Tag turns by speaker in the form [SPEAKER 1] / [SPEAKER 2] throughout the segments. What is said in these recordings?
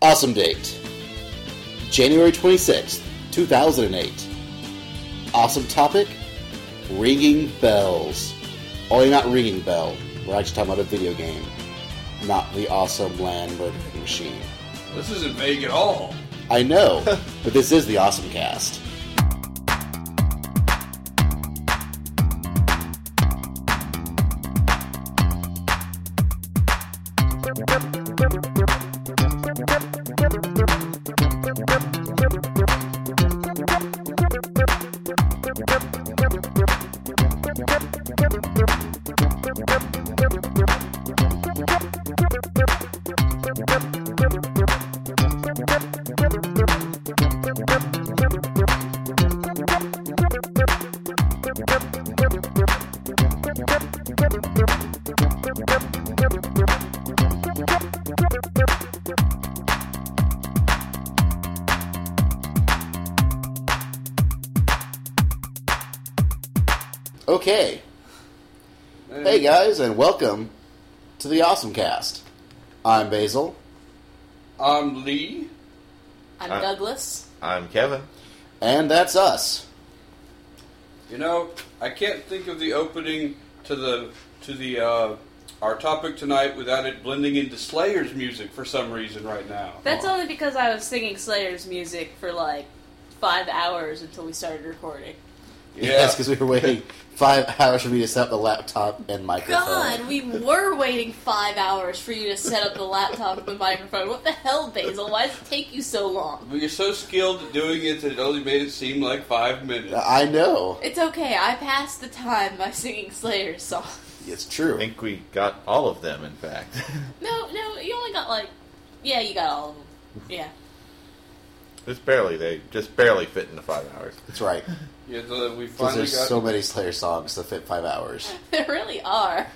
[SPEAKER 1] Awesome date January 26th, 2008. Awesome topic Ringing Bells. Only not Ringing Bell. We're actually talking about a video game, not the awesome land murdering machine.
[SPEAKER 2] This isn't vague at all.
[SPEAKER 1] I know, but this is the awesome cast. Okay, hey guys, and welcome to the awesome cast. I'm Basil,
[SPEAKER 2] I'm Lee.
[SPEAKER 3] I'm
[SPEAKER 4] Uh,
[SPEAKER 3] Douglas.
[SPEAKER 4] I'm Kevin.
[SPEAKER 1] and that's us.
[SPEAKER 2] You know, I can't think of the opening to the to the uh, our topic tonight without it blending into Slayer's music for some reason right now.
[SPEAKER 3] That's only because I was singing Slayer's music for like five hours until we started recording.
[SPEAKER 1] Yes, because we were waiting five hours for me to set up the laptop and microphone.
[SPEAKER 3] God, we were waiting five hours for you to set up the laptop and the microphone. What the hell, Basil? Why does it take you so long?
[SPEAKER 2] Well, you're so skilled at doing it that it only made it seem like five minutes.
[SPEAKER 1] I know
[SPEAKER 3] It's okay. I passed the time by singing Slayer's song.
[SPEAKER 1] it's
[SPEAKER 4] I
[SPEAKER 1] true.
[SPEAKER 4] think we got all of them, in fact.
[SPEAKER 3] No, no, you only got like, yeah, you got all of them. Yeah,
[SPEAKER 4] just barely, they just barely fit into five hours.
[SPEAKER 1] That's right.
[SPEAKER 2] Yeah, the, we
[SPEAKER 1] Because
[SPEAKER 2] finally
[SPEAKER 1] there's
[SPEAKER 2] got.
[SPEAKER 1] so many Slayer songs that fit five hours.
[SPEAKER 3] there really are.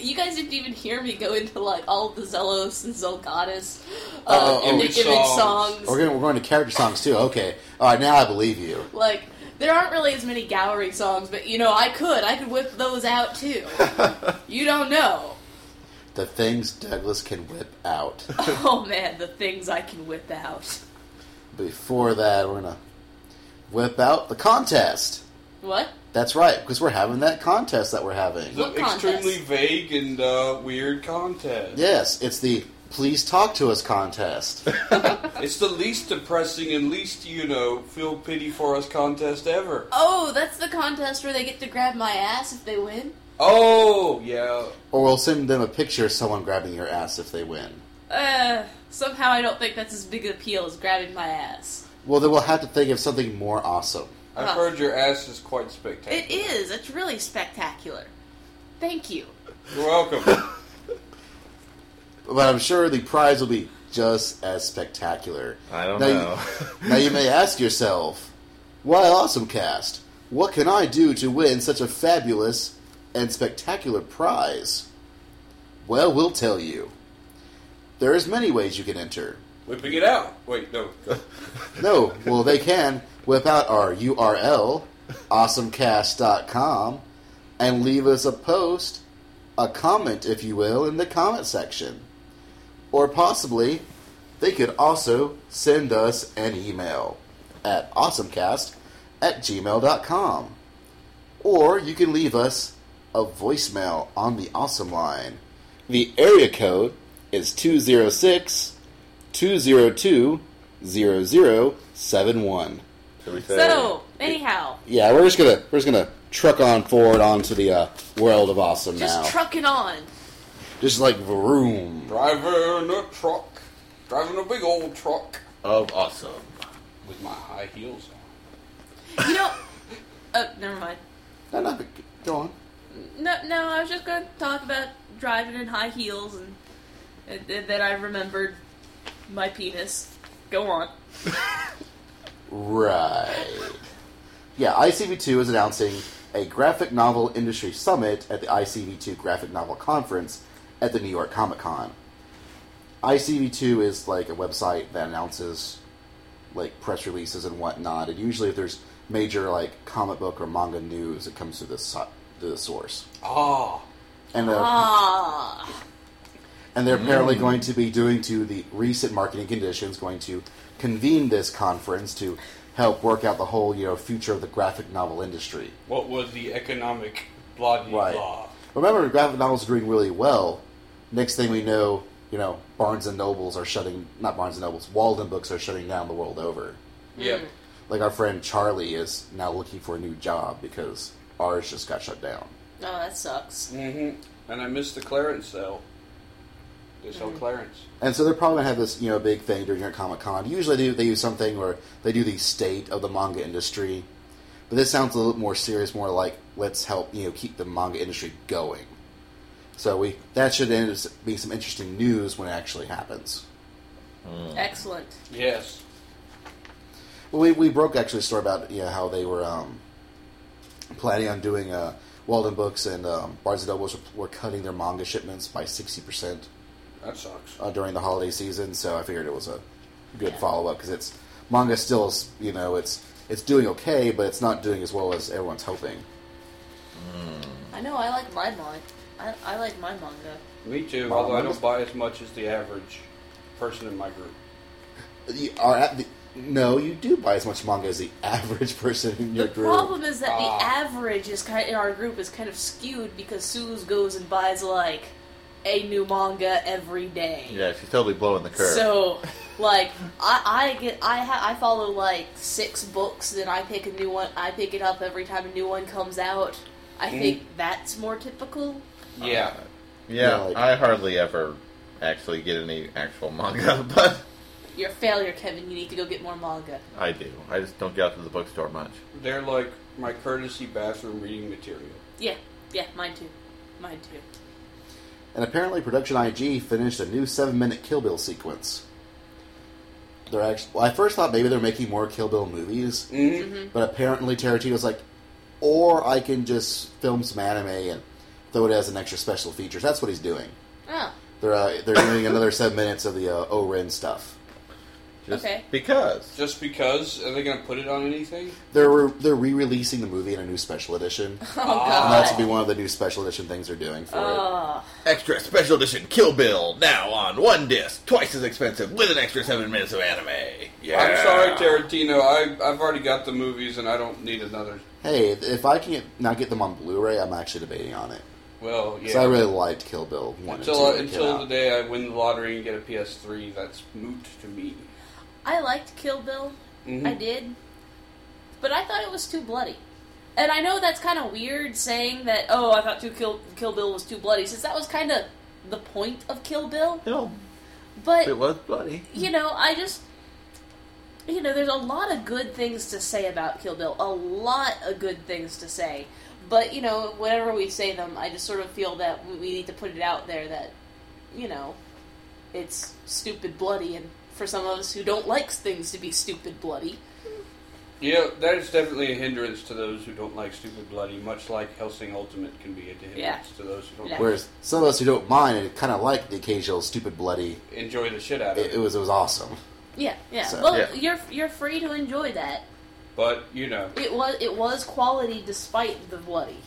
[SPEAKER 3] You guys didn't even hear me go into like all the Zelos and Zelgadas, uh,
[SPEAKER 1] Oh, oh,
[SPEAKER 3] image,
[SPEAKER 2] image
[SPEAKER 3] image
[SPEAKER 2] songs.
[SPEAKER 3] songs.
[SPEAKER 1] We're going, we're going to character songs too. Okay, all right. Now I believe you.
[SPEAKER 3] Like, there aren't really as many Gowrie songs, but you know, I could. I could whip those out too. you don't know.
[SPEAKER 1] The things Douglas can whip out.
[SPEAKER 3] Oh man, the things I can whip out.
[SPEAKER 1] Before that, we're gonna whip out the contest.
[SPEAKER 3] What?
[SPEAKER 1] That's right, because we're having that contest that we're having.
[SPEAKER 2] the
[SPEAKER 3] What contest?
[SPEAKER 2] extremely vague and uh, weird contest.
[SPEAKER 1] Yes, it's the please talk to us contest.
[SPEAKER 2] It's the least depressing and least, you know, feel pity for us contest ever.
[SPEAKER 3] Oh, that's the contest where they get to grab my ass if they win?
[SPEAKER 2] Oh, yeah.
[SPEAKER 1] or we'll send them a picture of someone grabbing your ass if they win.
[SPEAKER 3] Uh, somehow I don't think that's as big an appeal as grabbing my ass.
[SPEAKER 1] Well, then we'll have to think of something more awesome.
[SPEAKER 2] I've
[SPEAKER 3] Huh.
[SPEAKER 2] heard your ass is quite spectacular.
[SPEAKER 3] It is. It's really spectacular. Thank you.
[SPEAKER 2] You're welcome.
[SPEAKER 1] But I'm sure the prize will be just as spectacular.
[SPEAKER 4] I don't
[SPEAKER 1] Now you-
[SPEAKER 4] know.
[SPEAKER 1] now you may ask yourself, why Awesome Cast? What can I do to win such a fabulous and spectacular prize? Well, we'll tell you. There is many ways you can enter.
[SPEAKER 2] Whipping it out. Wait, no.
[SPEAKER 1] No, well, they can whip out our URL, awesomecast.com, and leave us a post, a comment, if you will, in the comment section. Or possibly, they could also send us an email at awesomecast at gmail.com. Or you can leave us a voicemail on the Awesome Line. The area code is 206- 202-0071.
[SPEAKER 4] Should we say
[SPEAKER 3] So, anyhow,
[SPEAKER 1] Yeah, we're just gonna we're just gonna truck on forward onto the uh, world of awesome
[SPEAKER 3] just
[SPEAKER 1] now.
[SPEAKER 3] trucking on.
[SPEAKER 1] just like vroom.
[SPEAKER 2] Driving a truck. Driving a big old truck.
[SPEAKER 4] of Oh, awesome?
[SPEAKER 2] With my high heels on.
[SPEAKER 3] You know. Oh, never mind.
[SPEAKER 1] No, no, go on.
[SPEAKER 3] No, no, I was just going to talk about driving in high heels, and, and, and then I remembered my penis. Go on.
[SPEAKER 1] Right. Yeah, ICV2 is announcing a graphic novel industry summit at the ICV2 Graphic Novel Conference at the New York Comic Con. ICV2 is like a website that announces like press releases and whatnot, and usually if there's major like comic book or manga news, it comes to this so- to the source.
[SPEAKER 2] Ah.
[SPEAKER 1] And uh,
[SPEAKER 3] Ah,
[SPEAKER 1] and they're apparently going to be doing to the recent marketing conditions, going to convene this conference to help work out the whole you know future of the graphic novel industry.
[SPEAKER 2] What was the economic blah de
[SPEAKER 1] Right.
[SPEAKER 2] blah?
[SPEAKER 1] Remember, graphic novels are doing really well. Next thing we know, you know, Barnes and Nobles are shutting not Barnes and Nobles, Walden Books are shutting down the world over.
[SPEAKER 2] Yep.
[SPEAKER 1] Like our friend Charlie is now looking for a new job because ours just got shut down.
[SPEAKER 5] Oh, that sucks.
[SPEAKER 3] Mm.
[SPEAKER 2] hmm And I missed the clearance sale. They
[SPEAKER 3] Mm.
[SPEAKER 2] sell clearance.
[SPEAKER 1] And so they're probably gonna have this, you know, big thing during their Comic Con. Usually they do, they do something where they do the state of the manga industry, but this sounds a little more serious, more like let's help you know keep the manga industry going. So we that should end up being some interesting news when it actually happens.
[SPEAKER 3] Excellent.
[SPEAKER 2] Yes.
[SPEAKER 1] Well, we, we broke actually a story about you know, how they were um, planning on doing uh, Walden Books and um, Barnes and Nobles were, were cutting their manga shipments by sixty percent
[SPEAKER 2] That sucks.
[SPEAKER 1] uh, during the holiday season. So I figured it was a good
[SPEAKER 5] Yeah.
[SPEAKER 1] follow up because it's manga still is you know it's it's doing okay, but it's not doing as well as everyone's hoping.
[SPEAKER 5] I know. I like my manga. I, I like my manga.
[SPEAKER 2] Me too,
[SPEAKER 1] Well,
[SPEAKER 2] although I
[SPEAKER 1] I'm
[SPEAKER 2] don't
[SPEAKER 1] just-
[SPEAKER 2] buy as much as the average person in my group.
[SPEAKER 1] You are at the, no, you do buy as much manga as the average person in your
[SPEAKER 3] the
[SPEAKER 1] group.
[SPEAKER 3] problem is that
[SPEAKER 2] Ah.
[SPEAKER 3] the average is kind in our group is kind of skewed because Suze goes and buys like a new manga every day.
[SPEAKER 4] Yeah, she's totally blowing the curve.
[SPEAKER 3] So, like, I, I get I ha- I follow like six books, then I pick a new one. I pick it up every time a new one comes out. I
[SPEAKER 2] Mm.
[SPEAKER 3] think that's more typical.
[SPEAKER 1] Uh,
[SPEAKER 2] Yeah.
[SPEAKER 4] yeah,
[SPEAKER 1] Yeah, like-
[SPEAKER 4] I hardly ever actually get any actual manga, but
[SPEAKER 3] You're a failure, Kevin. You need to go get more manga.
[SPEAKER 4] I do. I just don't get out to the bookstore much.
[SPEAKER 2] They're like my courtesy bathroom reading material.
[SPEAKER 3] Yeah, yeah, mine too, mine too.
[SPEAKER 1] And apparently, Production IG finished a new seven-minute Kill Bill sequence. They're actually. Well, I first thought maybe they're making more Kill Bill movies,
[SPEAKER 2] Mm-hmm.
[SPEAKER 3] Mm.
[SPEAKER 1] but apparently Tarantino's like, or I can just film some anime and throw it as an extra special feature. That's what he's doing.
[SPEAKER 3] Oh,
[SPEAKER 1] They're uh, they're doing another seven minutes of the uh, Oren stuff.
[SPEAKER 4] Just
[SPEAKER 3] Okay.
[SPEAKER 4] because.
[SPEAKER 2] Just because? Are they going to put it on anything?
[SPEAKER 1] They're re- they're re-releasing the movie in a new special edition.
[SPEAKER 3] oh
[SPEAKER 1] And
[SPEAKER 3] god. Ah.
[SPEAKER 1] that's to be one of the new special edition things they're doing for it.
[SPEAKER 3] Ugh.
[SPEAKER 4] Extra special edition Kill Bill now on one disc, twice as expensive, with an extra seven minutes of anime. Yeah.
[SPEAKER 2] I'm sorry, Tarantino. I, I've already got the movies and I don't need another.
[SPEAKER 1] Hey, if I can get, not get them on Blu-ray, I'm actually debating on it
[SPEAKER 2] Well, yeah.
[SPEAKER 1] because I really liked Kill Bill. One
[SPEAKER 2] until
[SPEAKER 1] and two when it came
[SPEAKER 2] until
[SPEAKER 1] out.
[SPEAKER 2] the day I win the lottery and get a PS3, that's moot to me.
[SPEAKER 3] I liked Kill Bill.
[SPEAKER 2] Mhm.
[SPEAKER 3] I did, but I thought it was too bloody. And I know that's kind of weird saying that. Oh, I thought too Kill Kill Bill was too bloody, since that was kind of the point of Kill Bill.
[SPEAKER 4] No, it
[SPEAKER 3] But
[SPEAKER 4] was bloody.
[SPEAKER 3] you know, I just you know, there's a lot of good things to say about Kill Bill. A lot of good things to say. But you know, whenever we say them, I just sort of feel that we we need to put it out there that you know it's stupid bloody, and for some of us who don't like things to be stupid bloody.
[SPEAKER 2] Yeah, that is definitely a hindrance to those who don't like stupid bloody, much like Helsing Ultimate can be a hindrance
[SPEAKER 3] Yeah.
[SPEAKER 2] to those who don't
[SPEAKER 3] Yeah.
[SPEAKER 1] Whereas some of us who don't mind and kind of like the occasional stupid bloody,
[SPEAKER 2] enjoy the shit out of
[SPEAKER 1] it,
[SPEAKER 2] it.
[SPEAKER 1] it was it was awesome.
[SPEAKER 3] Yeah, yeah.
[SPEAKER 1] So-
[SPEAKER 3] well,
[SPEAKER 4] Yeah.
[SPEAKER 3] you're you're free to enjoy that.
[SPEAKER 2] But, you know,
[SPEAKER 3] It was it was quality despite the bloody.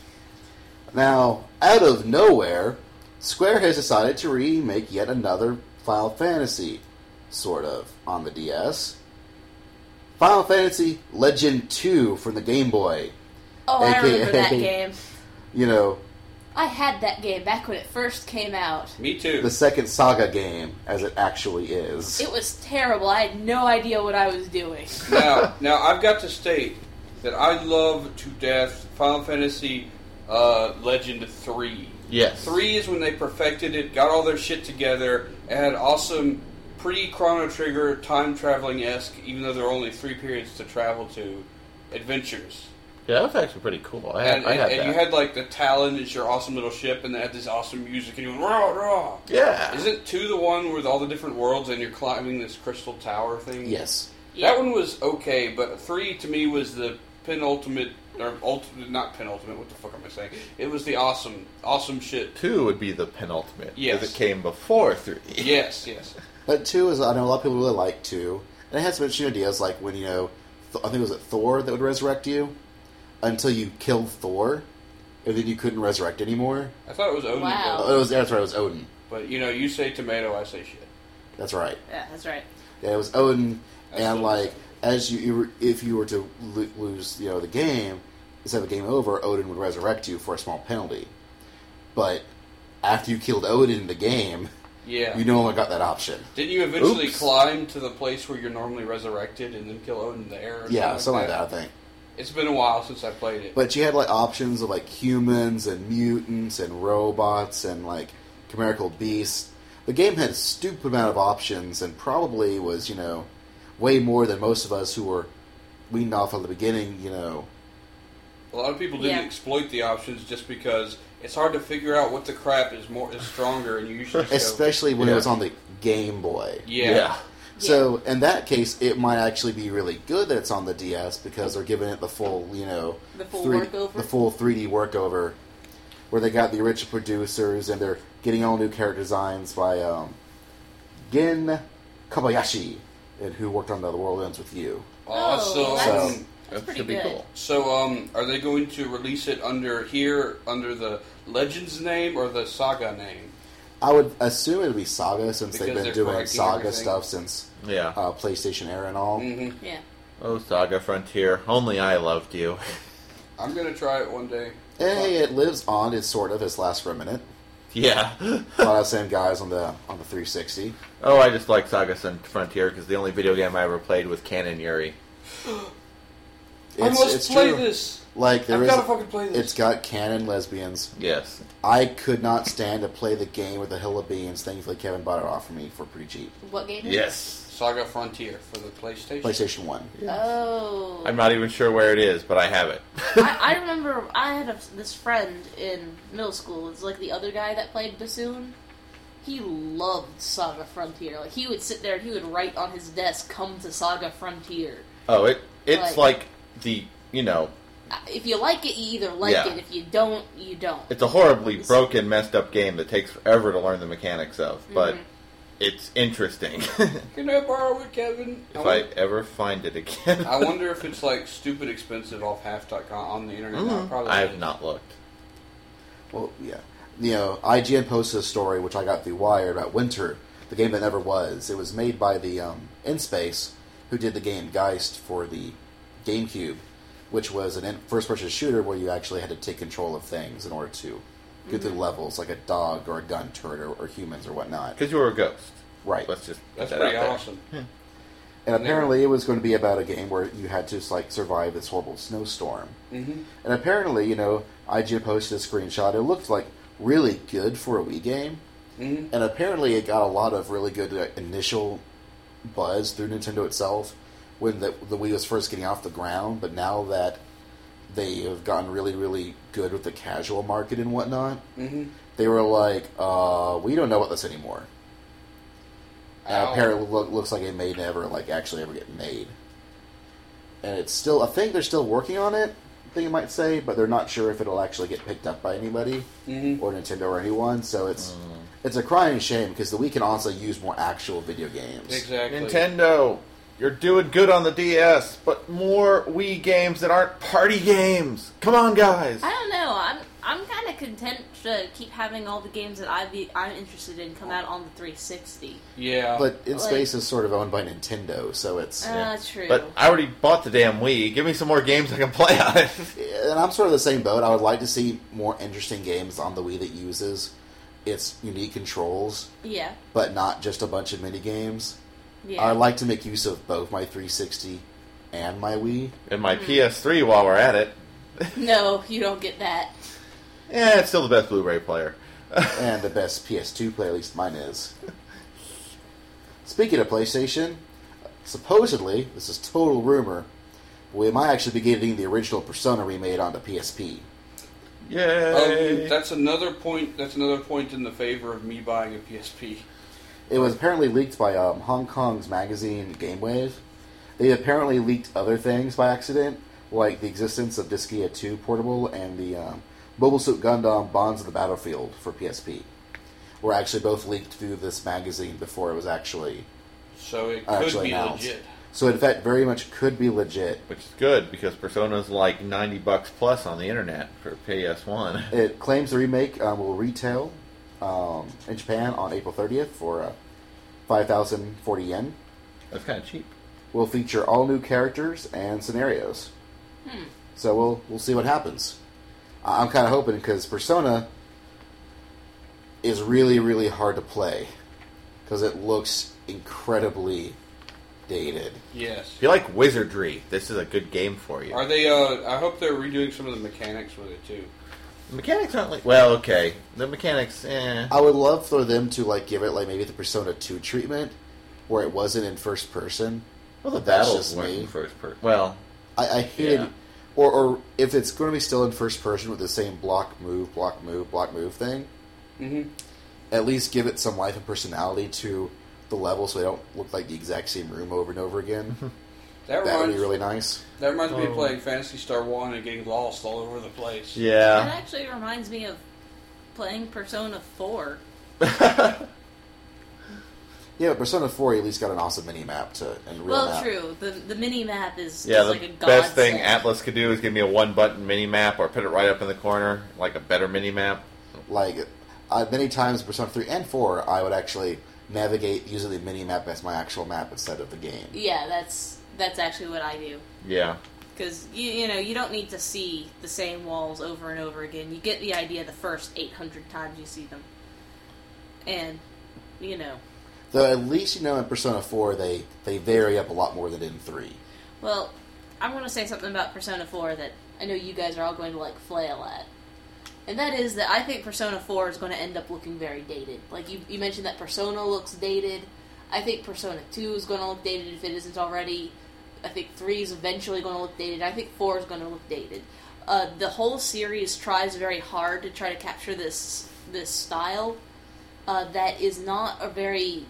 [SPEAKER 1] Now, out of nowhere, Square has decided to remake yet another Final Fantasy, sort of, on the DS. Final Fantasy Legend 2 from the Game Boy.
[SPEAKER 3] Oh, I remember that
[SPEAKER 1] AKA.
[SPEAKER 3] game.
[SPEAKER 1] You know,
[SPEAKER 3] I had that game back when it first came out.
[SPEAKER 2] me too.
[SPEAKER 1] the second saga game, as it actually is.
[SPEAKER 3] It was terrible. I had no idea what I was doing.
[SPEAKER 2] now, now I've got to state that I love to death Final Fantasy uh, Legend three.
[SPEAKER 4] Yes.
[SPEAKER 2] Three is when they perfected it, got all their shit together, and had awesome, pretty Chrono Trigger time traveling esque, even though there are only three periods to travel to, adventures.
[SPEAKER 4] Yeah, that was actually pretty cool. I had,
[SPEAKER 2] And,
[SPEAKER 4] I
[SPEAKER 2] and,
[SPEAKER 4] had
[SPEAKER 2] and
[SPEAKER 4] that.
[SPEAKER 2] you had like the Talon is your awesome little ship, and they had this awesome music, and you went raw raw.
[SPEAKER 4] yeah.
[SPEAKER 2] Isn't two the one with all the different worlds, and you're climbing this crystal tower thing?
[SPEAKER 1] Yes.
[SPEAKER 2] That one was okay, but three to me was the penultimate, or ultimate, not penultimate. What the fuck am I saying? It was the awesome, awesome shit.
[SPEAKER 4] Two would be the penultimate.
[SPEAKER 2] Yes.
[SPEAKER 4] Because it came before three.
[SPEAKER 2] Yes, yes.
[SPEAKER 1] But 2 is, I know a lot of people really like 2. And it had some interesting ideas, like when, you know, Th- I think it was it Thor that would resurrect you until you killed Thor, and then you couldn't resurrect anymore.
[SPEAKER 2] I thought it was Odin,
[SPEAKER 3] Wow.
[SPEAKER 2] though,
[SPEAKER 1] Oh, it was, that's right, it was Odin.
[SPEAKER 2] But you know, you say tomato, I say shit.
[SPEAKER 1] That's right.
[SPEAKER 3] Yeah, that's right.
[SPEAKER 1] Yeah, it was Owen, and
[SPEAKER 2] Absolutely.
[SPEAKER 1] like as you, you were- if you were to lo- lose, you know, the game instead of a game over, Odin would resurrect you for a small penalty. But after you killed Odin in the game,
[SPEAKER 2] Yeah.
[SPEAKER 1] you no longer got that option.
[SPEAKER 2] Didn't you eventually
[SPEAKER 4] Oops.
[SPEAKER 2] climb to the place where you're normally resurrected and then kill Odin there? Or
[SPEAKER 1] yeah, something like that, I think.
[SPEAKER 2] It's been a while since I played it.
[SPEAKER 1] But you had like options of like humans and mutants and robots and like chimerical beasts. The game had a stupid amount of options and probably was you know way more than most of us who were weaned off at the beginning. You know,
[SPEAKER 2] a lot of people didn't
[SPEAKER 3] Yeah.
[SPEAKER 2] exploit the options just because it's hard to figure out what the crap is more is stronger, and you usually just go,
[SPEAKER 1] especially when it
[SPEAKER 4] Yeah.
[SPEAKER 1] was on the Game Boy.
[SPEAKER 2] yeah.
[SPEAKER 1] So in that case, it might actually be really good that it's on the DS because they're giving it the full, you know,
[SPEAKER 3] The full
[SPEAKER 1] 3D
[SPEAKER 3] workover?
[SPEAKER 1] the full 3D workover, where they got the original producers and they're getting all new character designs by um, Gen Kobayashi, and who worked on The World Ends with You.
[SPEAKER 3] Oh,
[SPEAKER 2] Awesome.
[SPEAKER 3] that's,
[SPEAKER 1] So-
[SPEAKER 3] that's
[SPEAKER 4] That
[SPEAKER 3] pretty
[SPEAKER 4] should
[SPEAKER 3] good.
[SPEAKER 4] be cool.
[SPEAKER 2] so, um, are they going to release it under here under the Legends name or the Saga name?
[SPEAKER 1] I would assume it'd be Saga since
[SPEAKER 2] Because
[SPEAKER 1] they've been
[SPEAKER 2] they're
[SPEAKER 1] doing
[SPEAKER 2] correcting
[SPEAKER 1] Saga
[SPEAKER 2] everything.
[SPEAKER 1] stuff since
[SPEAKER 4] Yeah.
[SPEAKER 1] uh, PlayStation era and all.
[SPEAKER 2] hmm
[SPEAKER 3] Yeah.
[SPEAKER 4] oh, Saga Frontier. Only I loved you.
[SPEAKER 2] I'm gonna try it one day.
[SPEAKER 1] And hey, it lives on. It's sort of its last remnant.
[SPEAKER 4] yeah.
[SPEAKER 1] A lot of the same guys on the on the 360.
[SPEAKER 4] oh, I just like Saga Sun- Frontier because the only video game I ever played was Canon Yuri.
[SPEAKER 2] I
[SPEAKER 1] It's,
[SPEAKER 2] must
[SPEAKER 1] it's
[SPEAKER 2] play
[SPEAKER 1] true.
[SPEAKER 2] this.
[SPEAKER 1] Like there
[SPEAKER 2] I've
[SPEAKER 1] is-
[SPEAKER 2] gotta fucking play this.
[SPEAKER 1] it's got canon lesbians.
[SPEAKER 4] Yes.
[SPEAKER 1] I could not stand to play the game with a hill of beans. Thankfully, Kevin bought it off for me for pretty cheap.
[SPEAKER 3] What game? is it?
[SPEAKER 4] Yes.
[SPEAKER 2] Saga Frontier for the PlayStation.
[SPEAKER 1] PlayStation One.
[SPEAKER 3] Oh.
[SPEAKER 4] I'm not even sure where it is, but I have it.
[SPEAKER 3] I, I remember I had a, this friend in middle school. It's like the other guy that played bassoon. He loved Saga Frontier. Like he would sit there and he would write on his desk, "Come to Saga Frontier."
[SPEAKER 4] oh, it
[SPEAKER 3] Like-
[SPEAKER 4] it's like the you know
[SPEAKER 3] Uh, If you like it, you either like
[SPEAKER 4] Yeah.
[SPEAKER 3] it. If you don't, you don't.
[SPEAKER 4] it's a horribly broken, messed up game that takes forever to learn the mechanics of, but
[SPEAKER 3] Mhm.
[SPEAKER 4] it's interesting.
[SPEAKER 2] Can I borrow it, Kevin?
[SPEAKER 4] if I
[SPEAKER 2] wonder-
[SPEAKER 4] ever find it again,
[SPEAKER 2] I wonder if it's like stupid expensive off half.com on the internet. now.
[SPEAKER 4] Mhm.
[SPEAKER 2] Probably
[SPEAKER 4] I have
[SPEAKER 2] is.
[SPEAKER 4] not looked.
[SPEAKER 1] Well, yeah. You know, IGN posted a story which I got through Wire about Winter, the game that never was. It was made by the um, InSpace, who did the game Geist for the GameCube, which was an in- first-person shooter where you actually had to take control of things in order to get through levels, like a dog or a gun turret or, or humans or whatnot.
[SPEAKER 4] Because you were a ghost.
[SPEAKER 1] Right.
[SPEAKER 4] Let's just put
[SPEAKER 2] That's
[SPEAKER 4] that
[SPEAKER 2] pretty
[SPEAKER 4] out there.
[SPEAKER 2] awesome.
[SPEAKER 1] And apparently, it was going to be about a game where you had to like survive this horrible snowstorm.
[SPEAKER 2] hmm
[SPEAKER 1] And apparently, you know, IGN posted a screenshot. It looked like really good for a Wii game,
[SPEAKER 2] hmm
[SPEAKER 1] and apparently, it got a lot of really good uh, initial buzz through Nintendo itself when the, the Wii was first getting off the ground. But now that they have gotten really, really good with the casual market and whatnot,
[SPEAKER 2] hmm
[SPEAKER 1] they were like, uh, "We don't know about this anymore." And
[SPEAKER 2] Ow.
[SPEAKER 1] apparently, look, looks like it may never like actually ever get made. And it's still, I think they're still working on it. I think you might say, but they're not sure if it'll actually get picked up by anybody
[SPEAKER 2] Mhm.
[SPEAKER 1] or Nintendo or anyone. So it's it's a crying shame because the Wii can also use more actual video games.
[SPEAKER 2] Exactly.
[SPEAKER 4] Nintendo, you're doing good on the DS, but more Wii games that aren't party games. Come on, guys.
[SPEAKER 3] I don't know. I'm I'm kind of content to keep having all the games that I be, I'm interested in come out on the 360.
[SPEAKER 2] Yeah.
[SPEAKER 1] But In
[SPEAKER 3] Like-
[SPEAKER 1] Space is sort of owned by Nintendo, so it's
[SPEAKER 3] Uh, true.
[SPEAKER 4] But I already bought the damn Wii. Give me some more games I can play on it.
[SPEAKER 1] and I'm sort of the same boat. I would like to see more interesting games on the Wii that uses its unique controls,
[SPEAKER 3] yeah.
[SPEAKER 1] but not just a bunch of mini games.
[SPEAKER 3] Yeah.
[SPEAKER 1] I like to make use of both my 360 and my Wii.
[SPEAKER 4] and my PS3 while we're at it.
[SPEAKER 3] no, you don't get that.
[SPEAKER 4] Yeah, it's still the best Blu-ray player. Uh,
[SPEAKER 2] Oh,
[SPEAKER 1] and the best PS2 player, at least mine is. Speaking of PlayStation, supposedly, this is total rumor, we might actually be getting the original Persona remade onto PSP.
[SPEAKER 4] Yay.
[SPEAKER 2] Um, that's another point. That's another point in the favor of me buying a PSP.
[SPEAKER 1] It was apparently leaked by um, Hong Kong's magazine GameWave. They apparently leaked other things by accident, like the existence of Disgaea 2 Portable and the um, Mobile Suit Gundam Bonds of the Battlefield for PSP were actually both leaked through this magazine before it was actually
[SPEAKER 2] So it could
[SPEAKER 1] actually
[SPEAKER 2] be
[SPEAKER 1] announced.
[SPEAKER 2] legit.
[SPEAKER 1] So in fact, very much could be legit.
[SPEAKER 4] Which is good because Persona's like 90 bucks plus on the internet for PS1.
[SPEAKER 1] It claims the remake um, will retail uh, um, in Japan on April 30th for uh, 5,040 yen.
[SPEAKER 4] That's kind of cheap.
[SPEAKER 1] We'll feature all new characters and scenarios.
[SPEAKER 2] Hmm.
[SPEAKER 1] So we'll we'll see what happens. I- I'm kind of hoping because Persona is really really hard to play because it looks incredibly dated.
[SPEAKER 2] Yes.
[SPEAKER 4] If you like wizardry, this is a good game for you.
[SPEAKER 2] Are they? Uh, I hope they're redoing some of the mechanics with it too.
[SPEAKER 4] the mechanics aren't like well, okay. The mechanics, eh.
[SPEAKER 1] I would love for them to like give it like maybe the Persona 2 treatment where it wasn't in first person.
[SPEAKER 4] Well, the
[SPEAKER 1] But that's
[SPEAKER 4] battles
[SPEAKER 1] just
[SPEAKER 4] weren't
[SPEAKER 1] me.
[SPEAKER 4] in first person. Well,
[SPEAKER 1] I, I hated,
[SPEAKER 4] Yeah.
[SPEAKER 1] or, or if it's going to be still in first person with the same block move, block move, block move thing,
[SPEAKER 2] Mm-hmm.
[SPEAKER 1] at least give it some life and personality to the level so they don't look like the exact same room over and over again. that
[SPEAKER 2] That
[SPEAKER 1] would
[SPEAKER 2] reminds
[SPEAKER 1] be really nice.
[SPEAKER 2] that reminds me of
[SPEAKER 4] Oh.
[SPEAKER 2] playing Fantasy Star One and getting lost all over the place.
[SPEAKER 4] yeah.
[SPEAKER 3] That actually reminds me of playing Persona 4.
[SPEAKER 1] Yeah, but Persona 4 at least got an awesome mini map to and real
[SPEAKER 3] well,
[SPEAKER 1] map.
[SPEAKER 3] true. The the mini map is
[SPEAKER 4] Yeah,
[SPEAKER 3] is
[SPEAKER 4] the
[SPEAKER 3] like a
[SPEAKER 4] best thing
[SPEAKER 3] godsend.
[SPEAKER 4] Atlas could do is give me a one button mini map or put it right up in the corner, like a better mini map.
[SPEAKER 1] Like I, many times, in Persona 3 and 4, I would actually navigate using the mini map as my actual map instead of the game.
[SPEAKER 3] Yeah, that's that's actually what I do
[SPEAKER 4] Yeah.
[SPEAKER 3] because you you know you don't need to see the same walls over and over again. You get the idea the first eight hundred times you see them, and you know,
[SPEAKER 1] Though at least you know in Persona 4 they they vary up a lot more than in 3.
[SPEAKER 3] well, I'm gonna say something about Persona Four that I know you guys are all going to like flail at. And that is that I think Persona 4 is going to end up looking very dated. Like, you, you mentioned that Persona looks dated. I think Persona 2 is going to look dated if it isn't already. I think 3 is eventually going to look dated. I think 4 is going to look dated. Uh, the whole series tries very hard to try to capture this this style uh, that is not a very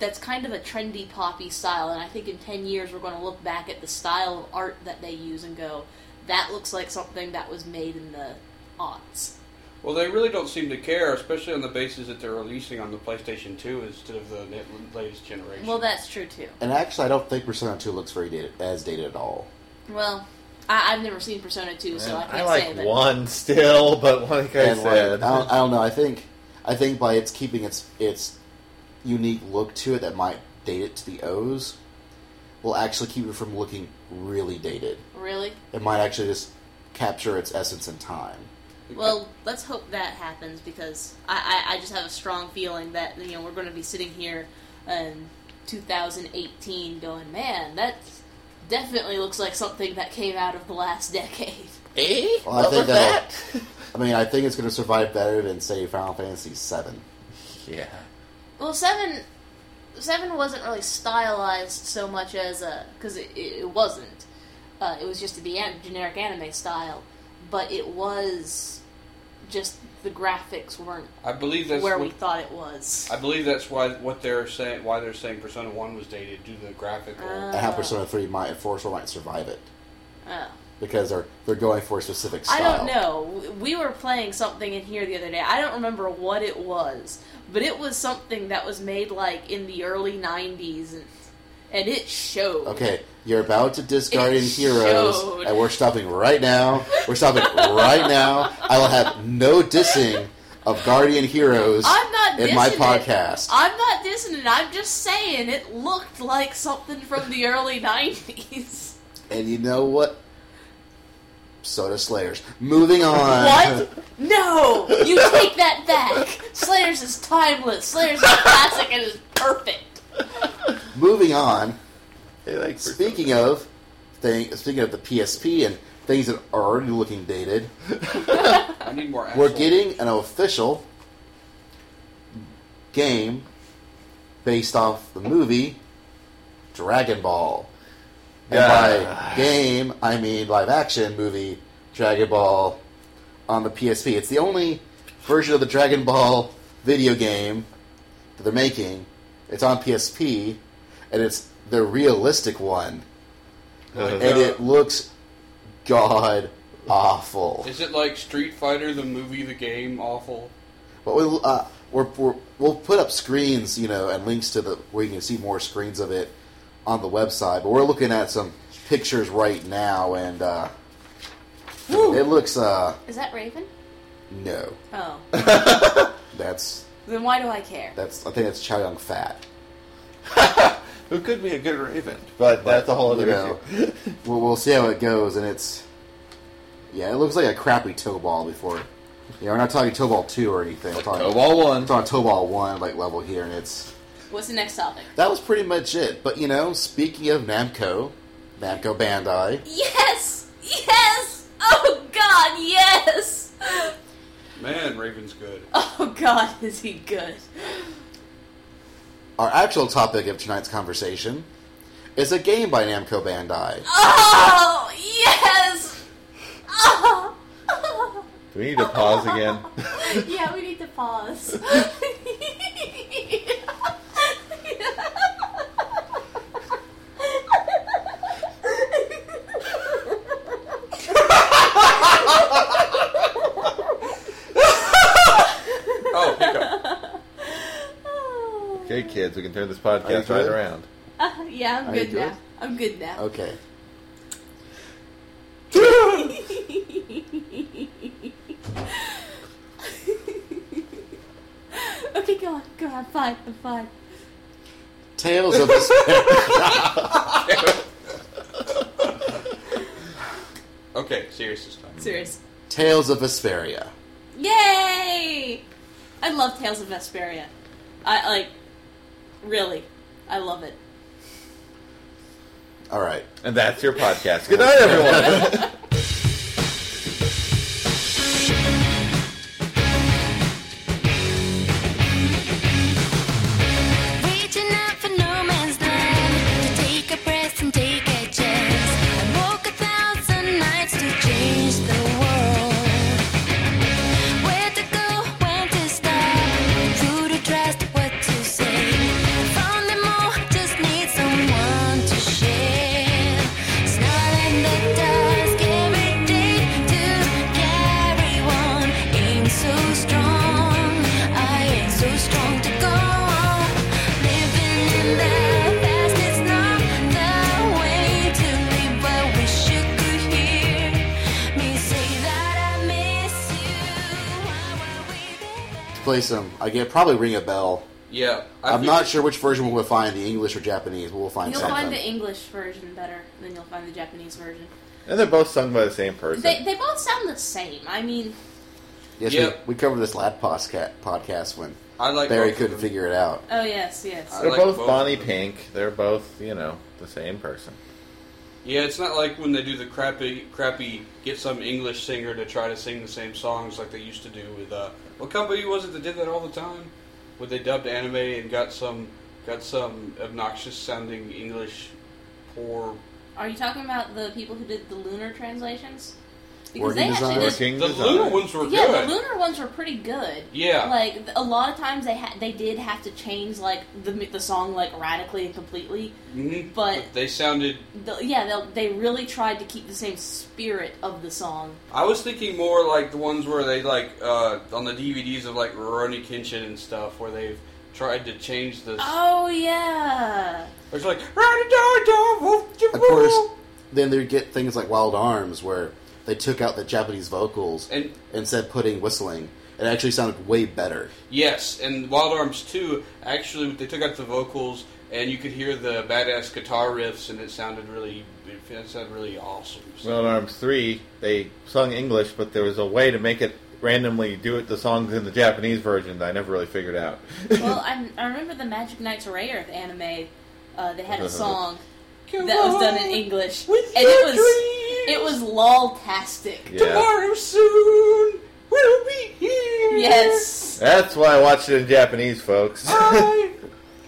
[SPEAKER 3] that's kind of a trendy poppy style and i think in 10 years we're going to look back at the style of art that they use and go that looks like something that was made in the aughts
[SPEAKER 2] Well, they really don't seem to care, especially on the basis that they're releasing on the PlayStation Two instead of the net- latest generation.
[SPEAKER 3] Well, that's true too.
[SPEAKER 1] And actually, I don't think Persona 2 looks very dated, as dated at all.
[SPEAKER 3] Well, I, I've never seen Persona 2, so I
[SPEAKER 4] And
[SPEAKER 3] can't
[SPEAKER 4] I
[SPEAKER 3] say
[SPEAKER 4] like
[SPEAKER 3] that.
[SPEAKER 4] one still, but like I
[SPEAKER 1] and like, I,
[SPEAKER 4] said,
[SPEAKER 1] don't, I don't know. I think I think by its keeping its its unique look to it that might date it to the O's will actually keep it from looking really dated.
[SPEAKER 3] Really?
[SPEAKER 1] It might actually just capture its essence in time.
[SPEAKER 3] Well, let's hope that happens because I, I, I just have a strong feeling that you know we're going to be sitting here in 2018 going, man, that definitely looks like something that came out of the last decade.
[SPEAKER 4] eh?
[SPEAKER 1] Well, I
[SPEAKER 4] what
[SPEAKER 1] think
[SPEAKER 4] was that?
[SPEAKER 1] I mean, I think it's going to survive better than say Final Fantasy 7.
[SPEAKER 4] yeah.
[SPEAKER 3] Well, seven seven wasn't really stylized so much as a because it, it it wasn't. Uh, it was just the an- generic anime style, but it was just the graphics weren't
[SPEAKER 2] I believe that's
[SPEAKER 3] where
[SPEAKER 2] what,
[SPEAKER 3] we thought it was.
[SPEAKER 2] I believe that's why what they're saying why they're saying Persona One was dated due to the graphical.
[SPEAKER 3] Ah.
[SPEAKER 1] And how Persona 3 might 4 still might survive it
[SPEAKER 3] Oh.
[SPEAKER 1] because they're they're going for a specific
[SPEAKER 3] I
[SPEAKER 1] style.
[SPEAKER 3] don't know. W- We were playing something in here the other day. I don't remember what it was, but it was something that was made like in the early '90s, and, and it showed.
[SPEAKER 1] Okay, you're about to discard in
[SPEAKER 3] It
[SPEAKER 1] heroes,
[SPEAKER 3] showed.
[SPEAKER 1] and we're stopping right now. We're stopping right now. I will have no dissing of Guardian heroes
[SPEAKER 3] I'm not
[SPEAKER 1] in my
[SPEAKER 3] dissing it.
[SPEAKER 1] podcast.
[SPEAKER 3] I'm not dissing it. I'm just saying it looked like something from the early '90s.
[SPEAKER 1] And you know what? Soda Slayers. Moving on.
[SPEAKER 3] What? No, you take that back. Slayers is timeless. Slayers is classic and is perfect.
[SPEAKER 1] Moving on.
[SPEAKER 4] They like
[SPEAKER 1] Speaking of thing, speaking of the PSP and things that are already looking dated,
[SPEAKER 2] I need more.
[SPEAKER 1] we're
[SPEAKER 2] Axel.
[SPEAKER 1] getting an official game based off the movie Dragon Ball. And
[SPEAKER 4] Yeah.
[SPEAKER 1] by game, I mean live action movie Dragon Ball on the PSP. It's the only version of the Dragon Ball video game that they're making. It's on PSP, and it's the realistic one.
[SPEAKER 4] Uh,
[SPEAKER 1] And it looks god awful.
[SPEAKER 2] Is it like Street Fighter the movie, the game, awful?
[SPEAKER 1] But we'll, uh, we're, we're, we'll put up screens, you know, and links to the where you can see more screens of it on the website. But we're looking at some pictures right now, and uh, it looks uh,
[SPEAKER 3] Is that Raven?
[SPEAKER 1] no,
[SPEAKER 3] Oh,
[SPEAKER 1] That's
[SPEAKER 3] Then why do I care?
[SPEAKER 1] that's. I think that's Chow Young Fat.
[SPEAKER 4] Who could be a good raven, but that's a whole other
[SPEAKER 1] you know,
[SPEAKER 4] issue.
[SPEAKER 1] we'll, we'll see how it goes, and it's yeah, it looks like a crappy toe ball before. You know, we're not talking toe ball two or anything. We're talking
[SPEAKER 4] Go ball one.
[SPEAKER 1] we're talking toe ball one like level here, and it's
[SPEAKER 3] What's the next topic?
[SPEAKER 1] that was pretty much it. But you know, speaking of Namco, Namco Bandai,
[SPEAKER 3] Yes! Yes! Oh god, yes!
[SPEAKER 2] Man, Raven's good.
[SPEAKER 3] Oh god, is he good?
[SPEAKER 1] our actual topic of tonight's conversation is a game by Namco Bandai.
[SPEAKER 3] Oh yes! Oh.
[SPEAKER 4] Do we need to pause again? Oh,
[SPEAKER 3] yeah, we need to pause.
[SPEAKER 2] Oh, hiccup.
[SPEAKER 4] okay, kids, we can turn this
[SPEAKER 1] Are you
[SPEAKER 4] podcast right
[SPEAKER 1] good?
[SPEAKER 4] around.
[SPEAKER 3] Uh, yeah, I'm
[SPEAKER 1] Are you
[SPEAKER 3] good now.
[SPEAKER 1] good?
[SPEAKER 3] I'm good now.
[SPEAKER 1] Okay,
[SPEAKER 3] okay, go on, go on. I'm fine, I'm fine.
[SPEAKER 1] Tales of Despair.
[SPEAKER 2] Okay, serious this time.
[SPEAKER 3] Serious.
[SPEAKER 1] Tales of Vesperia.
[SPEAKER 3] Yay! I love Tales of Vesperia. I like, really, I love it.
[SPEAKER 1] All right.
[SPEAKER 4] And that's your podcast. Good night, everyone.
[SPEAKER 6] Reaching out for no man's land to take a breath and take a chance. I walk a thousand nights to change the world. Where to go, when to stop, who to trust, what to say. Found them all, just need someone to share. Snarl in the dusk, every day to carry on. Aim so strong, I am so strong to go on. Living in the past is not the way to live. I wish you could hear me say that I miss you. How are we back?
[SPEAKER 1] Play some. I get probably ring a bell.
[SPEAKER 2] Yeah, I
[SPEAKER 1] I'm
[SPEAKER 2] think-
[SPEAKER 1] not sure which version we'll find, the English or Japanese. but We'll find
[SPEAKER 3] You'll
[SPEAKER 1] something.
[SPEAKER 3] find the English version better than you'll find the Japanese version.
[SPEAKER 4] and they're both sung by the same person.
[SPEAKER 3] They, they both sound the same. I mean,
[SPEAKER 1] yes,
[SPEAKER 2] Yep.
[SPEAKER 1] we, we covered this last posca- podcast when
[SPEAKER 2] I like
[SPEAKER 1] Barry
[SPEAKER 2] both of
[SPEAKER 1] couldn't
[SPEAKER 2] them.
[SPEAKER 1] figure it out.
[SPEAKER 3] oh yes, yes.
[SPEAKER 2] I
[SPEAKER 4] they're
[SPEAKER 2] like
[SPEAKER 4] both,
[SPEAKER 2] both
[SPEAKER 4] Bonnie
[SPEAKER 2] of them.
[SPEAKER 4] Pink. They're both, you know, the same person.
[SPEAKER 2] Yeah, it's not like when they do the crappy, crappy get some English singer to try to sing the same songs like they used to do with uh, what company was it that did that all the time? Where they dubbed anime and got some got some obnoxious sounding English poor
[SPEAKER 3] Are you talking about the people who did the lunar translations?
[SPEAKER 1] Working
[SPEAKER 3] Because they actually
[SPEAKER 1] design.
[SPEAKER 3] did
[SPEAKER 4] Working
[SPEAKER 2] The
[SPEAKER 4] design.
[SPEAKER 2] lunar ones were
[SPEAKER 3] Yeah,
[SPEAKER 2] good.
[SPEAKER 3] the lunar ones were pretty good.
[SPEAKER 2] Yeah.
[SPEAKER 3] like th- a lot of times they had they did have to change like the m- the song like radically and completely.
[SPEAKER 2] Mhm.
[SPEAKER 3] but-
[SPEAKER 2] they sounded.
[SPEAKER 3] The, yeah, they they really tried to keep the same spirit of the song.
[SPEAKER 2] I was thinking more like the ones where they like uh, on the DVDs of like Rurouni Kenshin and stuff, where they've tried to change the.
[SPEAKER 3] Oh yeah,
[SPEAKER 2] It's like. Of
[SPEAKER 1] Of course, then they get things like Wild Arms, where they took out the Japanese vocals
[SPEAKER 2] And
[SPEAKER 1] instead putting whistling. It actually sounded way better.
[SPEAKER 2] Yes, and Wild Arms 2, actually, they took out the vocals, and you could hear the badass guitar riffs, and it sounded really, it sounded really awesome. So-
[SPEAKER 4] Well, in Arms 3, they sung English, but there was a way to make it randomly do it the songs in the Japanese version that I never really figured out.
[SPEAKER 3] well I, I remember the Magic Knights Ray Earth anime. Uh, they had a song that was done in English, and it was it was lol-tastic.
[SPEAKER 4] yeah.
[SPEAKER 2] soon, we'll be here.
[SPEAKER 3] Yes.
[SPEAKER 4] That's why I watched it in Japanese, folks.
[SPEAKER 2] I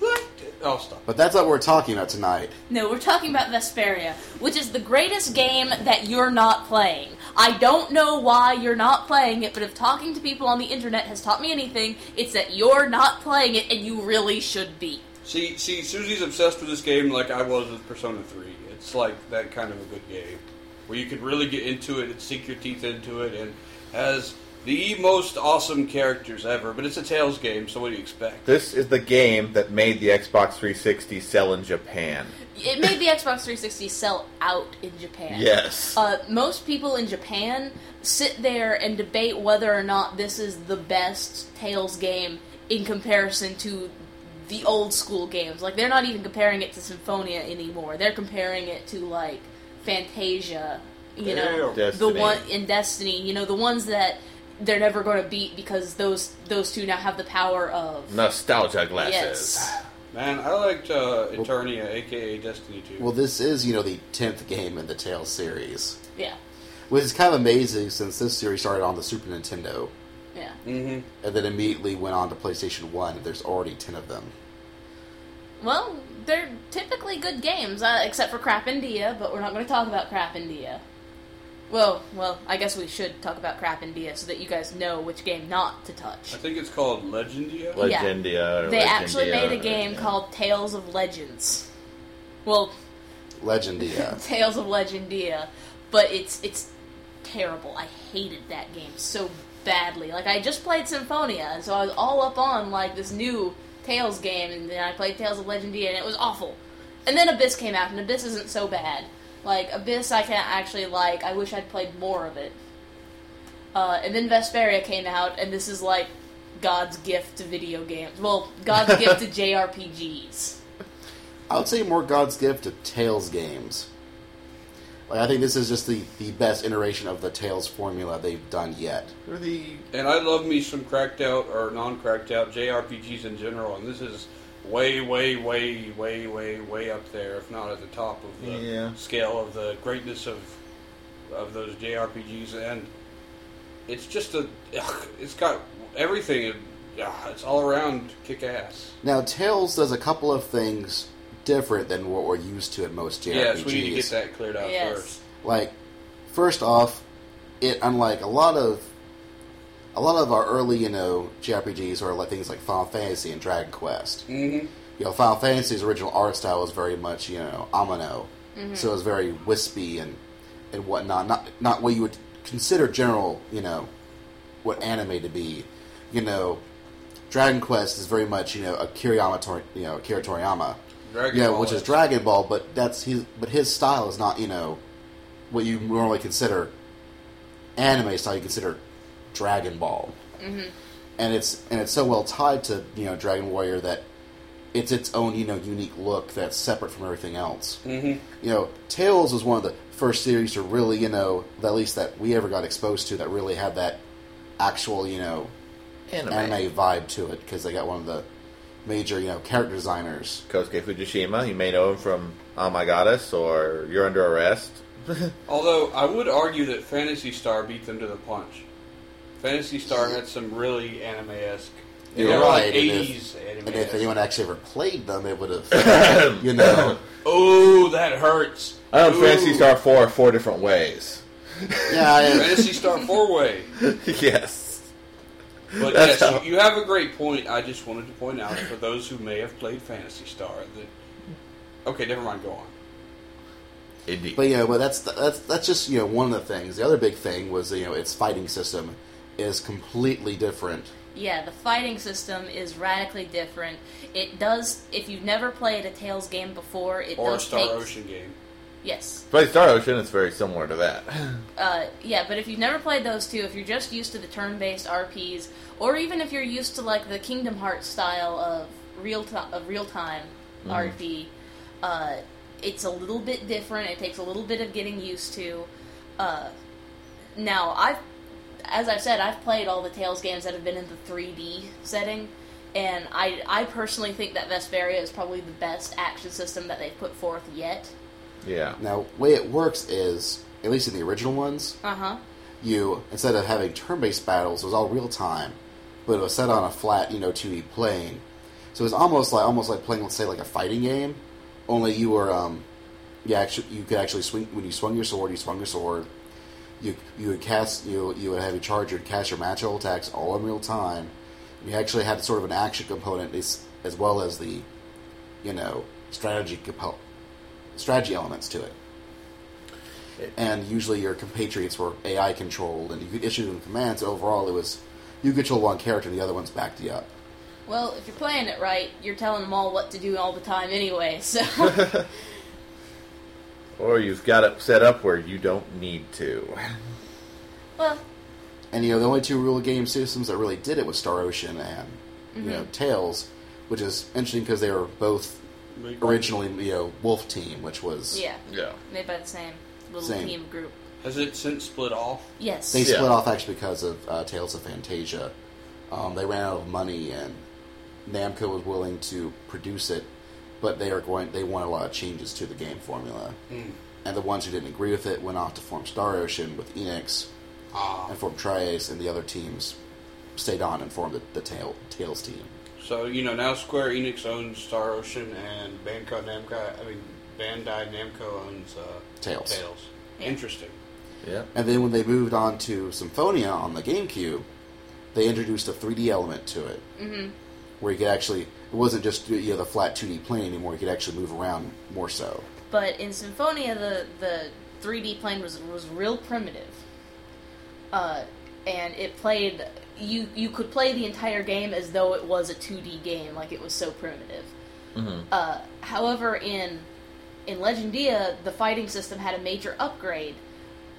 [SPEAKER 2] like to- Oh, stop.
[SPEAKER 1] But that's not what we're talking about tonight.
[SPEAKER 3] No, we're talking about Vesperia, which is the greatest game that you're not playing. I don't know why you're not playing it, but if talking to people on the internet has taught me anything, it's that you're not playing it and you really should be.
[SPEAKER 2] See, see, Susie's obsessed with this game like I was with Persona 3. It's like that kind of a good game where you could really get into it and sink your teeth into it. And as The most awesome characters ever, but it's a Tails game, so what do you expect?
[SPEAKER 4] This is the game that made the Xbox 360 sell in Japan.
[SPEAKER 3] It made the Xbox 360 sell out in Japan.
[SPEAKER 4] Yes.
[SPEAKER 3] Uh, most people in Japan sit there and debate whether or not this is the best Tails game in comparison to the old school games. Like, they're not even comparing it to Symphonia anymore. They're comparing it to, like, Fantasia, you know,
[SPEAKER 4] Damn.
[SPEAKER 3] the
[SPEAKER 4] Destiny.
[SPEAKER 3] one in Destiny, you know, the ones that they're never going to beat because those those two now have the power of.
[SPEAKER 4] Nostalgia glasses.
[SPEAKER 3] Yes.
[SPEAKER 2] Man, I liked uh, Eternia, aka Destiny 2.
[SPEAKER 1] Well, this is, you know, the 10th game in the Tales series,
[SPEAKER 3] Yeah.
[SPEAKER 1] which is kind of amazing since this series started on the Super Nintendo
[SPEAKER 3] Yeah.
[SPEAKER 2] hmm
[SPEAKER 1] and then immediately went on to PlayStation 1, and there's already 10 of them.
[SPEAKER 3] Well, they're typically good games, uh, except for Crap India, but we're not going to talk about Crap India. Well, well, I guess we should talk about Crap India so that you guys know which game not to touch.
[SPEAKER 2] I think it's called Legendia.
[SPEAKER 3] Le- Yeah.
[SPEAKER 4] Legendia. or
[SPEAKER 3] They actually
[SPEAKER 4] Legendia,
[SPEAKER 3] made a
[SPEAKER 4] or-
[SPEAKER 3] game
[SPEAKER 4] yeah.
[SPEAKER 3] called Tales of Legends. Well,
[SPEAKER 1] Legendia.
[SPEAKER 3] Tales of Legendia, but it's it's terrible. I hated that game so badly. Like I just played Symphonia, and so I was all up on like this new Tales game, and then I played Tales of Legendia, and it was awful. And then Abyss came out, and Abyss isn't so bad. Like Abyss, I can actually like. I wish I'd played more of it. Uh, and then Vesperia came out, and this is like God's gift to video games. Well, God's gift to JRPGs.
[SPEAKER 1] I would say more God's gift to Tails games. Like, I think this is just the, the best iteration of the Tails formula they've done yet.
[SPEAKER 4] Or the
[SPEAKER 2] And I love me some cracked out or non cracked out JRPGs in general, and this is way, way, way, way, way, way up there, if not at the top of the
[SPEAKER 4] Yeah.
[SPEAKER 2] scale of the greatness of of those JRPGs. And it's just a, ugh, it's got everything. ugh, It's all around kick ass.
[SPEAKER 1] Now, Tails does a couple of things different than what we're used to at most JRPGs.
[SPEAKER 2] Yes, we need to get that cleared out
[SPEAKER 3] Yes.
[SPEAKER 2] first.
[SPEAKER 1] Like, first off, it unlike a lot of a lot of our early, you know, JRPGs are like things like Final Fantasy and Dragon Quest.
[SPEAKER 2] Mm-hmm.
[SPEAKER 1] You know, Final Fantasy's original art style was very much, you know, Amano. So it was very wispy and and whatnot. Not not what you would consider general, you know, what anime to be. You know, Dragon Quest is very much, you know, a Kiriyama, Tor- you know, Akira Toriyama
[SPEAKER 2] Dragon
[SPEAKER 1] yeah,
[SPEAKER 2] Ball
[SPEAKER 1] which is Dragon Ball, but that's his. But his style is not, you know, what you normally consider anime style. You consider Dragon Ball, mm-hmm. and it's and it's so well tied to you know Dragon Warrior that it's its own you know unique look that's separate from everything else.
[SPEAKER 2] Mhm.
[SPEAKER 1] You know, Tails was one of the first series to really you know at least that we ever got exposed to that really had that actual you know
[SPEAKER 4] anime.
[SPEAKER 1] anime vibe to it because they got one of the major you know character designers
[SPEAKER 4] Kosuke Fujishima. You may know him from Oh My Goddess or You're Under Arrest.
[SPEAKER 2] Although I would argue that Fantasy Star beat them to the punch. Fantasy Star had some really anime-esque.
[SPEAKER 1] You're
[SPEAKER 2] Yeah,
[SPEAKER 1] right,
[SPEAKER 2] Like
[SPEAKER 1] and if-
[SPEAKER 2] 80s
[SPEAKER 1] And if
[SPEAKER 2] anime.
[SPEAKER 1] anyone actually ever played them, it would have, you know,
[SPEAKER 2] Oh, that hurts.
[SPEAKER 4] I own
[SPEAKER 2] Ooh.
[SPEAKER 4] Um, Fantasy Star 4 four different ways.
[SPEAKER 1] yeah, I-
[SPEAKER 2] Fantasy Star Four Way.
[SPEAKER 4] yes.
[SPEAKER 2] But yes,
[SPEAKER 4] That's how-
[SPEAKER 2] you, you have a great point. I just wanted to point out for those who may have played Fantasy Star that. Okay, never mind. Go on.
[SPEAKER 4] Indeed.
[SPEAKER 1] but you know, but that's that's that's just you know one of the things. The other big thing was you know its fighting system is completely different.
[SPEAKER 3] Yeah, the fighting system is radically different. It does, if you've never played a Tails game before, it
[SPEAKER 2] Or a
[SPEAKER 3] does
[SPEAKER 2] Star
[SPEAKER 3] take.
[SPEAKER 2] Ocean game.
[SPEAKER 3] Yes,
[SPEAKER 4] Play Star Ocean, it's very similar to that.
[SPEAKER 3] uh, yeah, but if you've never played those two, if you're just used to the turn-based RPs, or even if you're used to like the Kingdom Hearts style of real time of real time RP, uh, it's a little bit different. It takes a little bit of getting used to. Uh, now, I've, as I've said, I've played all the Tails games that have been in the 3D setting, and I, I personally think that Vesperia is probably the best action system that they've put forth yet.
[SPEAKER 4] Yeah.
[SPEAKER 1] Now, way it works is at least in the original ones,
[SPEAKER 3] Uh huh.
[SPEAKER 1] you instead of having turn-based battles, it was all real time, but it was set on a flat, you know, 2D plane. So it was almost like almost like playing, let's say, like a fighting game, only you were, um, you actually you could actually swing when you swung your sword, you swung your sword. You you would cast you you would have your charge, you'd cast your magical attacks all in real time. You actually had sort of an action component as, as well as the, you know, strategy compo- strategy elements to it. and usually your compatriots were AI controlled, and you could issue them commands. Overall, it was you control one character, and the other one's backed you up.
[SPEAKER 3] Well, if you're playing it right, you're telling them all what to do all the time anyway, so.
[SPEAKER 4] Or you've got it set up where you don't need to.
[SPEAKER 3] well,
[SPEAKER 1] And you know, the only two rule game systems that really did it was Star Ocean and you know Tails, which is interesting because they were both originally you know Wolf Team, which was
[SPEAKER 3] yeah.
[SPEAKER 4] Yeah.
[SPEAKER 3] Made by the same little
[SPEAKER 1] Same.
[SPEAKER 3] team group.
[SPEAKER 2] Has it since split off?
[SPEAKER 3] Yes.
[SPEAKER 1] they
[SPEAKER 4] Yeah.
[SPEAKER 1] split off actually because of uh, Tales of Fantasia. Um, they ran out of money, and Namco was willing to produce it, but they are going. They want a lot of changes to the game formula, and the ones who didn't agree with it went off to form Star Ocean with Enix
[SPEAKER 2] Ah.
[SPEAKER 1] and formed Triace, and the other teams stayed on and formed the, the Tail, Tails team.
[SPEAKER 2] So you know now Square Enix owns Star Ocean and Bandai Namco. I mean Bandai Namco owns uh,
[SPEAKER 1] Tails.
[SPEAKER 2] Tails. Interesting.
[SPEAKER 4] Yeah.
[SPEAKER 1] And then when they moved on to Symphonia on the GameCube, they introduced a 3D element to it, mm-hmm. where you could actually it wasn't just you know the flat 2D plane anymore. You could actually move around more so.
[SPEAKER 3] But in Symphonia, the the 3D plane was was real primitive, uh, and it played you you could play the entire game as though it was a 2D game, like it was so primitive. Uh, however, in in Legendia, the fighting system had a major upgrade,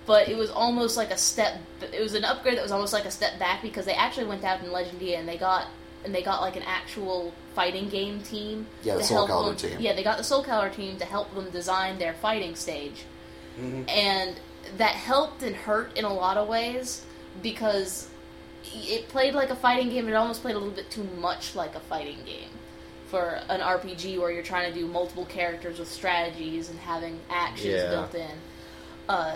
[SPEAKER 3] but it was almost like a step. It was an upgrade that was almost like a step back because they actually went out in Legendia and they got and they got like an actual fighting game team.
[SPEAKER 1] Yeah, the
[SPEAKER 3] to
[SPEAKER 1] Soul
[SPEAKER 3] help
[SPEAKER 1] Calibur
[SPEAKER 3] them-
[SPEAKER 1] team.
[SPEAKER 3] Yeah, they got the Soul Calibur team to help them design their fighting stage, and that helped and hurt in a lot of ways because it played like a fighting game. It almost played a little bit too much like a fighting game for an RPG where you're trying to do multiple characters with strategies and having actions
[SPEAKER 4] Yeah.
[SPEAKER 3] built in. Uh,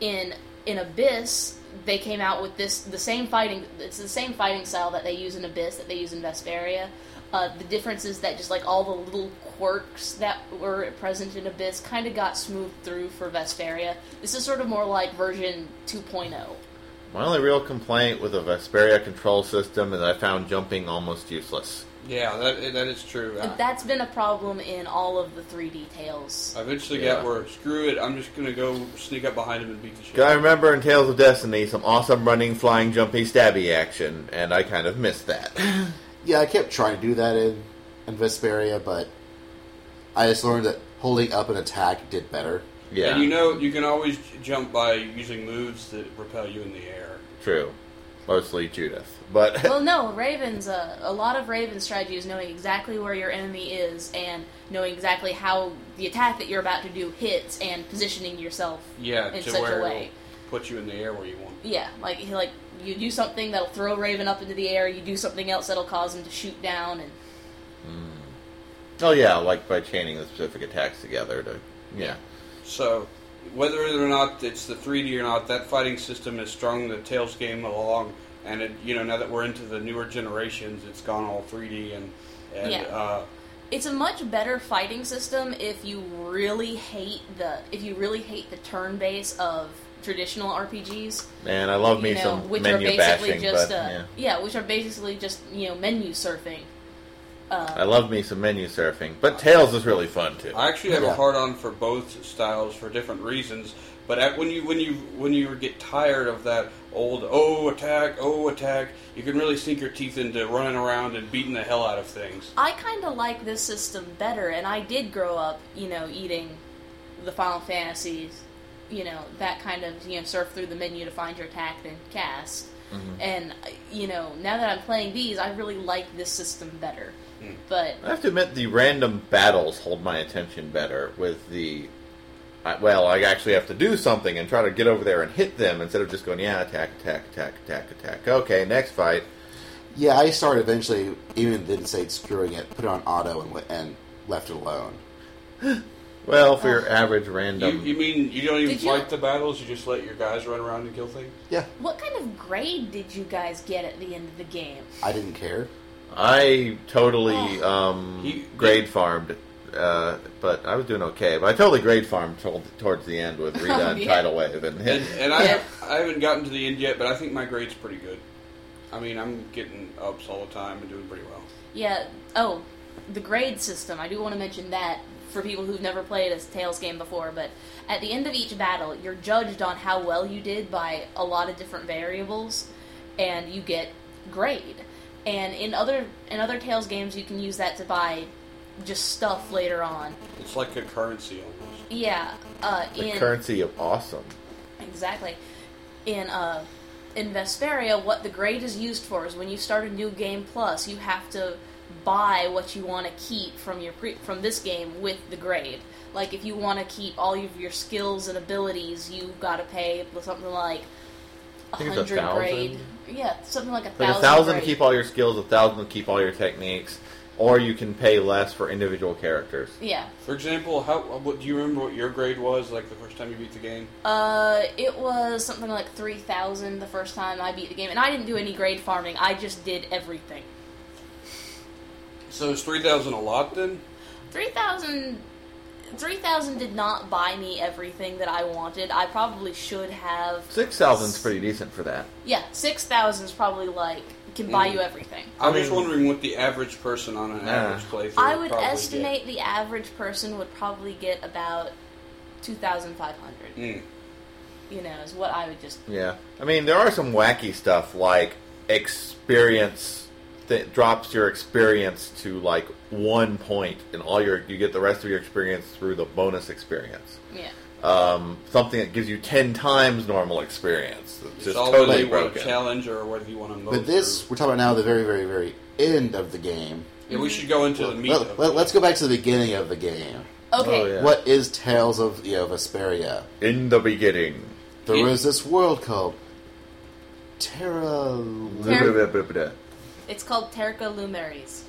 [SPEAKER 3] in in Abyss, they came out with this the same fighting. It's the same fighting style that they use in Abyss that they use in Vesperia. Uh, the difference is that just like all the little quirks that were present in Abyss kind of got smoothed through for Vesperia. This is sort of more like version oh. 2.0.
[SPEAKER 4] My only real complaint with the Vesperia control system is I found jumping almost useless.
[SPEAKER 2] Yeah, that that is true.
[SPEAKER 3] And that's been a problem in all of the 3D Tales.
[SPEAKER 2] I eventually
[SPEAKER 4] Yeah.
[SPEAKER 2] got where screw it. I'm just gonna go sneak up behind him and beat the shit.
[SPEAKER 4] I remember in Tales of Destiny some awesome running, flying, jumping, stabby action, and I kind of missed that.
[SPEAKER 1] Yeah, I kept trying to do that in, in Vesperia, but I just learned that holding up an attack did better.
[SPEAKER 4] yeah,
[SPEAKER 2] And you know you can always j- jump by using moves that repel you in the air.
[SPEAKER 4] true. Mostly Judith, but
[SPEAKER 3] well, no, Raven's uh, a lot of Raven's strategy is knowing exactly where your enemy is and knowing exactly how the attack that you're about to do hits and positioning yourself
[SPEAKER 2] Yeah,
[SPEAKER 3] in
[SPEAKER 2] to
[SPEAKER 3] such
[SPEAKER 2] where
[SPEAKER 3] a
[SPEAKER 2] it'll
[SPEAKER 3] way.
[SPEAKER 2] put you in the air where you want.
[SPEAKER 3] Yeah, like he- like you do something that'll throw Raven up into the air. You do something else that'll cause him to shoot down, and
[SPEAKER 4] oh yeah, like by chaining the specific attacks together to yeah.
[SPEAKER 2] So, whether or not it's the 3D or not, that fighting system has strung the Tails game along. And it, you know, now that we're into the newer generations, it's gone all 3D and and
[SPEAKER 3] Yeah.
[SPEAKER 2] uh,
[SPEAKER 3] it's a much better fighting system if you really hate the if you really hate the turn base of traditional RPGs.
[SPEAKER 4] Man, I love me
[SPEAKER 3] you know,
[SPEAKER 4] some
[SPEAKER 3] which are
[SPEAKER 4] menu
[SPEAKER 3] basically
[SPEAKER 4] bashing,
[SPEAKER 3] just
[SPEAKER 4] but
[SPEAKER 3] uh,
[SPEAKER 4] yeah.
[SPEAKER 3] which are basically just you know menu surfing. uh,
[SPEAKER 4] I love me some menu surfing. But Tails is really fun too.
[SPEAKER 2] I actually have a
[SPEAKER 1] Yeah.
[SPEAKER 2] hard on for both styles for different reasons. But at, when you when you when you get tired of that old oh attack oh attack, you can really sink your teeth into running around and beating the hell out of things.
[SPEAKER 3] I kind of like this system better, and I did grow up you know eating the Final Fantasies, you know that kind of you know surf through the menu to find your attack then cast.
[SPEAKER 4] Mm-hmm.
[SPEAKER 3] And uh, you know now that I'm playing these, I really like this system better. But
[SPEAKER 4] I have to admit, the random battles hold my attention better with the. I, well, I actually have to do something and try to get over there and hit them instead of just going, yeah, attack, attack, attack, attack, attack. Okay, next fight.
[SPEAKER 1] Yeah, I started eventually, even then, say screwing it, put it on auto and, le- and left it alone.
[SPEAKER 4] Well, for your average
[SPEAKER 2] You,
[SPEAKER 4] random.
[SPEAKER 2] you mean you don't even
[SPEAKER 3] Did you-
[SPEAKER 2] fight the battles? You just let your guys run around and kill things?
[SPEAKER 1] Yeah,
[SPEAKER 3] what kind of grade did you guys get at the end of the game?
[SPEAKER 1] I didn't care.
[SPEAKER 4] I totally um,
[SPEAKER 2] You-
[SPEAKER 4] grade farmed, uh, but I was doing okay. But I totally grade farmed tol- towards the end with Rita
[SPEAKER 3] Oh,
[SPEAKER 4] and
[SPEAKER 3] yeah.
[SPEAKER 4] Tidal Wave. And,
[SPEAKER 2] And, and I,
[SPEAKER 3] Yeah.
[SPEAKER 2] I haven't gotten to the end yet, but I think my grade's pretty good. I mean, I'm getting ups all the time and doing pretty well.
[SPEAKER 3] Yeah. Oh, the grade system. I do want to mention that for people who've never played a Tails game before, but at the end of each battle, you're judged on how well you did by a lot of different variables, and you get grade. And in other in other Tails games, you can use that to buy just stuff later on.
[SPEAKER 2] It's like a currency almost.
[SPEAKER 3] Yeah, uh,
[SPEAKER 4] The
[SPEAKER 3] in
[SPEAKER 4] currency of awesome.
[SPEAKER 3] Exactly. In uh, in Vesperia, what the grade is used for is when you start a new game plus, you have to buy what you want to keep from your pre- from this game with the grade. Like if you want to keep all of your skills and abilities, you got to pay something like a
[SPEAKER 4] think it's a
[SPEAKER 3] hundred grade.
[SPEAKER 4] thousand.
[SPEAKER 3] Yeah, something like a
[SPEAKER 4] Like
[SPEAKER 3] thousand.
[SPEAKER 4] a thousand
[SPEAKER 3] grade.
[SPEAKER 4] to keep all your skills, a thousand to keep all your techniques, or you can pay less for individual characters.
[SPEAKER 3] Yeah.
[SPEAKER 2] For example, how what, do you remember what your grade was like the first time you beat the game?
[SPEAKER 3] Uh, it was something like three thousand the first time I beat the game, and I didn't do any grade farming. I just did everything.
[SPEAKER 2] So is three thousand a lot then?
[SPEAKER 3] 3000 3000 did not buy me everything that I wanted. I probably should have.
[SPEAKER 4] Six thousand's pretty decent for that.
[SPEAKER 3] Yeah, 6000 is probably like can buy
[SPEAKER 4] Mm.
[SPEAKER 3] you everything.
[SPEAKER 2] I'm
[SPEAKER 4] I
[SPEAKER 2] just
[SPEAKER 4] mean-
[SPEAKER 2] wondering what the average person on an
[SPEAKER 4] Nah.
[SPEAKER 2] average playthrough.
[SPEAKER 3] I would
[SPEAKER 2] probably
[SPEAKER 3] estimate the average person would probably get about 2500.
[SPEAKER 2] Get. Mm.
[SPEAKER 3] You know, is what I would just
[SPEAKER 4] Yeah. I mean, there are some wacky stuff like experience that drops your experience to like one point, and all your you get the rest of your experience through the bonus experience.
[SPEAKER 3] yeah.
[SPEAKER 4] Um, something that gives you ten times normal experience. It's
[SPEAKER 2] It's
[SPEAKER 4] just
[SPEAKER 2] all
[SPEAKER 4] totally
[SPEAKER 2] whether you want to
[SPEAKER 4] broken.
[SPEAKER 2] challenge or whether you want to. mow
[SPEAKER 1] But this,
[SPEAKER 2] through.
[SPEAKER 1] we're talking about now the very, very, very end of the game.
[SPEAKER 2] Yeah, we should go into the meat.
[SPEAKER 1] Let,
[SPEAKER 2] of it.
[SPEAKER 1] us go back to the beginning of the game.
[SPEAKER 3] Okay.
[SPEAKER 4] Oh, yeah.
[SPEAKER 1] What is Tales of you know, Vesperia?
[SPEAKER 4] In the beginning.
[SPEAKER 1] There
[SPEAKER 2] Yeah.
[SPEAKER 1] was this world called Terra.
[SPEAKER 3] It's called Terca Lumeres.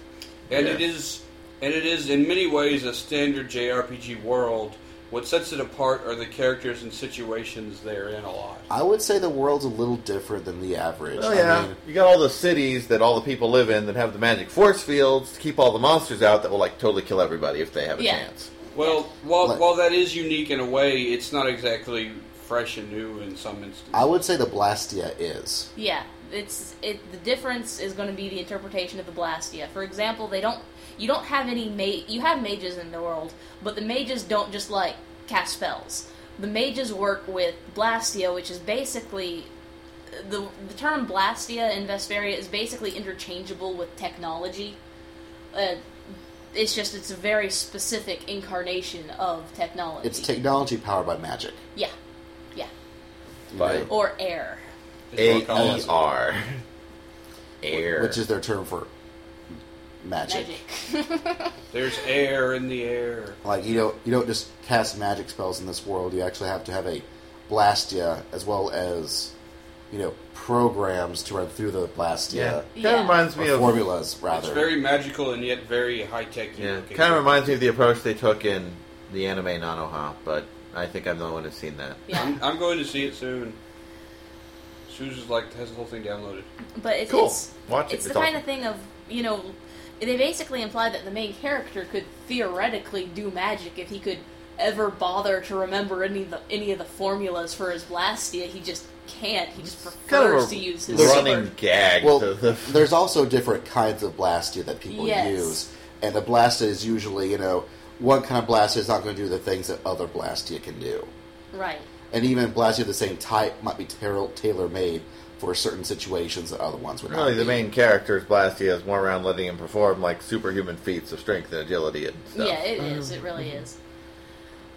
[SPEAKER 2] and
[SPEAKER 4] Yeah.
[SPEAKER 2] it is and it is in many ways a standard JRPG world. What sets it apart are the characters and situations they're in a lot.
[SPEAKER 1] I would say the world's a little different than the average.
[SPEAKER 4] Oh
[SPEAKER 1] I
[SPEAKER 4] yeah,
[SPEAKER 1] mean,
[SPEAKER 4] you got all the cities that all the people live in that have the magic force fields to keep all the monsters out that will like totally kill everybody if they have a
[SPEAKER 3] Yeah.
[SPEAKER 4] chance.
[SPEAKER 2] Well, while
[SPEAKER 1] Like-
[SPEAKER 2] while that is unique in a way, it's not exactly fresh and new in some instances.
[SPEAKER 1] I would say the Blastia is.
[SPEAKER 3] Yeah, it's it. The difference is going to be the interpretation of the Blastia. For example, they don't. You don't have any ma- You have mages in the world, but the mages don't just like cast spells. The mages work with Blastia, which is basically the the term Blastia in Vesperia is basically interchangeable with technology. Uh, it's just it's a very specific incarnation of technology.
[SPEAKER 1] It's technology powered by magic.
[SPEAKER 3] yeah, yeah,
[SPEAKER 1] you
[SPEAKER 4] By
[SPEAKER 1] know,
[SPEAKER 3] or air.
[SPEAKER 2] It's
[SPEAKER 4] A
[SPEAKER 2] more
[SPEAKER 4] E
[SPEAKER 2] colonized.
[SPEAKER 4] R. Air.
[SPEAKER 1] which is their term for magic.
[SPEAKER 3] Magic.
[SPEAKER 2] There's air in the air.
[SPEAKER 1] Like you don't you don't just cast magic spells in this world. You actually have to have a Blastia as well as you know programs to run through the
[SPEAKER 4] yeah.
[SPEAKER 1] Blastia
[SPEAKER 3] Yeah.
[SPEAKER 4] Kind of reminds
[SPEAKER 1] or
[SPEAKER 4] me of
[SPEAKER 1] formulas rather.
[SPEAKER 2] It's very magical and yet very high tech.
[SPEAKER 4] Yeah, kind of reminds me of the approach they took in the anime Nanoha, but I think I'm the only one who's seen that.
[SPEAKER 3] Yeah.
[SPEAKER 1] Um,
[SPEAKER 2] I'm, I'm going to see it soon. Susan's like has the whole thing downloaded.
[SPEAKER 3] But it's
[SPEAKER 4] Cool.
[SPEAKER 3] it's,
[SPEAKER 4] Watch it.
[SPEAKER 3] it's
[SPEAKER 4] It's
[SPEAKER 3] the kind
[SPEAKER 4] awesome.
[SPEAKER 3] of thing of you know, they basically imply that the main character could theoretically do magic if he could ever bother to remember any of the any of the formulas for his Blastia. He just can't. He just prefers
[SPEAKER 4] Kind of a
[SPEAKER 3] to use his
[SPEAKER 4] running
[SPEAKER 3] sword.
[SPEAKER 4] gag.
[SPEAKER 1] well,
[SPEAKER 4] to the-
[SPEAKER 1] there's also different kinds of Blastia that people
[SPEAKER 3] Yes.
[SPEAKER 1] use, and the Blastia is usually you know one kind of Blastia is not going to do the things that other Blastia can do.
[SPEAKER 3] Right.
[SPEAKER 1] and even Blastia of the same type might be tailor made for certain situations that other ones would not.
[SPEAKER 4] really, the
[SPEAKER 1] be.
[SPEAKER 4] main character's Blastia is more around letting him perform like superhuman feats of strength and agility and stuff.
[SPEAKER 3] Yeah, it is. It really
[SPEAKER 4] mhm.
[SPEAKER 3] is.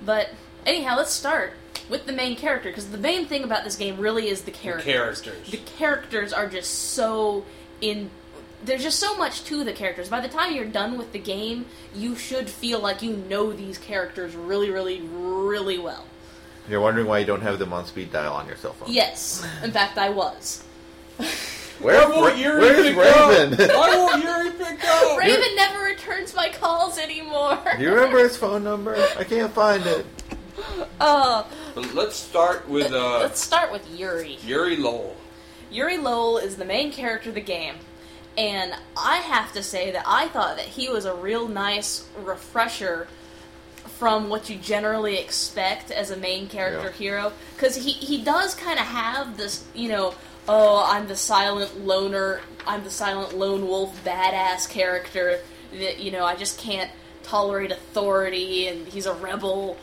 [SPEAKER 3] But anyhow, let's start with the main character because the main thing about this game really is the character.
[SPEAKER 2] Characters.
[SPEAKER 3] the characters are just so in there's just so much to the characters by the time you're done with the game you should feel like you know these characters really really really well
[SPEAKER 4] You're wondering why you don't have them on speed dial on your cell phone.
[SPEAKER 3] yes in fact i was
[SPEAKER 4] Where,
[SPEAKER 2] won't
[SPEAKER 4] where,
[SPEAKER 2] Yuri
[SPEAKER 4] where's
[SPEAKER 2] pick up?
[SPEAKER 4] Raven?
[SPEAKER 2] Why won't Yuri pick up?
[SPEAKER 3] raven never returns my calls anymore
[SPEAKER 4] Do you remember his phone number? I can't find it.
[SPEAKER 3] uh,
[SPEAKER 2] But let's start with uh,
[SPEAKER 3] let's start with yuri
[SPEAKER 2] Yuri Lowell.
[SPEAKER 3] Yuri Lowell is the main character of the game, and I have to say that I thought that he was a real nice refresher from what you generally expect as a main character
[SPEAKER 4] Yeah.
[SPEAKER 3] hero, because he he does kind of have this, you know. Oh, I'm the silent loner. I'm the silent lone wolf badass character that you know. I just can't tolerate authority and he's a rebel.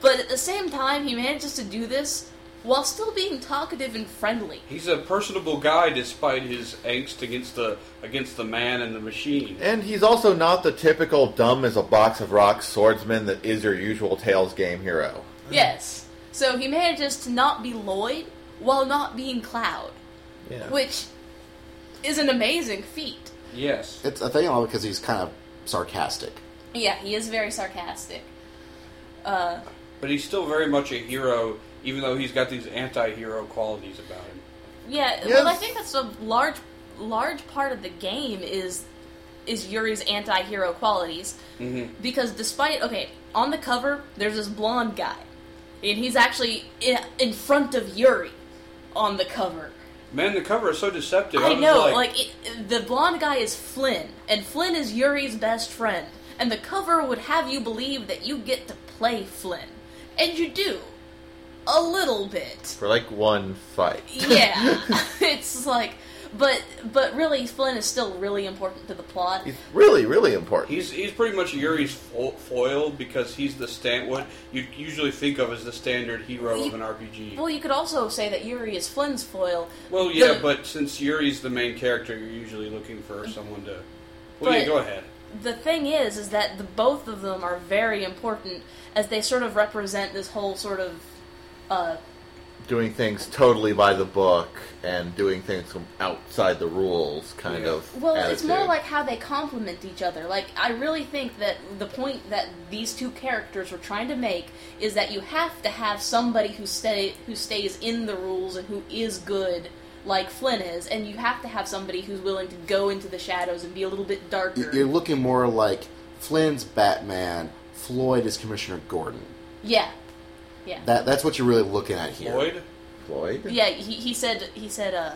[SPEAKER 3] But at the same time, he manages to do this while still being talkative and friendly.
[SPEAKER 2] He's a personable guy despite his angst against the against the man and the machine.
[SPEAKER 4] And he's also not the typical dumb as a box of rocks swordsman that is your usual Tales game hero.
[SPEAKER 3] Yes. So he manages to not be Lloyd while not being Cloud,
[SPEAKER 4] Yeah.
[SPEAKER 3] which is an amazing feat.
[SPEAKER 2] Yes.
[SPEAKER 1] It's I think all because he's kind of sarcastic.
[SPEAKER 3] Yeah, he is very sarcastic. Uh,
[SPEAKER 2] But he's still very much a hero, even though he's got these anti-hero qualities about him.
[SPEAKER 3] yeah, well, I think that's a large, large part of the game is is Yuri's anti-hero qualities
[SPEAKER 2] Mm-hmm.
[SPEAKER 3] because despite okay, on the cover there's this blonde guy, and he's actually in, in front of Yuri on the cover.
[SPEAKER 2] Man, the cover is so deceptive.
[SPEAKER 3] I
[SPEAKER 2] was
[SPEAKER 3] know,
[SPEAKER 2] like,
[SPEAKER 3] like, it, the blonde guy is Flynn, and Flynn is Yuri's best friend, and the cover would have you believe that you get to play Flynn, and you do, a little bit.
[SPEAKER 4] For like one fight.
[SPEAKER 3] Yeah, it's like, but but really, Flynn is still really important to the plot.
[SPEAKER 4] He's really, really important.
[SPEAKER 2] he's he's pretty much Yuri's fo- foil because he's the stand what you usually think of as the standard hero of an RPG.
[SPEAKER 3] Well, you could also say that Yuri is Flynn's foil.
[SPEAKER 2] Well, yeah,
[SPEAKER 3] the- Mm.
[SPEAKER 2] but since Yuri's the main character, you're usually looking for someone to. Well,
[SPEAKER 3] But-
[SPEAKER 2] yeah, go ahead.
[SPEAKER 3] the thing is, is that the both of them are very important as they sort of represent this whole sort of. Uh,
[SPEAKER 4] Doing things totally by the book and doing things from outside the rules kind
[SPEAKER 2] Yeah.
[SPEAKER 4] of.
[SPEAKER 3] Well, it's
[SPEAKER 4] attitude.
[SPEAKER 3] more like how they complement each other. Like, I really think that the point that these two characters were trying to make is that you have to have somebody who stay who stays in the rules and who is good, like Flynn is, and you have to have somebody who's willing to go into the shadows and be a little bit
[SPEAKER 1] You-
[SPEAKER 3] darker.
[SPEAKER 1] You're looking more like Flynn's Batman, Floyd is Commissioner Gordon.
[SPEAKER 3] yeah, yeah,
[SPEAKER 1] That that's what you're really looking at here.
[SPEAKER 2] Lloyd.
[SPEAKER 4] Floyd?
[SPEAKER 3] yeah. He, he said he said uh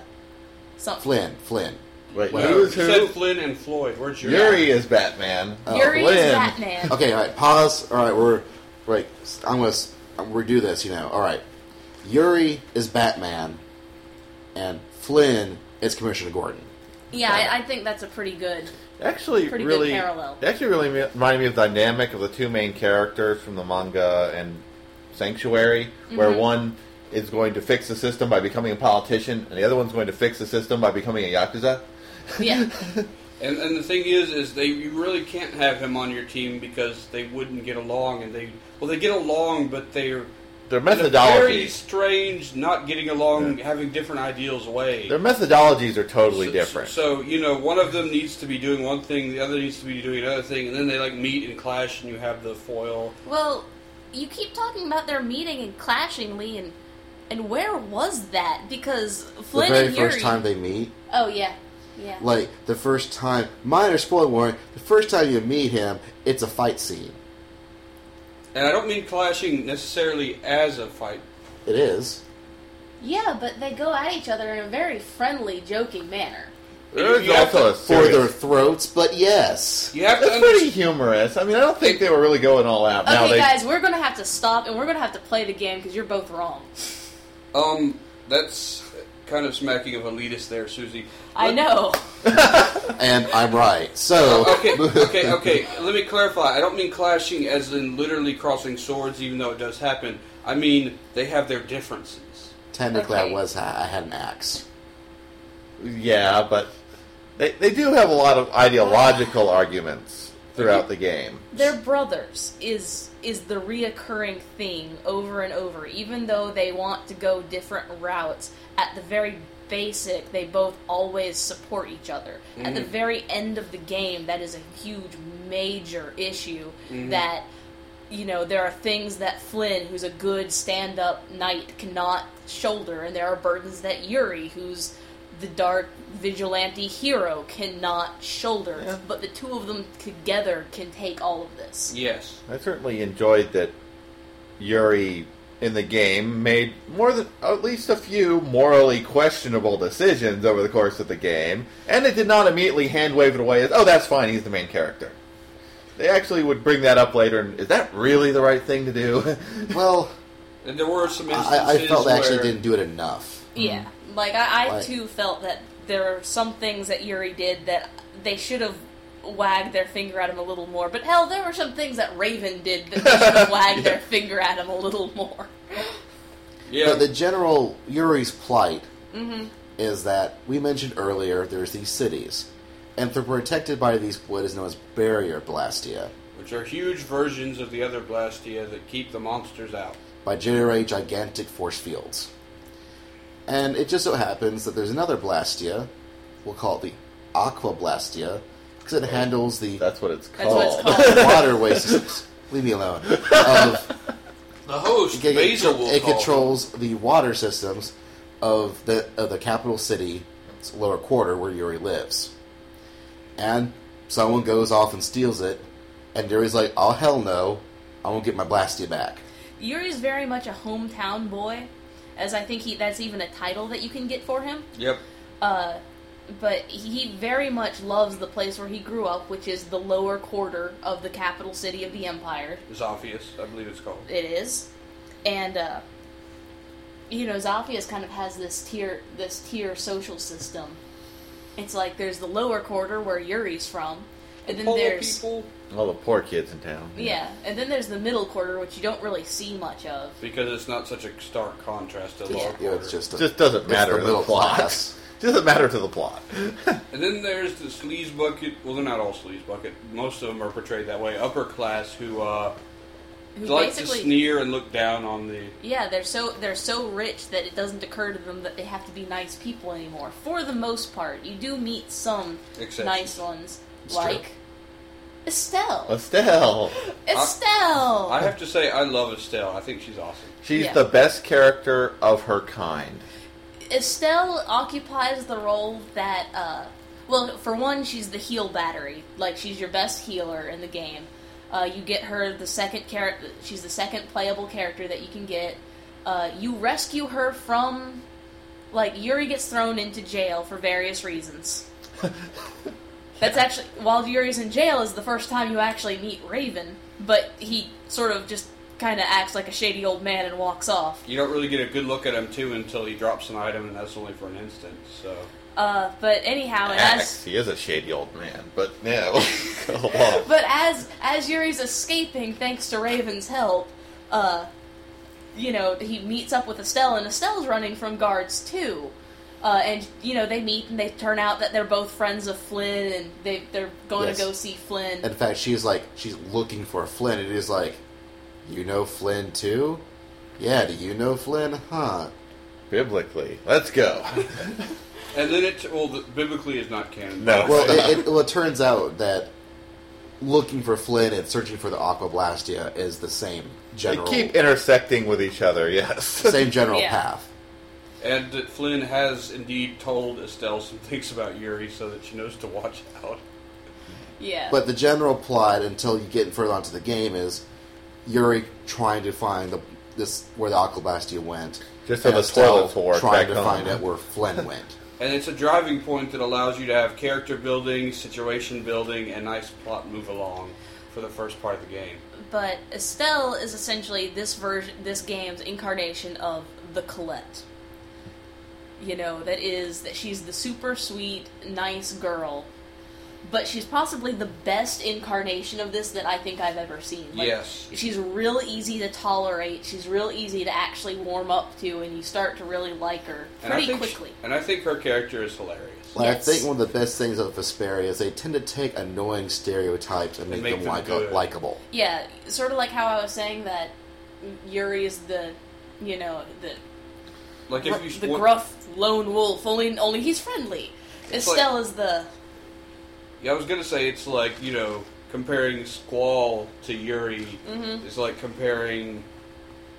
[SPEAKER 3] something.
[SPEAKER 1] Flynn, Flynn.
[SPEAKER 4] Wait,
[SPEAKER 1] Well,
[SPEAKER 4] who's
[SPEAKER 2] You said
[SPEAKER 4] who?
[SPEAKER 2] Flynn and Floyd. Where's Yuri?
[SPEAKER 4] Yuri is Batman.
[SPEAKER 3] Yuri is
[SPEAKER 4] Flynn.
[SPEAKER 3] Batman.
[SPEAKER 1] Oh, Okay, all right. Pause. All right, we're right. I'm gonna s- I'm gonna redo this. You know. All right. Yuri is Batman, and Flynn is Commissioner Gordon.
[SPEAKER 3] Yeah, I, I think that's a pretty good.
[SPEAKER 4] Actually,
[SPEAKER 3] Pretty good
[SPEAKER 4] really,
[SPEAKER 3] parallel.
[SPEAKER 4] it actually really me- reminded me of the dynamic of the two main characters from the manga and Sanctuary, where
[SPEAKER 3] Mm-hmm.
[SPEAKER 4] one is going to fix the system by becoming a politician, and the other one's going to fix the system by becoming a yakuza.
[SPEAKER 3] Yeah.
[SPEAKER 2] And, and the thing is, is they you really can't have him on your team because they wouldn't get along, and they well they get along, but they're
[SPEAKER 4] Their
[SPEAKER 2] very
[SPEAKER 4] methodologies,
[SPEAKER 2] strange, not getting along, having different ideals way.
[SPEAKER 4] their methodologies are totally
[SPEAKER 2] So-
[SPEAKER 4] different.
[SPEAKER 2] So, you know, one of them needs to be doing one thing, the other needs to be doing another thing, and then they like meet and clash, and you have the foil.
[SPEAKER 3] Well, you keep talking about their meeting and clashing, Lee, and and where was that? Because Flynn
[SPEAKER 1] the very
[SPEAKER 3] and Yuri.
[SPEAKER 1] first time they meet,
[SPEAKER 3] oh yeah, yeah.
[SPEAKER 1] like the first time. Minor spoiler warning: the first time you meet him, it's a fight scene.
[SPEAKER 2] And I don't mean clashing necessarily as a fight.
[SPEAKER 1] It is.
[SPEAKER 3] yeah, but they go at each other in a very friendly, joking manner.
[SPEAKER 4] There
[SPEAKER 2] You
[SPEAKER 4] is
[SPEAKER 2] have
[SPEAKER 4] also a
[SPEAKER 2] to-
[SPEAKER 1] For their
[SPEAKER 4] serious.
[SPEAKER 1] throats, but yes.
[SPEAKER 2] You have to
[SPEAKER 4] That's pretty humorous. I mean, I don't think they were really going all out. now
[SPEAKER 3] okay,
[SPEAKER 4] they,
[SPEAKER 3] guys, we're gonna have to stop, and we're gonna have to play the game because you're both wrong.
[SPEAKER 2] Um, that's kind of smacking of elitist there, Susie.
[SPEAKER 3] I
[SPEAKER 2] Let-
[SPEAKER 3] know.
[SPEAKER 1] And I'm right. So
[SPEAKER 2] Okay, okay, okay. Let me clarify. I don't mean clashing as in literally crossing swords, even though it does happen. I mean they have their differences.
[SPEAKER 1] technically,
[SPEAKER 3] Okay.
[SPEAKER 1] I was I had an axe.
[SPEAKER 4] yeah, but they, they do have a lot of ideological arguments throughout the game.
[SPEAKER 3] They're brothers is is the reoccurring theme over and over. Even though they want to go different routes, at the very basic, they both always support each other. At the very end of the game, that is a huge, major issue. That you know there are things that Flynn, who's a good stand-up knight, cannot shoulder, and there are burdens that Yuri, who's the dark vigilante hero cannot shoulder,
[SPEAKER 4] Yeah.
[SPEAKER 3] but the two of them together can take all of this.
[SPEAKER 2] Yes.
[SPEAKER 4] I certainly enjoyed that Yuri in the game made more than at least a few morally questionable decisions over the course of the game, and it did not immediately hand wave it away as, oh, that's fine, he's the main character. They actually would bring that up later, and is that really the right thing to do?
[SPEAKER 1] Well,
[SPEAKER 2] And there were some instances
[SPEAKER 1] I, I felt they
[SPEAKER 2] where
[SPEAKER 1] actually didn't do it enough.
[SPEAKER 3] Yeah. Like I, I
[SPEAKER 1] Right.
[SPEAKER 3] too felt that there are some things that Yuri did that they should have wag their finger at him a little more. But hell, there were some things that Raven did that they should have wagged their finger at him a little more.
[SPEAKER 2] Yeah.
[SPEAKER 1] But the general Yuri's plight is that we mentioned earlier there's these cities, and they're protected by these what is known as barrier blastia
[SPEAKER 2] which are huge versions of the other Blastia that keep the monsters out.
[SPEAKER 1] by generate gigantic force fields. And it just so happens that there's another blastia, we'll call it the aqua blastia, because it handles the
[SPEAKER 4] That's what it's
[SPEAKER 3] That's
[SPEAKER 4] called.
[SPEAKER 3] what it's called.
[SPEAKER 1] waterway systems. Leave me alone. Of
[SPEAKER 2] The host,
[SPEAKER 1] it,
[SPEAKER 2] Basil, will
[SPEAKER 1] it
[SPEAKER 2] call
[SPEAKER 1] controls the water systems of the of the capital city, its lower quarter where Yuri lives. And someone goes off and steals it, and Yuri's like, "Oh hell no, I won't get my Blastia back."
[SPEAKER 3] Yuri's very much a hometown boy, as I think he that's even a title that you can get for him.
[SPEAKER 2] them. Yep.
[SPEAKER 3] Uh, but he very much loves the place where he grew up, which is the lower quarter of the capital city of the empire.
[SPEAKER 2] Zophius, I believe it's called.
[SPEAKER 3] It is, and uh, you know, Zophius kind of has this tier, this tier social system. It's like there's the lower quarter where Yuri's from, and then
[SPEAKER 2] Polar
[SPEAKER 3] there's
[SPEAKER 2] people,
[SPEAKER 4] All the poor kids in town.
[SPEAKER 3] yeah, and then there's the middle quarter, which you don't really see much of.
[SPEAKER 2] because it's not such a stark contrast to
[SPEAKER 3] Yeah.
[SPEAKER 2] Lower
[SPEAKER 1] You know,
[SPEAKER 2] Quarter.
[SPEAKER 1] it's just a,
[SPEAKER 4] It just doesn't
[SPEAKER 1] it's
[SPEAKER 4] matter
[SPEAKER 1] the
[SPEAKER 4] to
[SPEAKER 1] middle
[SPEAKER 4] the plot.
[SPEAKER 1] class.
[SPEAKER 4] Doesn't matter to the plot.
[SPEAKER 2] And then there's the sleaze bucket. Well, they're not all sleaze bucket. Most of them are portrayed that way. Upper class who uh,
[SPEAKER 3] Who
[SPEAKER 2] like to sneer and look down on the.
[SPEAKER 3] Yeah, they're so they're so rich that it doesn't occur to them that they have to be nice people anymore. For the most part, you do meet some
[SPEAKER 2] Exceptions.
[SPEAKER 3] nice ones,
[SPEAKER 1] It's true.
[SPEAKER 3] like Estelle.
[SPEAKER 4] Estelle.
[SPEAKER 3] Estelle.
[SPEAKER 2] I have to say, I love Estelle. I think she's awesome.
[SPEAKER 4] She's
[SPEAKER 3] Yeah.
[SPEAKER 4] the best character of her kind.
[SPEAKER 3] Estelle occupies the role that, uh, well, for one, she's the heal battery. Like, she's your best healer in the game. Uh, you get her the second character, she's the second playable character that you can get. Uh, you rescue her from, like, Yuri gets thrown into jail for various reasons. That's actually, while Yuri's in jail, is the first time you actually meet Raven, but he sort of just kind of acts like a shady old man and walks off.
[SPEAKER 2] You don't really get a good look at him too until he drops an item, and that's only for an instant. So
[SPEAKER 3] Uh, but anyhow, and as
[SPEAKER 4] Axe. He is a shady old man, but yeah. go along.
[SPEAKER 3] But as as Yuri's escaping, thanks to Raven's help, uh, you know he meets up with Estelle, and Estelle's running from guards too. Uh, and you know they meet, and they turn out that they're both friends of Flynn, and they they're going
[SPEAKER 1] Yes.
[SPEAKER 3] to go see Flynn.
[SPEAKER 1] In fact, she's like she's looking for Flynn, and he's like, "You know Flynn too? Yeah, do you know Flynn? Huh?
[SPEAKER 4] Biblically, let's go.
[SPEAKER 2] And then it well, the, biblically is not canon.
[SPEAKER 4] No.
[SPEAKER 1] Well, it, it, well, it turns out that looking for Flynn and searching for the Aquablastia is the same
[SPEAKER 4] They
[SPEAKER 1] general
[SPEAKER 4] keep intersecting with each other. Yes.
[SPEAKER 1] same general
[SPEAKER 3] Yeah.
[SPEAKER 1] path.
[SPEAKER 2] And that Flynn has indeed told Estelle some things about Yuri so that she knows to watch out.
[SPEAKER 3] yeah,
[SPEAKER 1] But the general plot, until you get further onto the game, is Yuri trying to find the, this where the Aquablastia went.
[SPEAKER 4] Just so
[SPEAKER 1] and
[SPEAKER 4] the
[SPEAKER 1] Estelle
[SPEAKER 4] toilet fork
[SPEAKER 1] trying
[SPEAKER 4] back
[SPEAKER 1] to
[SPEAKER 4] home.
[SPEAKER 1] find out where Flynn went.
[SPEAKER 2] And it's a driving point that allows you to have character building, situation building, and nice plot move along for the first part of the game.
[SPEAKER 3] but Estelle is essentially this version, this game's incarnation of the Colette. You know, that is that she's the super sweet, nice girl, but she's possibly the best incarnation of this that I think I've ever seen. Like,
[SPEAKER 2] Yes.
[SPEAKER 3] she's real easy to tolerate. She's real easy to actually warm up to, and you start to really like her
[SPEAKER 2] And I
[SPEAKER 3] pretty
[SPEAKER 2] think
[SPEAKER 3] quickly.
[SPEAKER 2] and I think her character is hilarious.
[SPEAKER 1] Like,
[SPEAKER 3] Yes.
[SPEAKER 1] I think one of the best things of Vesperia is they tend to take annoying stereotypes and make,
[SPEAKER 2] make
[SPEAKER 1] them,
[SPEAKER 2] them
[SPEAKER 1] like
[SPEAKER 2] good.
[SPEAKER 1] likable.
[SPEAKER 3] Yeah, sort of like how I was saying that Yuri is the, you know, the
[SPEAKER 2] Like if you
[SPEAKER 3] the
[SPEAKER 2] wa-
[SPEAKER 3] gruff lone wolf. Only, only he's friendly.
[SPEAKER 2] It's
[SPEAKER 3] Estelle is the
[SPEAKER 2] yeah, I was gonna say it's like you know comparing Squall to Yuri
[SPEAKER 3] Mm-hmm.
[SPEAKER 2] is like comparing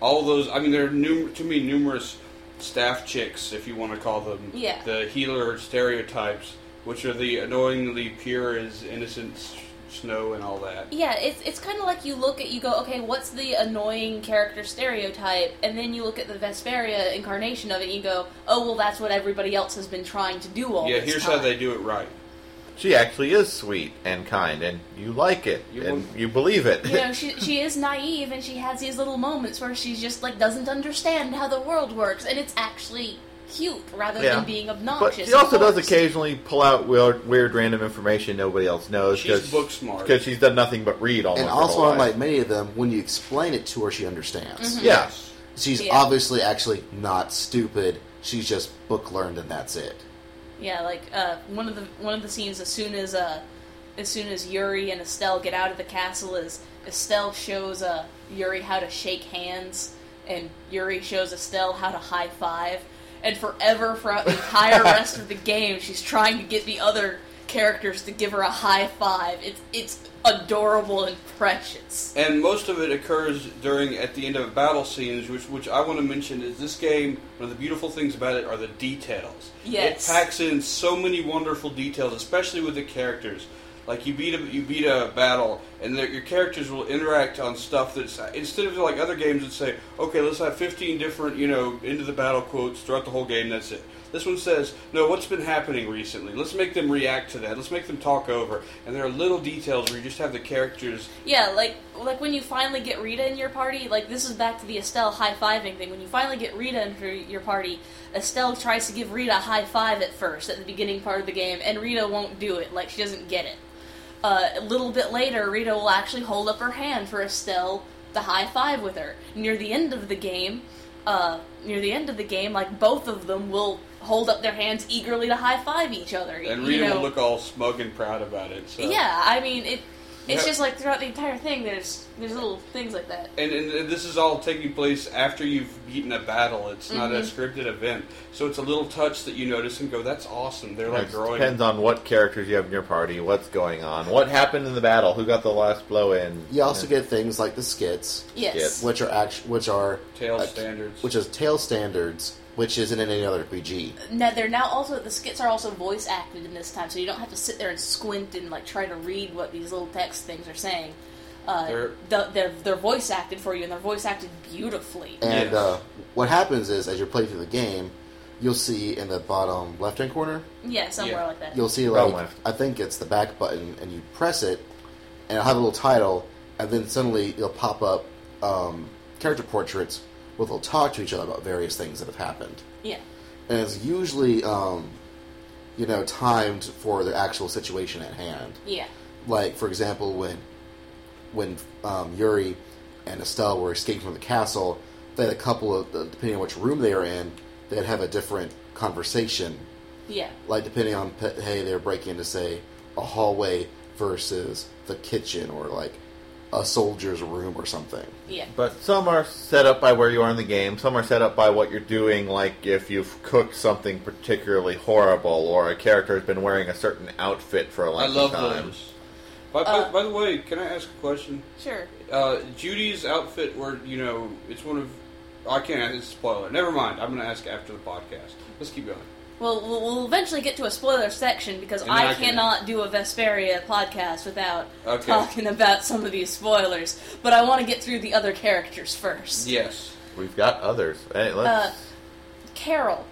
[SPEAKER 2] all those. I mean, there are num- to me numerous staff chicks, if you want to call them,
[SPEAKER 3] Yeah.
[SPEAKER 2] the healer stereotypes, which are the annoyingly pure as innocent s- snow and all that.
[SPEAKER 3] yeah. It's it's kind of like you look at you go okay, what's the annoying character stereotype, and then you look at the Vesperia incarnation of it, and you go oh well, that's what everybody else has been trying to do all
[SPEAKER 2] Yeah,
[SPEAKER 3] this
[SPEAKER 2] here's
[SPEAKER 3] time.
[SPEAKER 2] how they do it right.
[SPEAKER 4] She actually is sweet and kind, and you like it,
[SPEAKER 2] You
[SPEAKER 4] and
[SPEAKER 2] will-
[SPEAKER 4] you believe it.
[SPEAKER 3] you know, she she is naive and she has these little moments where she just like doesn't understand how the world works, and it's actually cute rather
[SPEAKER 4] Yeah.
[SPEAKER 3] than being
[SPEAKER 4] But
[SPEAKER 3] obnoxious.
[SPEAKER 4] she also
[SPEAKER 3] and
[SPEAKER 4] does
[SPEAKER 3] forced.
[SPEAKER 4] occasionally pull out weird, weird random information nobody else knows.
[SPEAKER 2] She's book smart.
[SPEAKER 4] because she's done nothing but read almost.
[SPEAKER 1] And
[SPEAKER 4] her
[SPEAKER 1] also,
[SPEAKER 4] whole
[SPEAKER 1] unlike
[SPEAKER 4] life.
[SPEAKER 1] many of them, when you explain it to her, she understands.
[SPEAKER 4] yeah,
[SPEAKER 1] She's
[SPEAKER 3] Mm-hmm. Yeah.
[SPEAKER 1] obviously actually not stupid. She's just book learned, and that's it.
[SPEAKER 3] Yeah, like uh, one of the one of the scenes as soon as uh, as soon as Yuri and Estelle get out of the castle is Estelle shows uh, Yuri how to shake hands and Yuri shows Estelle how to high five and forever throughout the entire rest of the game she's trying to get the other characters to give her a high five. It's it's adorable and precious.
[SPEAKER 2] and most of it occurs during at the end of battle scenes, which which I want to mention is this game. One of the beautiful things about it are the details.
[SPEAKER 3] Yes.
[SPEAKER 2] it packs in so many wonderful details, especially with the characters. Like you beat a you beat a battle, and their- your characters will interact on stuff that's instead of like other games that say, okay, let's have fifteen different you know into the battle quotes throughout the whole game. That's it. This one says, no, what's been happening recently? Let's make them react to that. Let's make them talk over. And there are little details where you just have the characters
[SPEAKER 3] Yeah, like like when you finally get Rita in your party, like this is back to the Estelle high fiving thing. When you finally get Rita into your party, Estelle tries to give Rita a high five at first at the beginning part of the game, and Rita won't do it. Like she doesn't get it. Uh, a little bit later, Rita will actually hold up her hand for Estelle to high five with her. Near the end of the game, uh, near the end of the game, like both of them will hold up their hands eagerly to high five each other.
[SPEAKER 2] And
[SPEAKER 3] you
[SPEAKER 2] Rita
[SPEAKER 3] know?
[SPEAKER 2] will look all smug and proud about it. So.
[SPEAKER 3] Yeah, I mean it. It's
[SPEAKER 2] Yeah.
[SPEAKER 3] just like throughout the entire thing, there's there's little things like that.
[SPEAKER 2] And, and and this is all taking place after you've beaten a battle. It's not a
[SPEAKER 3] Mm-hmm.
[SPEAKER 2] scripted event, so it's a little touch that you notice and go, "That's awesome." They're like
[SPEAKER 4] It
[SPEAKER 2] growing.
[SPEAKER 4] depends on what characters you have in your party, what's going on, what happened in the battle, who got the last blow in.
[SPEAKER 1] You also
[SPEAKER 4] Yeah.
[SPEAKER 1] get things like the skits,
[SPEAKER 3] Yes.
[SPEAKER 1] which are act- which are
[SPEAKER 2] Tale
[SPEAKER 1] uh,
[SPEAKER 2] standards.
[SPEAKER 1] which is tale standards, which isn't in any other RPG.
[SPEAKER 3] Now they're now also the skits are also voice acted in this time, so you don't have to sit there and squint and like try to read what these little text things are saying. Uh,
[SPEAKER 2] They're-
[SPEAKER 3] they're, they're they're voice acted for you, and they're voice acted beautifully.
[SPEAKER 1] And
[SPEAKER 2] Yes.
[SPEAKER 1] uh, what happens is, as you're playing through the game, you'll see in the bottom left-hand corner,
[SPEAKER 3] Yeah, somewhere
[SPEAKER 2] Yeah.
[SPEAKER 3] like that.
[SPEAKER 1] you'll see
[SPEAKER 4] Bottom
[SPEAKER 1] like
[SPEAKER 4] left.
[SPEAKER 1] I think it's the back button, and you press it, and it'll have a little title, and then suddenly it'll pop up um, character portraits where they'll talk to each other about various things that have happened,
[SPEAKER 3] yeah,
[SPEAKER 1] and it's usually um, you know timed for the actual situation at hand.
[SPEAKER 3] yeah,
[SPEAKER 1] like for example when when um, Yuri and Estelle were escaping from the castle, they had a couple of uh, depending on which room they were in, they'd have a different conversation.
[SPEAKER 3] yeah,
[SPEAKER 1] Like depending on pe- hey, they're breaking into say a hallway versus the kitchen or like a soldier's room or something.
[SPEAKER 3] yeah.
[SPEAKER 4] But some are set up by where you are in the game. Some are set up by what you're doing, like if you've cooked something particularly horrible, or a character has been wearing a certain outfit for a
[SPEAKER 2] I
[SPEAKER 4] long
[SPEAKER 2] love
[SPEAKER 4] time.
[SPEAKER 2] those. By, by,
[SPEAKER 3] Uh,
[SPEAKER 2] by the way, can I ask a question?
[SPEAKER 3] Sure.
[SPEAKER 2] Uh, Judy's outfit, where you know, it's one of. I can't. It's a spoiler. Never mind. I'm going to ask after the podcast. Let's keep going.
[SPEAKER 3] Well, we'll we'll eventually get to a spoiler section because
[SPEAKER 2] And then
[SPEAKER 3] I,
[SPEAKER 2] I can-
[SPEAKER 3] cannot do a Vesperia podcast without
[SPEAKER 2] Okay.
[SPEAKER 3] talking about some of these spoilers. But I want to get through the other characters first.
[SPEAKER 2] Yes.
[SPEAKER 4] We've got others. Hey, let's-
[SPEAKER 3] Uh, Carol,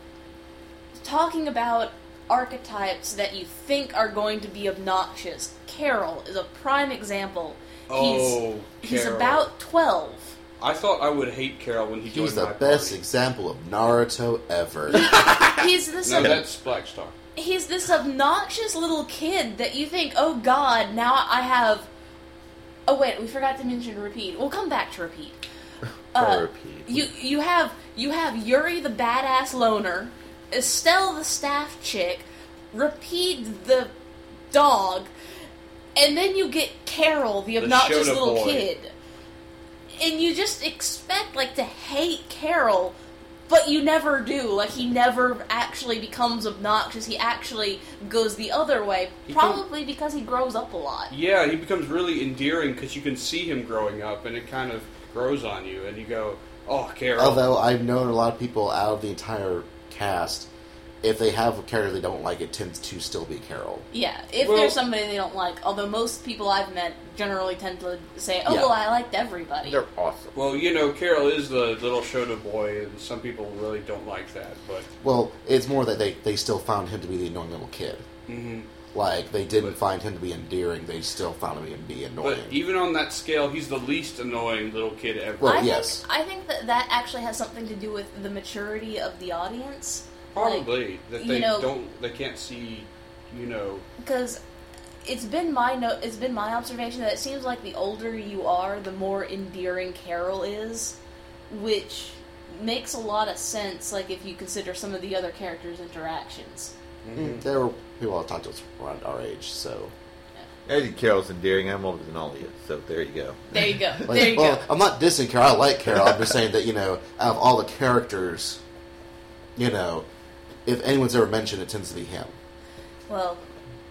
[SPEAKER 3] talking about archetypes that you think are going to be obnoxious. Carol is a prime example.
[SPEAKER 2] Oh,
[SPEAKER 3] he's he's
[SPEAKER 2] Carol.
[SPEAKER 3] about twelve.
[SPEAKER 2] I thought I would hate Carol when he joined
[SPEAKER 1] He's the
[SPEAKER 2] my
[SPEAKER 1] best
[SPEAKER 2] party.
[SPEAKER 1] example of Naruto ever.
[SPEAKER 3] He's this
[SPEAKER 2] No,
[SPEAKER 3] ob-
[SPEAKER 2] that's Black Star.
[SPEAKER 3] he's this obnoxious little kid that you think, oh god, now I have. Oh wait, we forgot to mention repeat. We'll come back to repeat.
[SPEAKER 4] Or
[SPEAKER 3] uh,
[SPEAKER 4] repeat.
[SPEAKER 3] You you have you have Yuri the badass loner, Estelle the staff chick, repeat the dog, and then you get Carol the obnoxious
[SPEAKER 2] Shona
[SPEAKER 3] little
[SPEAKER 2] boy.
[SPEAKER 3] kid, and you just expect like to hate Carol. But you never do. Like he never actually becomes obnoxious. He actually goes the other way,
[SPEAKER 2] He can-
[SPEAKER 3] probably because he grows up a lot.
[SPEAKER 2] Yeah, he becomes really endearing because you can see him growing up, and it kind of grows on you, and you go, "Oh, Carol."
[SPEAKER 1] Although I've known a lot of people out of the entire cast, if they have a character they don't like, it tends to still be Carol.
[SPEAKER 3] Yeah, if
[SPEAKER 2] Well-
[SPEAKER 3] there's somebody they don't like, although most people I've met generally tend to say, "Oh
[SPEAKER 1] Yeah.
[SPEAKER 3] well, I liked everybody."
[SPEAKER 4] they're awesome.
[SPEAKER 2] well, you know, Carol is the little Shota boy, and some people really don't like that. But
[SPEAKER 1] Well, it's more that they, they still found him to be the annoying little kid.
[SPEAKER 2] Mhm.
[SPEAKER 1] Like, they didn't
[SPEAKER 2] But-
[SPEAKER 1] find him to be endearing, they still found him to be
[SPEAKER 2] but
[SPEAKER 1] annoying.
[SPEAKER 2] even on that scale, he's the least annoying little kid ever.
[SPEAKER 1] Well,
[SPEAKER 3] I
[SPEAKER 1] yes.
[SPEAKER 3] think I think that that actually has something to do with the maturity of the audience.
[SPEAKER 2] Probably that
[SPEAKER 3] you
[SPEAKER 2] they
[SPEAKER 3] know-
[SPEAKER 2] don't, they can't see, you know,
[SPEAKER 3] because it's been my no- it's been my observation that it seems like the older you are, the more endearing Carol is, which makes a lot of sense. Like if you consider some of the other characters' interactions.
[SPEAKER 1] Mm-hmm. There were people I talked to was around our age, so.
[SPEAKER 4] Eddie Carroll's endearing. I'm older than all of you, so there you go.
[SPEAKER 3] There you go.
[SPEAKER 1] Like,
[SPEAKER 3] there you
[SPEAKER 1] well,
[SPEAKER 3] go.
[SPEAKER 1] I'm not dissing Carol. I like Carol. I'm just saying that you know, out of all the characters, you know, if anyone's ever mentioned, it tends to be him.
[SPEAKER 3] Well,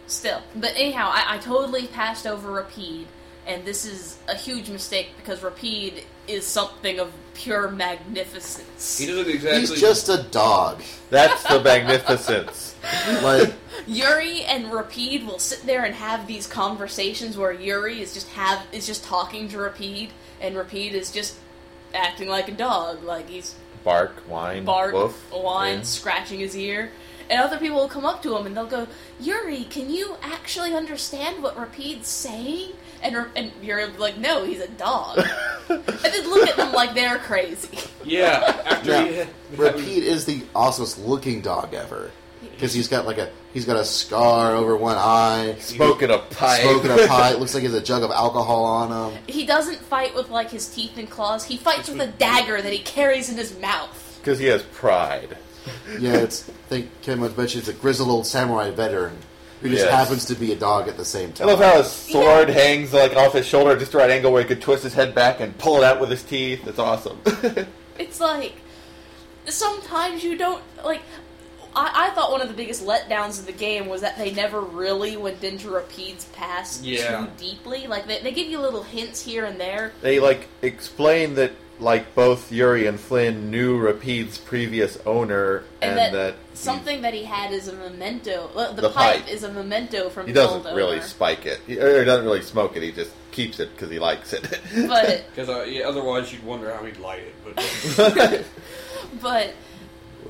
[SPEAKER 3] still. But anyhow, I, I totally passed over Rapide, and this is a huge mistake because Rapide is something of pure magnificence.
[SPEAKER 2] he doesn't exactly.
[SPEAKER 1] He's just a dog.
[SPEAKER 4] That's the magnificence.
[SPEAKER 1] Like
[SPEAKER 3] Yuri and Rapide will sit there and have these conversations where Yuri is just have is just talking to Rapide, and Rapide is just acting like a dog, like he's
[SPEAKER 4] Bark, whine,
[SPEAKER 3] bark,
[SPEAKER 4] woof,
[SPEAKER 3] whine,
[SPEAKER 4] yeah.
[SPEAKER 3] scratching his ear. And other people will come up to him and they'll go, Yuri, can you actually understand what Rapide's saying? And, Ra- and Yuri will be like, no, he's a dog. and then look at them like they're crazy.
[SPEAKER 2] yeah. After
[SPEAKER 1] now,
[SPEAKER 2] he had,
[SPEAKER 1] Rapide is the awesomest looking dog ever because he's got like a he's got a scar over one eye,
[SPEAKER 4] Smoking a pipe.
[SPEAKER 1] smoking a pipe. Looks like he has a jug of alcohol on him.
[SPEAKER 3] He doesn't fight with like his teeth and claws. He fights with a dagger that he carries in his mouth.
[SPEAKER 4] Because he has pride.
[SPEAKER 1] Yeah, it's I think Kim would bet you it's a grizzled old samurai veteran who just
[SPEAKER 4] Yes.
[SPEAKER 1] happens to be a dog at the same
[SPEAKER 4] I
[SPEAKER 1] time.
[SPEAKER 4] love how his sword hangs like off his shoulder at just the right angle where he could twist his head back and pull it out with his teeth. That's awesome.
[SPEAKER 3] It's like sometimes you don't like. I, I thought one of the biggest letdowns of the game was that they never really went into Rapide's past
[SPEAKER 2] Yeah.
[SPEAKER 3] too deeply. Like they, they give you little hints here and there.
[SPEAKER 4] they like explain that like both Yuri and Flynn knew Rapide's previous owner
[SPEAKER 3] And
[SPEAKER 4] and, that,
[SPEAKER 3] that
[SPEAKER 4] he-
[SPEAKER 3] Something that he had is a memento. well, The,
[SPEAKER 4] Mm. The
[SPEAKER 3] pipe,
[SPEAKER 4] pipe.
[SPEAKER 3] is a memento from
[SPEAKER 4] he
[SPEAKER 3] his
[SPEAKER 4] doesn't
[SPEAKER 3] old
[SPEAKER 4] really
[SPEAKER 3] owner.
[SPEAKER 4] spike it. He, or he doesn't really smoke it. He just keeps it because he likes it.
[SPEAKER 3] but
[SPEAKER 2] because uh, yeah, otherwise you'd wonder how he'd light it. But
[SPEAKER 3] but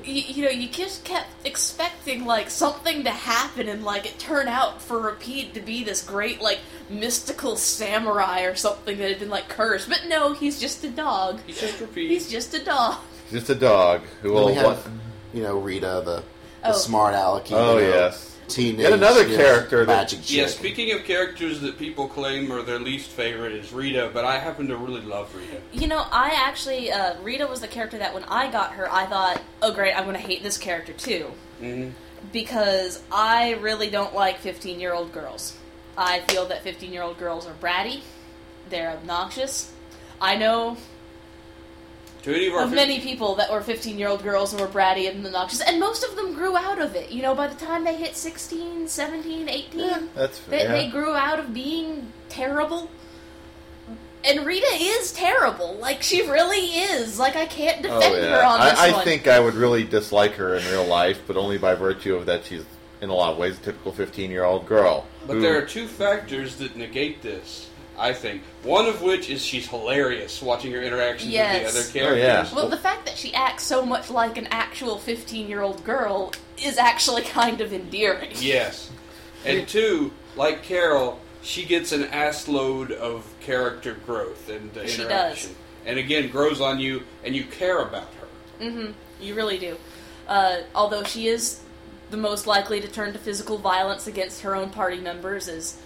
[SPEAKER 3] you, you know you just kept expecting like something to happen and like it turned out for Rapide to be this great like mystical samurai or something that had been like cursed but no he's just a dog
[SPEAKER 2] he's just Rapide.
[SPEAKER 3] he's just a dog
[SPEAKER 4] just a dog who
[SPEAKER 1] Then
[SPEAKER 4] will.
[SPEAKER 1] we have,
[SPEAKER 4] wa-
[SPEAKER 1] you know, Rita, the, the
[SPEAKER 3] Oh.
[SPEAKER 1] smart alecky.
[SPEAKER 4] Oh,
[SPEAKER 1] you know,
[SPEAKER 4] yes.
[SPEAKER 1] teenage.
[SPEAKER 4] Yet another
[SPEAKER 1] you know,
[SPEAKER 4] character that-
[SPEAKER 1] magic
[SPEAKER 2] yeah,
[SPEAKER 1] chick.
[SPEAKER 2] speaking of characters that people claim are their least favorite is Rita, but I happen to really love Rita.
[SPEAKER 3] you know I actually uh, Rita was the character that when I got her I thought oh great I'm gonna hate this character too
[SPEAKER 2] Mhm.
[SPEAKER 3] because I really don't like 15 year old girls. I feel that 15 year old girls are bratty, they're obnoxious. I know
[SPEAKER 2] To any of our
[SPEAKER 3] of many people that were 15 year old girls and were bratty and obnoxious, and most of them grew out of it. You know, by the time they hit 16, 17, 18,
[SPEAKER 4] That's
[SPEAKER 3] they,
[SPEAKER 4] yeah.
[SPEAKER 3] they grew out of being terrible. And Rita is terrible. Like, she really is. Like, I can't
[SPEAKER 4] Oh
[SPEAKER 3] defend
[SPEAKER 4] yeah,
[SPEAKER 3] her on this
[SPEAKER 4] I, I
[SPEAKER 3] one.
[SPEAKER 4] think I would really dislike her in real life, but only by virtue of that she's in a lot of ways a typical fifteen-year-old girl.
[SPEAKER 2] But
[SPEAKER 4] who-
[SPEAKER 2] there are two factors that negate this, I think. One of which is she's hilarious watching her interactions
[SPEAKER 3] Yes.
[SPEAKER 2] with the
[SPEAKER 4] Oh,
[SPEAKER 2] other
[SPEAKER 4] yeah.
[SPEAKER 2] characters.
[SPEAKER 3] Well, the fact that she acts so much like an actual 15 year old girl is actually kind of endearing.
[SPEAKER 2] Yes. And two, like Carol, she gets an ass load of character growth and uh,
[SPEAKER 3] She
[SPEAKER 2] interaction.
[SPEAKER 3] does.
[SPEAKER 2] And again, grows on you, and you care about her.
[SPEAKER 3] You really do. Uh, although she is the most likely to turn to physical violence against her own party members, as,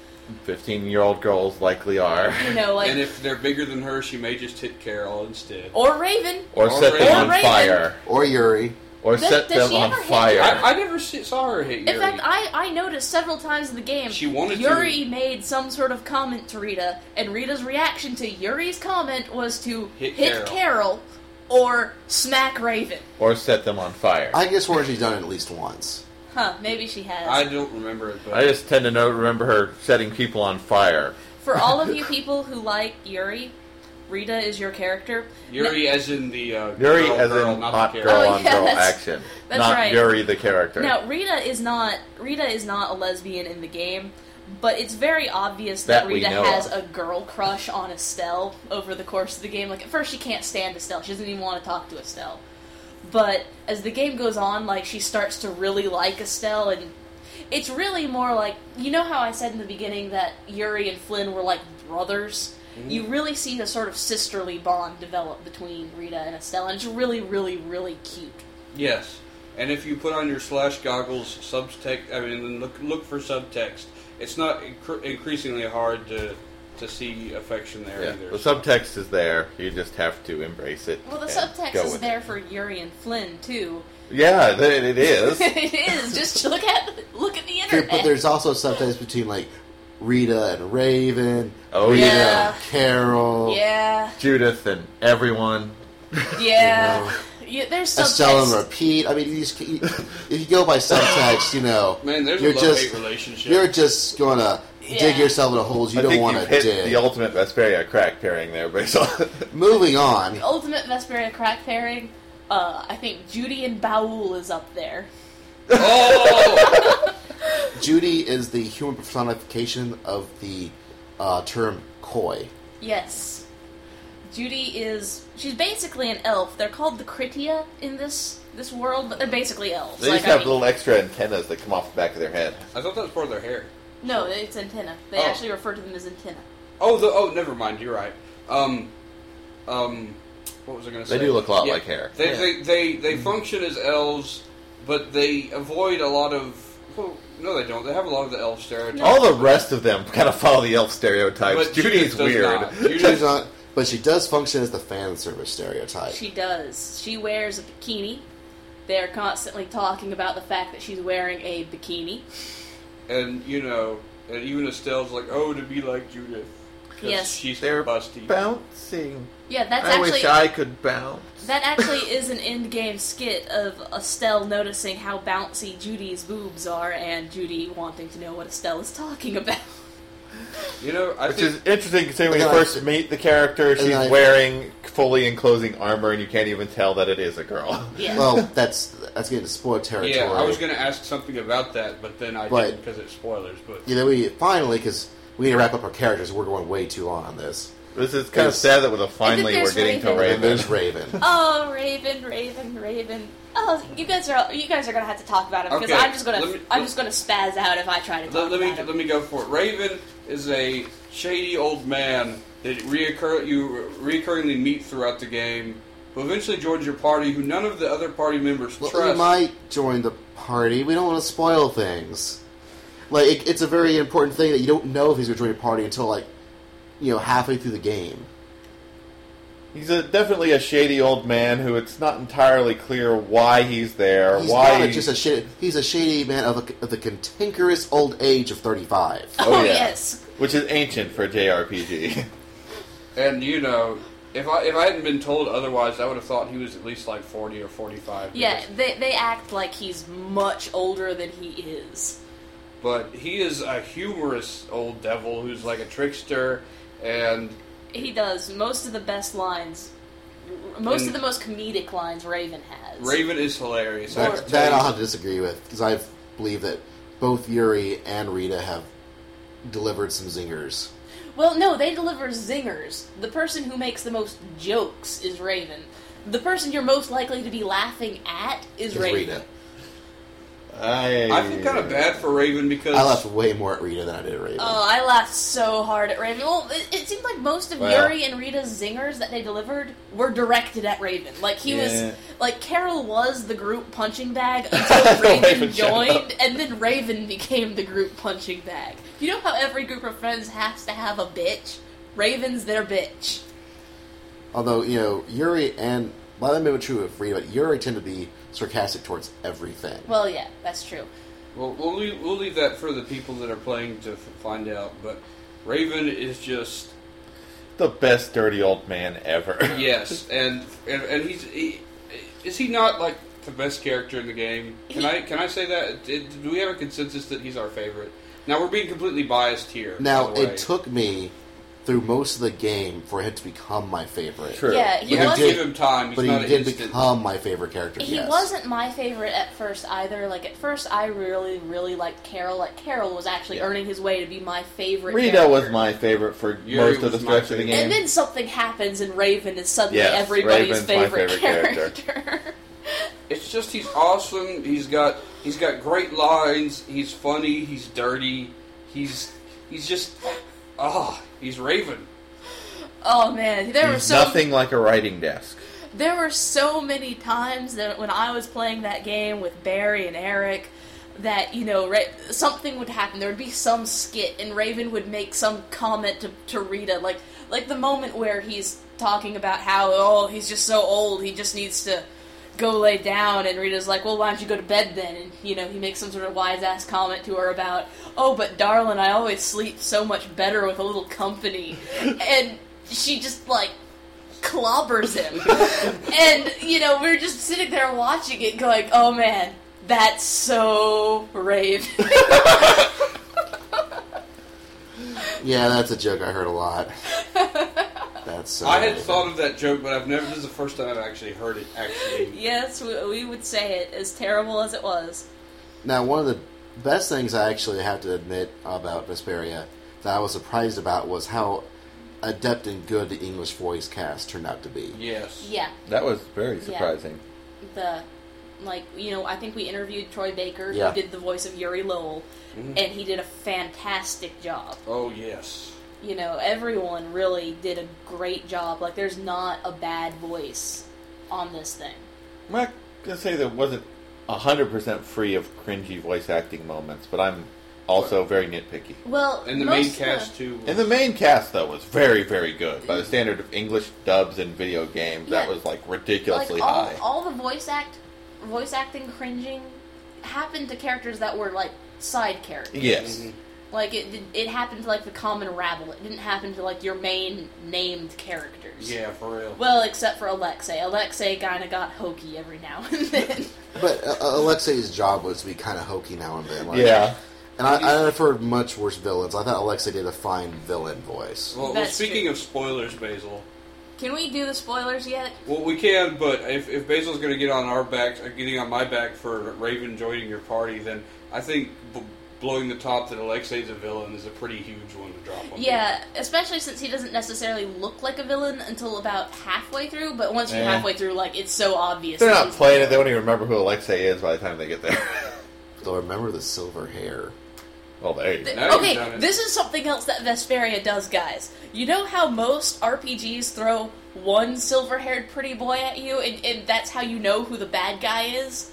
[SPEAKER 4] fifteen-year-old girls likely are,
[SPEAKER 3] you know, like.
[SPEAKER 2] and if they're bigger than her, she may just hit Carol instead.
[SPEAKER 3] or Raven.
[SPEAKER 4] or
[SPEAKER 2] Or
[SPEAKER 4] set
[SPEAKER 2] Raven.
[SPEAKER 4] them
[SPEAKER 3] Or
[SPEAKER 4] on
[SPEAKER 3] Raven.
[SPEAKER 4] fire,
[SPEAKER 1] or Yuri.
[SPEAKER 4] or
[SPEAKER 3] Does-
[SPEAKER 4] set
[SPEAKER 3] does
[SPEAKER 4] them
[SPEAKER 3] she
[SPEAKER 4] on
[SPEAKER 3] ever hit
[SPEAKER 4] fire.
[SPEAKER 2] I, I never see, saw her hit Yuri.
[SPEAKER 3] In fact, I, I noticed several times in the game
[SPEAKER 2] She wanted to-
[SPEAKER 3] Yuri made some sort of comment to Rita, and Rita's reaction to Yuri's comment was to
[SPEAKER 2] Hit Carol.
[SPEAKER 3] Carol or smack Raven.
[SPEAKER 4] or set them on fire. I,
[SPEAKER 1] I guess where she's done it at least once.
[SPEAKER 3] Huh, maybe she has.
[SPEAKER 2] I don't remember it, but
[SPEAKER 4] just tend to know, remember her setting people on fire.
[SPEAKER 3] For all of you people who like Yuri, Rita is your character.
[SPEAKER 2] Yuri as in the uh,
[SPEAKER 4] Yuri,
[SPEAKER 2] girl,
[SPEAKER 4] as
[SPEAKER 2] girl,
[SPEAKER 4] in
[SPEAKER 2] not
[SPEAKER 4] hot
[SPEAKER 2] the
[SPEAKER 4] girl
[SPEAKER 2] Carol.
[SPEAKER 3] Oh,
[SPEAKER 4] on
[SPEAKER 3] yeah,
[SPEAKER 4] girl
[SPEAKER 3] that's-
[SPEAKER 4] action,
[SPEAKER 3] that's
[SPEAKER 4] not
[SPEAKER 3] right.
[SPEAKER 4] Yuri the character.
[SPEAKER 3] Now, Rita is not Rita is not a lesbian in the game, but it's very obvious
[SPEAKER 4] That
[SPEAKER 3] that,
[SPEAKER 4] we
[SPEAKER 3] Rita
[SPEAKER 4] know
[SPEAKER 3] has
[SPEAKER 4] of.
[SPEAKER 3] a girl crush on Estelle over the course of the game. Like at first she can't stand Estelle. She doesn't even want to talk to Estelle. But as the game goes on, like she starts to really like Estelle and it's really more like you know how I said in the beginning that Yuri and Flynn were like brothers?
[SPEAKER 4] Mm-hmm.
[SPEAKER 3] You really see the sort of sisterly bond develop between Rita and Estelle, and it's really, really, really cute.
[SPEAKER 2] Yes. And if you put on your slash goggles, subtext. I mean, then look look for subtext. It's not incre- increasingly hard to to see affection there
[SPEAKER 4] Yeah,
[SPEAKER 2] either.
[SPEAKER 4] the subtext is there. You just have to embrace it.
[SPEAKER 3] Well, the
[SPEAKER 4] and
[SPEAKER 3] subtext
[SPEAKER 4] go
[SPEAKER 3] is
[SPEAKER 4] with
[SPEAKER 3] there
[SPEAKER 4] It.
[SPEAKER 3] for Yuri and Flynn too.
[SPEAKER 4] Yeah, th- it is.
[SPEAKER 3] it is. Just look at look at the
[SPEAKER 1] There-
[SPEAKER 3] internet.
[SPEAKER 1] But there's also subtext between like Rita and Raven,
[SPEAKER 4] Oh,
[SPEAKER 1] Rita
[SPEAKER 3] yeah.
[SPEAKER 1] and Carol,
[SPEAKER 3] yeah,
[SPEAKER 4] Judith and everyone.
[SPEAKER 3] yeah.
[SPEAKER 1] know.
[SPEAKER 3] yeah there's
[SPEAKER 1] Estella and
[SPEAKER 3] subtext.
[SPEAKER 1] Repeat. I mean, you just, you, if you go by subtext, you know,
[SPEAKER 2] Man, there's
[SPEAKER 1] you're
[SPEAKER 2] a love
[SPEAKER 1] just
[SPEAKER 2] hate relationship.
[SPEAKER 1] you're just gonna dig
[SPEAKER 3] Yeah.
[SPEAKER 1] yourself in a hole you
[SPEAKER 4] I
[SPEAKER 1] don't
[SPEAKER 4] think
[SPEAKER 1] want
[SPEAKER 4] you've
[SPEAKER 1] to
[SPEAKER 4] hit
[SPEAKER 1] dig.
[SPEAKER 4] the ultimate Vesperia crack pairing there, Basil.
[SPEAKER 1] Moving on.
[SPEAKER 3] Ultimate Vesperia crack pairing. Uh, I think Judy and Baul is up there.
[SPEAKER 2] oh,
[SPEAKER 1] Judy is the human personification of the uh, term coy.
[SPEAKER 3] Yes. Judy is she's basically an elf. They're called the Critia in this this world, but they're basically elves.
[SPEAKER 4] they
[SPEAKER 3] Like,
[SPEAKER 4] just
[SPEAKER 3] I
[SPEAKER 4] have
[SPEAKER 3] mean-
[SPEAKER 4] little extra antennas that come off the back of their head.
[SPEAKER 2] I thought that was part of their hair.
[SPEAKER 3] no, it's antenna. They
[SPEAKER 2] Oh.
[SPEAKER 3] actually refer to them as antenna.
[SPEAKER 2] Oh, the oh, never mind. You're right. Um, um, what was I going to
[SPEAKER 4] They
[SPEAKER 2] say?
[SPEAKER 4] do look a lot like hair.
[SPEAKER 2] They
[SPEAKER 1] Yeah.
[SPEAKER 2] they, they they function as elves, but they avoid a lot of. Well, no, they don't. They have a lot of the elf stereotypes.
[SPEAKER 4] All the rest of them kind of follow the elf stereotypes.
[SPEAKER 2] but
[SPEAKER 4] Judy's
[SPEAKER 2] Judith does
[SPEAKER 4] weird.
[SPEAKER 2] Not.
[SPEAKER 1] She's
[SPEAKER 2] Judith,
[SPEAKER 1] not, but she does function as the fan service stereotype.
[SPEAKER 3] She does. She wears a bikini. They're constantly talking about the fact that she's wearing a bikini.
[SPEAKER 2] and you know, and even Estelle's like, oh, to be like Judith. 'cause
[SPEAKER 3] Yes.
[SPEAKER 2] she's
[SPEAKER 4] They're
[SPEAKER 2] busty.
[SPEAKER 4] bouncing.
[SPEAKER 3] Yeah, that's
[SPEAKER 4] I
[SPEAKER 3] actually
[SPEAKER 4] wish I could bounce.
[SPEAKER 3] that actually is an end game skit of Estelle noticing how bouncy Judy's boobs are and Judy wanting to know what Estelle is talking about.
[SPEAKER 2] you know, I
[SPEAKER 4] Which
[SPEAKER 2] think
[SPEAKER 4] is interesting considering when you
[SPEAKER 1] And I-
[SPEAKER 4] first meet the character, she's
[SPEAKER 1] I-
[SPEAKER 4] wearing fully enclosing armor, and you can't even tell that it is a girl.
[SPEAKER 3] Yeah.
[SPEAKER 1] Well, that's that's getting to spoil territory.
[SPEAKER 2] yeah, I was going to ask something about that, but then I
[SPEAKER 1] But-
[SPEAKER 2] didn't because it's spoilers. But
[SPEAKER 1] you know, we finally because we need to wrap up our characters. We're going way too long on this.
[SPEAKER 4] This is kind of
[SPEAKER 1] Yes.
[SPEAKER 4] sad that we're the- finally
[SPEAKER 3] there's
[SPEAKER 4] we're getting to
[SPEAKER 3] Raven.
[SPEAKER 1] And
[SPEAKER 4] Raven.
[SPEAKER 1] there's Raven.
[SPEAKER 3] Oh, Raven, Raven, Raven. Oh, you guys are you guys are gonna have to talk about it because
[SPEAKER 2] Okay,
[SPEAKER 3] I'm just gonna
[SPEAKER 2] let me-
[SPEAKER 3] I'm just gonna spaz out if I try to talk
[SPEAKER 2] Let, let
[SPEAKER 3] about
[SPEAKER 2] me
[SPEAKER 3] it.
[SPEAKER 2] let me go for it. Raven is a shady old man that reoccur you reoccurringly meet throughout the game, who eventually joins your party, who none of the other party members
[SPEAKER 1] Well, we
[SPEAKER 2] trust.
[SPEAKER 1] might join the party. We don't want to spoil things. Like it, it's a very important thing that you don't know if he's going to join your party until like you know halfway through the game.
[SPEAKER 4] He's a, definitely a shady old man who it's not entirely clear why he's there,
[SPEAKER 1] He's
[SPEAKER 4] why
[SPEAKER 1] not
[SPEAKER 4] he-
[SPEAKER 1] just a shady, he's a shady man of, a, of the cantankerous old age of thirty five.
[SPEAKER 3] Oh,
[SPEAKER 4] yeah.
[SPEAKER 3] yes.
[SPEAKER 4] which is ancient for a JRPG.
[SPEAKER 2] And you know, if I if I hadn't been told otherwise, I would have thought he was at least like forty or forty five.
[SPEAKER 3] Yeah, they they act like he's much older than he is.
[SPEAKER 2] But he is a humorous old devil who's like a trickster, and
[SPEAKER 3] He does most of the best lines, most
[SPEAKER 2] And-
[SPEAKER 3] of the most comedic lines Raven has.
[SPEAKER 2] Raven is hilarious. I have
[SPEAKER 1] That,
[SPEAKER 2] to
[SPEAKER 1] that
[SPEAKER 2] tell
[SPEAKER 1] I'll
[SPEAKER 2] you.
[SPEAKER 1] have to disagree with because I believe that both Yuri and Rita have delivered some zingers.
[SPEAKER 3] Well, no, they deliver zingers. The person who makes the most jokes is Raven. The person you're most likely to be laughing at is,
[SPEAKER 1] Is
[SPEAKER 3] Raven.
[SPEAKER 1] Rita?
[SPEAKER 4] I,
[SPEAKER 2] I feel kind of bad for Raven because
[SPEAKER 1] I laughed way more at Rita than I did at Raven.
[SPEAKER 3] Oh, I laughed so hard at Raven. Well, it, it seemed like most of
[SPEAKER 4] Well.
[SPEAKER 3] Yuri and Rita's zingers that they delivered were directed at Raven. Like he
[SPEAKER 4] Yeah.
[SPEAKER 3] was, like Carol was the group punching bag until Raven,
[SPEAKER 4] Raven showed
[SPEAKER 3] joined, and then Raven became the group punching bag. You know how every group of friends has to have a bitch. Raven's their bitch.
[SPEAKER 1] Although you know Yuri and well, that may be true of Rita, but Yuri tend to be sarcastic towards everything.
[SPEAKER 3] Well, yeah, that's true.
[SPEAKER 2] Well, we'll leave, we'll leave that for the people that are playing to f- find out. But Raven is just
[SPEAKER 4] the best dirty old man ever.
[SPEAKER 2] yes, and and, and he's he, is he not like the best character in the game? Can I can I say that? Did, do we have a consensus that he's our favorite? Now we're being completely biased here. by
[SPEAKER 1] now
[SPEAKER 2] the way.
[SPEAKER 1] it took me through most of the game for him to become my favorite.
[SPEAKER 4] True.
[SPEAKER 3] Yeah, he
[SPEAKER 2] You have
[SPEAKER 3] was.
[SPEAKER 2] to
[SPEAKER 1] did-
[SPEAKER 2] give him time. He's
[SPEAKER 1] But
[SPEAKER 2] not
[SPEAKER 1] he
[SPEAKER 2] an
[SPEAKER 1] did
[SPEAKER 2] instant.
[SPEAKER 1] become my favorite character.
[SPEAKER 3] He
[SPEAKER 1] yes.
[SPEAKER 3] wasn't my favorite at first either. Like at first, I really, really liked Carol. Like Carol was actually
[SPEAKER 4] Yeah.
[SPEAKER 3] earning his way to be my favorite.
[SPEAKER 4] Rita
[SPEAKER 3] character.
[SPEAKER 4] was my favorite for
[SPEAKER 2] Yuri
[SPEAKER 4] most of
[SPEAKER 2] was my
[SPEAKER 4] the stretch of the
[SPEAKER 2] favorite.
[SPEAKER 4] game.
[SPEAKER 3] And then something happens, and Raven is suddenly
[SPEAKER 4] Yes,
[SPEAKER 3] everybody's
[SPEAKER 4] Raven's my
[SPEAKER 3] favorite,
[SPEAKER 4] favorite
[SPEAKER 3] character.
[SPEAKER 2] It's just he's awesome. He's got he's got great lines. He's funny. He's dirty. He's he's just oh he's Raven.
[SPEAKER 3] oh man, there were
[SPEAKER 4] He's
[SPEAKER 3] so
[SPEAKER 4] nothing like a writing desk.
[SPEAKER 3] there were so many times that when I was playing that game with Barry and Eric that you know Ra- something would happen there would be some skit and Raven would make some comment to, to Rita like like the moment where he's talking about how oh he's just so old he just needs to go lay down and Rita's like, Well why don't you go to bed then? And you know, he makes some sort of wise ass comment to her about, Oh, but darling, I always sleep so much better with a little company and she just like clobbers him. and, you know, we're just sitting there watching it going, Oh man, that's so rave.
[SPEAKER 1] Yeah, that's a joke I heard a lot. That's so
[SPEAKER 2] I had thought of that joke, but I've never. This is the first time I've actually heard it. Actually,
[SPEAKER 3] yes, we, we would say it, as terrible as it was.
[SPEAKER 1] Now, one of the best things I actually have to admit about Vesperia that I was surprised about was how adept and good the English voice cast turned out to be.
[SPEAKER 2] yes.
[SPEAKER 3] Yeah.
[SPEAKER 4] That was very surprising.
[SPEAKER 3] the like you know I think we interviewed Troy Baker
[SPEAKER 1] Yeah.
[SPEAKER 3] who did the voice of Yuri Lowell
[SPEAKER 2] Mhm.
[SPEAKER 3] and he did a fantastic job.
[SPEAKER 2] Oh yes.
[SPEAKER 3] You know, everyone really did a great job. Like there's not a bad voice on this thing.
[SPEAKER 4] I'm not gonna say that it wasn't hundred percent free of cringy voice acting moments, but I'm also very nitpicky.
[SPEAKER 3] Well,
[SPEAKER 2] And the main
[SPEAKER 3] most
[SPEAKER 2] cast
[SPEAKER 3] of the,
[SPEAKER 2] too.
[SPEAKER 4] And the main cast though was very, very good by the standard of English dubs and video games. That
[SPEAKER 3] Yeah.
[SPEAKER 4] was like
[SPEAKER 3] like
[SPEAKER 4] ridiculously
[SPEAKER 3] all,
[SPEAKER 4] high.
[SPEAKER 3] all the voice act voice acting cringing happened to characters that were like side characters.
[SPEAKER 4] yes,
[SPEAKER 2] Mhm.
[SPEAKER 3] Like it did- it happened to like the common rabble. It didn't happen to like your main named characters.
[SPEAKER 2] Yeah, for real.
[SPEAKER 3] Well, except for Alexei. Alexei kind of got hokey every now and then.
[SPEAKER 1] But uh, Alexei's job was to be kind of hokey now and then. Like,
[SPEAKER 4] yeah.
[SPEAKER 1] And I, I've heard much worse villains. I thought Alexei did a fine villain voice.
[SPEAKER 2] Well, well
[SPEAKER 3] That's
[SPEAKER 2] speaking
[SPEAKER 3] true.
[SPEAKER 2] of spoilers, Basil.
[SPEAKER 3] Can we do the spoilers yet?
[SPEAKER 2] Well, we can, but if, if Basil's going to get on our backs, uh, getting on my back for Raven joining your party, then I think b- blowing the top that Alexei's a villain is a pretty huge one to drop on.
[SPEAKER 3] Yeah, especially since he doesn't necessarily look like a villain until about halfway through. But once you're
[SPEAKER 4] Yeah.
[SPEAKER 3] halfway through, like it's so obvious.
[SPEAKER 4] Eh. They're
[SPEAKER 3] that
[SPEAKER 4] not
[SPEAKER 3] he's-
[SPEAKER 4] playing it. They won't even remember who Alexei is by the time they get there.
[SPEAKER 1] Though remember the silver hair.
[SPEAKER 4] well, there you go.
[SPEAKER 3] Th-
[SPEAKER 2] Now you've done
[SPEAKER 3] okay,
[SPEAKER 2] it.
[SPEAKER 3] this is something else that Vesperia does, guys. You know how most RPGs throw one silver-haired pretty boy at you, and, and that's how you know who the bad guy is.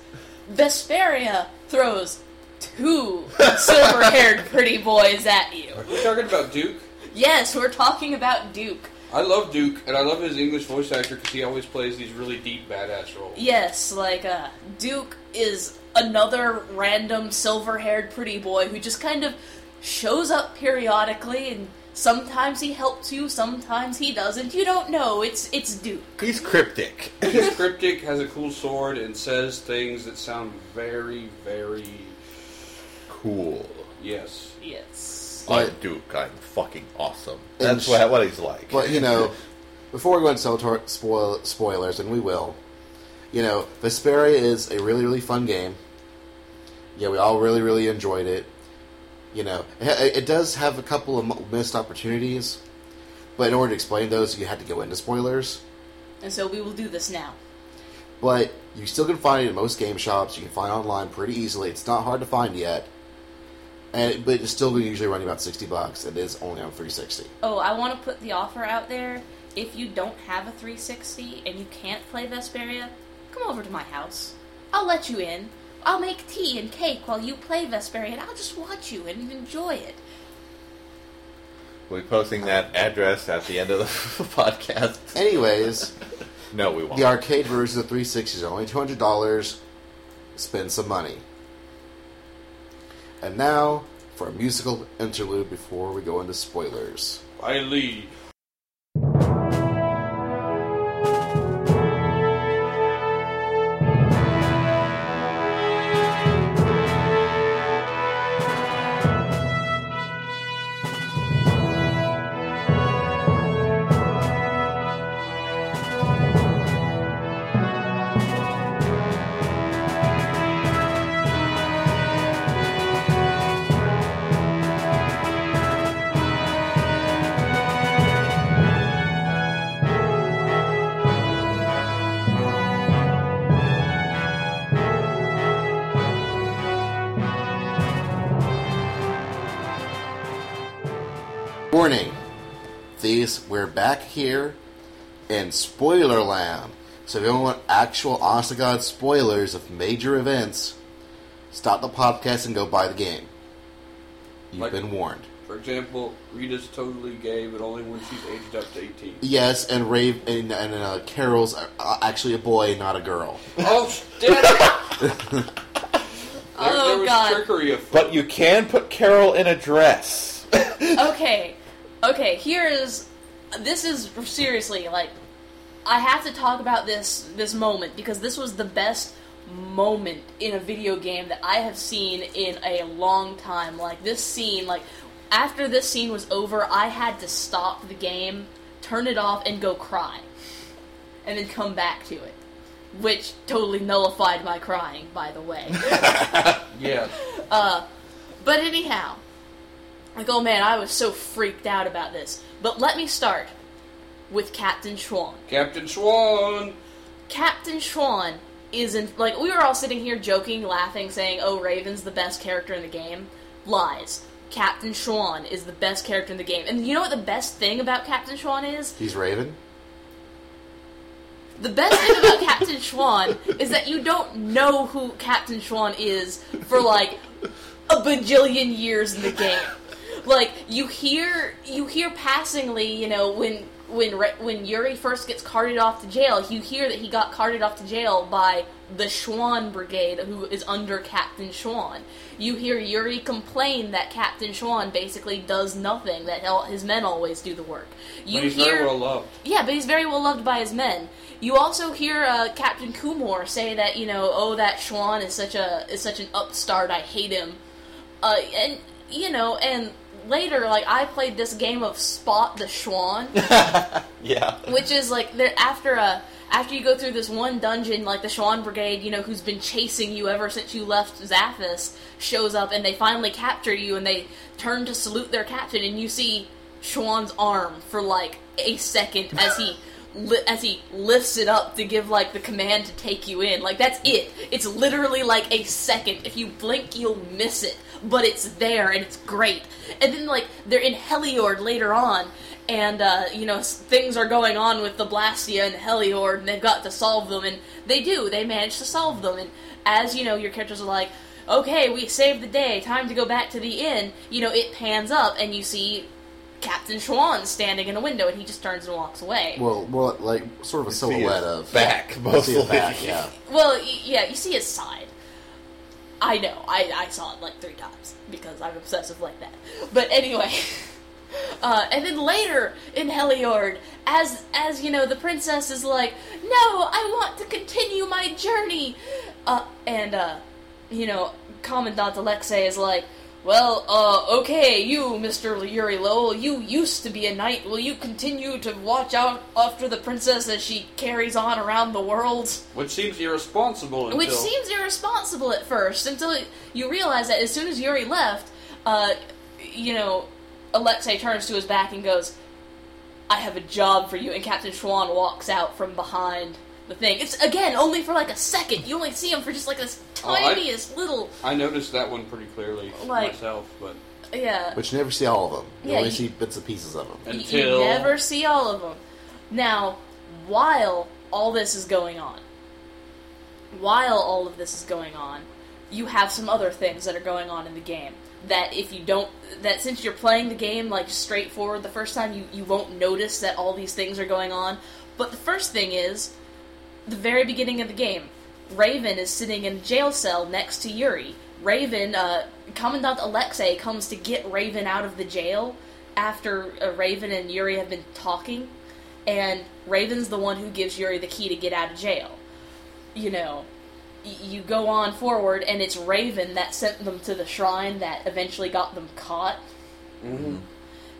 [SPEAKER 3] Vesperia throws two silver-haired pretty boys at you.
[SPEAKER 2] We're talking about Duke.
[SPEAKER 3] Yes, we're talking about Duke.
[SPEAKER 2] I love Duke, and I love his English voice actor because he always plays these really deep badass roles.
[SPEAKER 3] Yes, like uh, Duke is another random silver-haired pretty boy who just kind of shows up periodically, and sometimes he helps you, sometimes he doesn't. You don't know. It's it's Duke.
[SPEAKER 4] He's cryptic.
[SPEAKER 2] He's cryptic, has a cool sword, and says things that sound very, very
[SPEAKER 4] cool.
[SPEAKER 2] yes.
[SPEAKER 3] Yes.
[SPEAKER 1] But-
[SPEAKER 4] I'm Duke. I'm fucking awesome.
[SPEAKER 1] And
[SPEAKER 4] That's
[SPEAKER 1] sh-
[SPEAKER 4] what, what he's like.
[SPEAKER 1] But, you know, before we go into spoil- spoil- spoilers, and we will, you know, Vesperia is a really, really fun game. Yeah, we all really, really enjoyed it. You know, it, it does have a couple of m- missed opportunities, but in order to explain those, you had to go into spoilers.
[SPEAKER 3] And so we will do this now.
[SPEAKER 1] But you still can find it in most game shops. You can find it online pretty easily. It's not hard to find yet. And, but it's still usually running about 60 bucks. It is only on 360.
[SPEAKER 3] Oh, I want to put the offer out there. If you don't have a 360 and you can't play Vesperia, come over to my house. I'll let you in. I'll make tea and cake while you play Vesperia, and I'll just watch you and enjoy it.
[SPEAKER 4] We'll be posting that address at the end of the podcast.
[SPEAKER 1] Anyways,
[SPEAKER 4] No, we won't.
[SPEAKER 1] the arcade version of 360 is only $200. Spend some money. And now for a musical interlude before we go into spoilers.
[SPEAKER 2] I lead.
[SPEAKER 1] Warning! These, we're back here in Spoiler Land. So if you don't want actual, honest to God spoilers of major events, stop the podcast and go buy the game. You've
[SPEAKER 2] Like-
[SPEAKER 1] been warned.
[SPEAKER 2] For example, Rita's totally gay, but only when she's aged up to 18.
[SPEAKER 1] Yes, and Rave and, and uh, Carol's uh, actually a boy, not a girl.
[SPEAKER 2] oh, damn it! there, there
[SPEAKER 3] Oh,
[SPEAKER 2] was
[SPEAKER 3] God.
[SPEAKER 2] trickery of
[SPEAKER 4] But you can put Carol in a dress.
[SPEAKER 3] Okay, okay. Here is this is seriously like I have to talk about this this moment because this was the best moment in a video game that I have seen in a long time. Like this scene, like after this scene was over, I had to stop the game, turn it off, and go cry, and then come back to it. Which totally nullified my crying, by the way.
[SPEAKER 2] Yeah.
[SPEAKER 3] But anyhow, like, oh man, I was so freaked out about this. But let me start with Captain Schwan.
[SPEAKER 2] Captain Swan!
[SPEAKER 3] Captain Schwan isn't like we were all sitting here joking, laughing, saying, "Oh, Raven's the best character in the game." Lies. Captain Schwan is the best character in the game. And you know what the best thing about Captain Schwan is?
[SPEAKER 1] He's Raven.
[SPEAKER 3] The best thing about Captain Schwan is that you don't know who Captain Schwan is for like a bajillion years in the game. Like you hear you hear passingly, you know, when when Re- when Yuri first gets carted off to jail, you hear that he got carted off to jail by the Schwan Brigade, who is under Captain Schwan. You hear Yuri complain that Captain Schwan basically does nothing; that all- his men always do the work. You
[SPEAKER 2] But he's
[SPEAKER 3] hear
[SPEAKER 2] very well loved.
[SPEAKER 3] yeah, but he's very well loved by his men. You also hear uh, Captain Kumor say that you know, oh, that Schwan is such a is such an upstart. I hate him. Uh, and you know, and later, like I played this game of Spot the Schwan,
[SPEAKER 4] Yeah.
[SPEAKER 3] which is like there after a after you go through this one dungeon, like the Schwan Brigade, you know, who's been chasing you ever since you left Zathis, shows up and they finally capture you and they turn to salute their captain and you see Schwan's arm for like a second as he li- as he lifts it up to give like the command to take you in. Like that's it. It's literally like a second. If you blink, you'll miss it, but it's there and it's great. And then like they're in Heliord later on, and uh, you know s- things are going on with the Blastia and Heliord, and they've got to solve them, and they do. They manage to solve them, and as you know, your characters are like. Okay, we saved the day. Time to go back to the inn. You know, it pans up, and you see Captain Schwan standing in a window, and he just turns and walks away.
[SPEAKER 1] Well, well, like sort of a
[SPEAKER 4] See his
[SPEAKER 1] silhouette of
[SPEAKER 4] back
[SPEAKER 1] You see
[SPEAKER 4] mostly.
[SPEAKER 1] his back, yeah.
[SPEAKER 3] Well, y- yeah, you see his side. I know. I, I saw it like three times because I'm obsessive like that. But anyway, uh, and then later in Heliord, as as you know, the princess is like, "No, I want to continue my journey," uh, and uh, you know, Commandant Alexei is like. Well, uh, okay, you, Mr. Yuri Lowell, you used to be a knight. Will you continue to watch out after the princess as she carries on around the world?
[SPEAKER 2] Which seems irresponsible until...
[SPEAKER 3] Which seems irresponsible at first until you realize that as soon as Yuri left, uh, you know, Alexei turns to his back and goes, I have a job for you. And Captain Schwan walks out from behind the thing. It's, again, only for like a second. You only see him for just like this
[SPEAKER 2] Oh, I-
[SPEAKER 3] tiniest little.
[SPEAKER 2] I noticed that one pretty clearly
[SPEAKER 3] Like-
[SPEAKER 2] myself, but...
[SPEAKER 3] Yeah.
[SPEAKER 1] But you never see all of them. You
[SPEAKER 3] Yeah,
[SPEAKER 1] only
[SPEAKER 3] you-
[SPEAKER 1] see bits and pieces of them.
[SPEAKER 3] Y-
[SPEAKER 2] Until...
[SPEAKER 3] You never see all of them. Now, while all this is going on, while all of this is going on, you have some other things that are going on in the game that if you don't that since you're playing the game like straightforward the first time you, you won't notice that all these things are going on but the first thing is the very beginning of the game, Raven is sitting in a jail cell next to Yuri. Raven, uh, Commandant Alexei comes to get Raven out of the jail after uh, Raven and Yuri have been talking, and Raven's the one who gives Yuri the key to get out of jail. You know, y- you go on forward, and it's Raven that sent them to the shrine that eventually got them caught.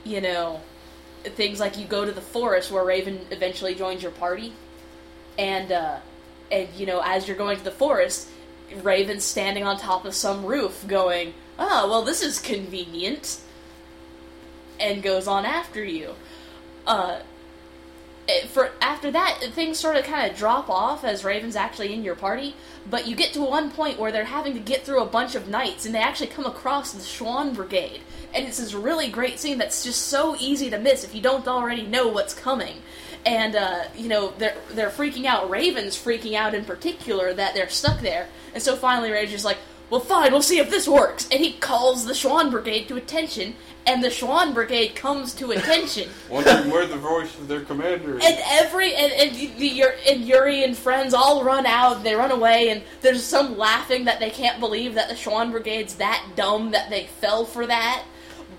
[SPEAKER 3] You know, things like you go to the forest where Raven eventually joins your party and uh, and you know as you're going to the forest raven's standing on top of some roof going oh well this is convenient and goes on after you uh, it- for after that things sort of kind of drop off as raven's actually in your party but you get to one point where they're having to get through a bunch of knights and they actually come across the schwan brigade and it's this really great scene that's just so easy to miss if you don't already know what's coming and uh, you know they're they're freaking out. Raven's freaking out in particular that they're stuck there, and so finally Rage is like, "Well, fine, we'll see if this works." And he calls the Schwan Brigade to attention, and the Schwan Brigade comes to attention.
[SPEAKER 2] Wondering where the voice of their commander is.
[SPEAKER 3] And every and and, y- the, Yur- and Yuri and friends all run out. They run away, and there's some laughing that they can't believe that the Schwan Brigade's that dumb that they fell for that.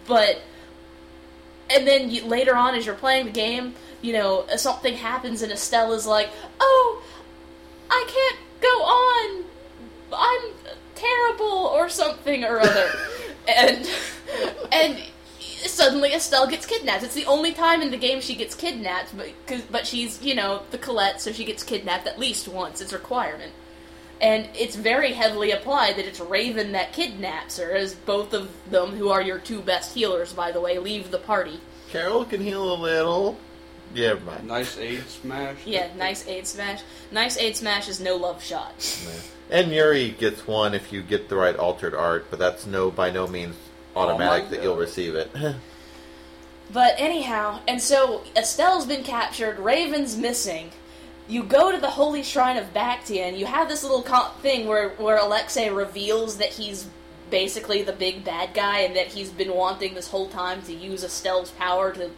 [SPEAKER 3] But and then you, later on, as you're playing the game, you know something happens, and Estelle is like, "Oh, I can't go on. I'm terrible," or something or other, and and suddenly Estelle gets kidnapped. It's the only time in the game she gets kidnapped, but cause, but she's you know the Colette, so she gets kidnapped at least once. It's a requirement, and it's very heavily applied that it's Raven that kidnaps her, as both of them, who are your two best healers, by the way, leave the party.
[SPEAKER 4] Carol can heal a little. Yeah, never mind.
[SPEAKER 2] Nice aid smash.
[SPEAKER 3] Yeah, nice aid smash. Nice aid smash is no love shot.
[SPEAKER 4] And Yuri gets one if you get the right altered art, but that's no by no means automatic
[SPEAKER 2] Oh my
[SPEAKER 4] that
[SPEAKER 2] God.
[SPEAKER 4] you'll receive it.
[SPEAKER 3] But anyhow, and so Estelle's been captured, Raven's missing. You go to the Holy Shrine of Bactia, and you have this little co- thing where, where Alexei reveals that he's basically the big bad guy and that he's been wanting this whole time to use Estelle's power to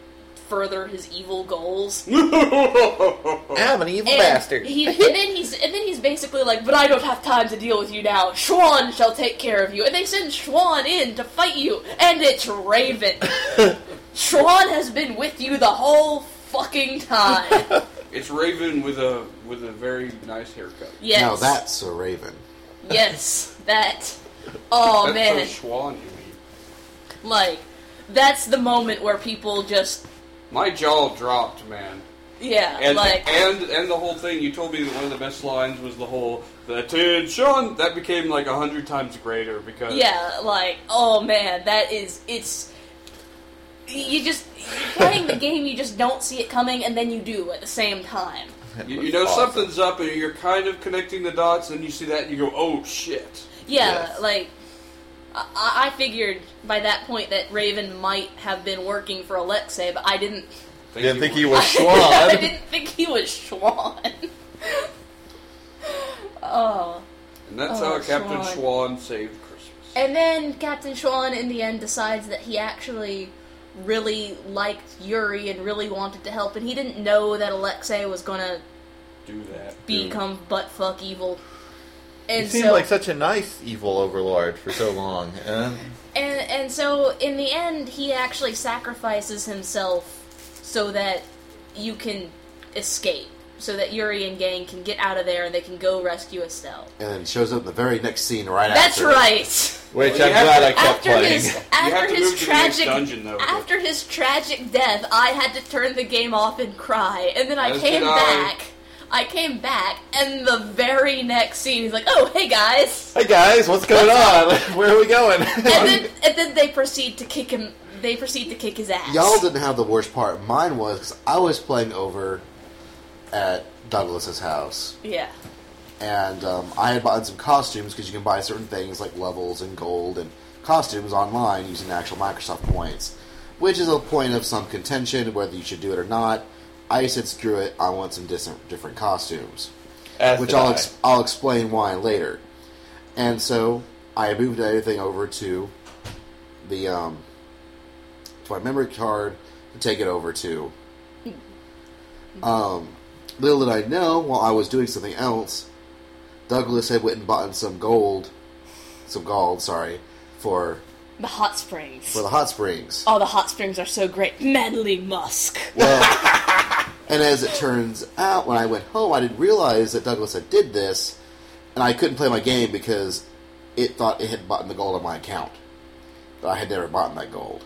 [SPEAKER 3] further his evil goals.
[SPEAKER 4] I'm an evil
[SPEAKER 3] And
[SPEAKER 4] bastard.
[SPEAKER 3] He, and then he's and then he's basically like, but I don't have time to deal with you now. Schwan shall take care of you, and they send Schwan in to fight you, and it's Raven. Schwan has been with you the whole fucking time.
[SPEAKER 2] It's Raven with a with a very nice haircut.
[SPEAKER 3] Yes,
[SPEAKER 1] Now that's a raven.
[SPEAKER 3] yes, that. Oh
[SPEAKER 2] That's
[SPEAKER 3] man,
[SPEAKER 2] so Schwan you mean.
[SPEAKER 3] like that's the moment where people just
[SPEAKER 2] My jaw dropped, man.
[SPEAKER 3] yeah,
[SPEAKER 2] And
[SPEAKER 3] like
[SPEAKER 2] and and the whole thing. You told me that one of the best lines was the whole the attention. That became like a hundred times greater because
[SPEAKER 3] Yeah, like oh man, that is it's. You just you're playing the game, you just don't see it coming, and then you do at the same time.
[SPEAKER 2] you, you know
[SPEAKER 4] Awesome.
[SPEAKER 2] something's up, and you're kind of connecting the dots, and you see that, and you go, "Oh shit!"
[SPEAKER 3] Yeah,
[SPEAKER 4] Yes.
[SPEAKER 3] like I, I figured by that point that Raven might have been working for Alexei, but I didn't.
[SPEAKER 4] Didn't think he
[SPEAKER 2] were-
[SPEAKER 4] was
[SPEAKER 3] I
[SPEAKER 4] Schwan.
[SPEAKER 3] didn't think he was Schwan. oh.
[SPEAKER 2] And that's how
[SPEAKER 3] Oh,
[SPEAKER 2] Captain
[SPEAKER 3] Schwan.
[SPEAKER 2] Schwan saved Christmas.
[SPEAKER 3] And then Captain Schwan, in the end, decides that he actually really liked Yuri and really wanted to help, and he didn't know that Alexei was gonna
[SPEAKER 2] Do that.
[SPEAKER 3] become butt fuck evil.
[SPEAKER 4] He
[SPEAKER 3] And
[SPEAKER 4] seemed
[SPEAKER 3] so,
[SPEAKER 4] like such a nice evil overlord for so long. Uh,
[SPEAKER 3] and and so, in the end, he actually sacrifices himself so that you can escape, so that Yuri and gang can get out of there and they can go rescue Estelle.
[SPEAKER 1] And then shows up in the very next scene right
[SPEAKER 3] That's
[SPEAKER 1] after.
[SPEAKER 3] right.
[SPEAKER 4] which
[SPEAKER 2] Well,
[SPEAKER 4] I'm
[SPEAKER 2] you have
[SPEAKER 4] glad
[SPEAKER 2] to-
[SPEAKER 4] I kept
[SPEAKER 3] after
[SPEAKER 4] playing.
[SPEAKER 3] his
[SPEAKER 2] You have
[SPEAKER 3] after
[SPEAKER 2] to
[SPEAKER 3] his
[SPEAKER 2] move to the next
[SPEAKER 3] tragic
[SPEAKER 2] dungeon, though, but-
[SPEAKER 3] after his tragic death, I had to turn the game off and cry, and then I
[SPEAKER 2] As
[SPEAKER 3] came
[SPEAKER 2] did I.
[SPEAKER 3] back. I came back, and the very next scene, he's like, "Oh, hey guys,"
[SPEAKER 4] Hey guys, what's going on? Where are we going?
[SPEAKER 3] and then and then they proceed to kick him. They proceed to kick his ass.
[SPEAKER 1] Y'all didn't have the worst part. Mine was 'cause I was playing over at Douglas's house,
[SPEAKER 3] yeah,
[SPEAKER 1] and um, I had bought some costumes because you can buy certain things like levels and gold and costumes online using actual Microsoft points, which is a point of some contention whether you should do it or not. I said, screw it, I want some dis- different costumes.
[SPEAKER 4] As
[SPEAKER 1] which
[SPEAKER 4] did
[SPEAKER 1] I'll
[SPEAKER 4] I.
[SPEAKER 1] ex- I'll explain why later. And so I moved everything over to the um, to my memory card to take it over to. Um, little did I know, while I was doing something else, Douglas had went and bought some gold, some gold, sorry, for
[SPEAKER 3] the hot springs.
[SPEAKER 1] for the hot springs.
[SPEAKER 3] oh, the hot springs are so great. Madly Musk.
[SPEAKER 1] Well, and as it turns out, when I went home, I didn't realize that Douglas had did this, and I couldn't play my game because it thought it had bought the gold on my account. But I had never bought that gold,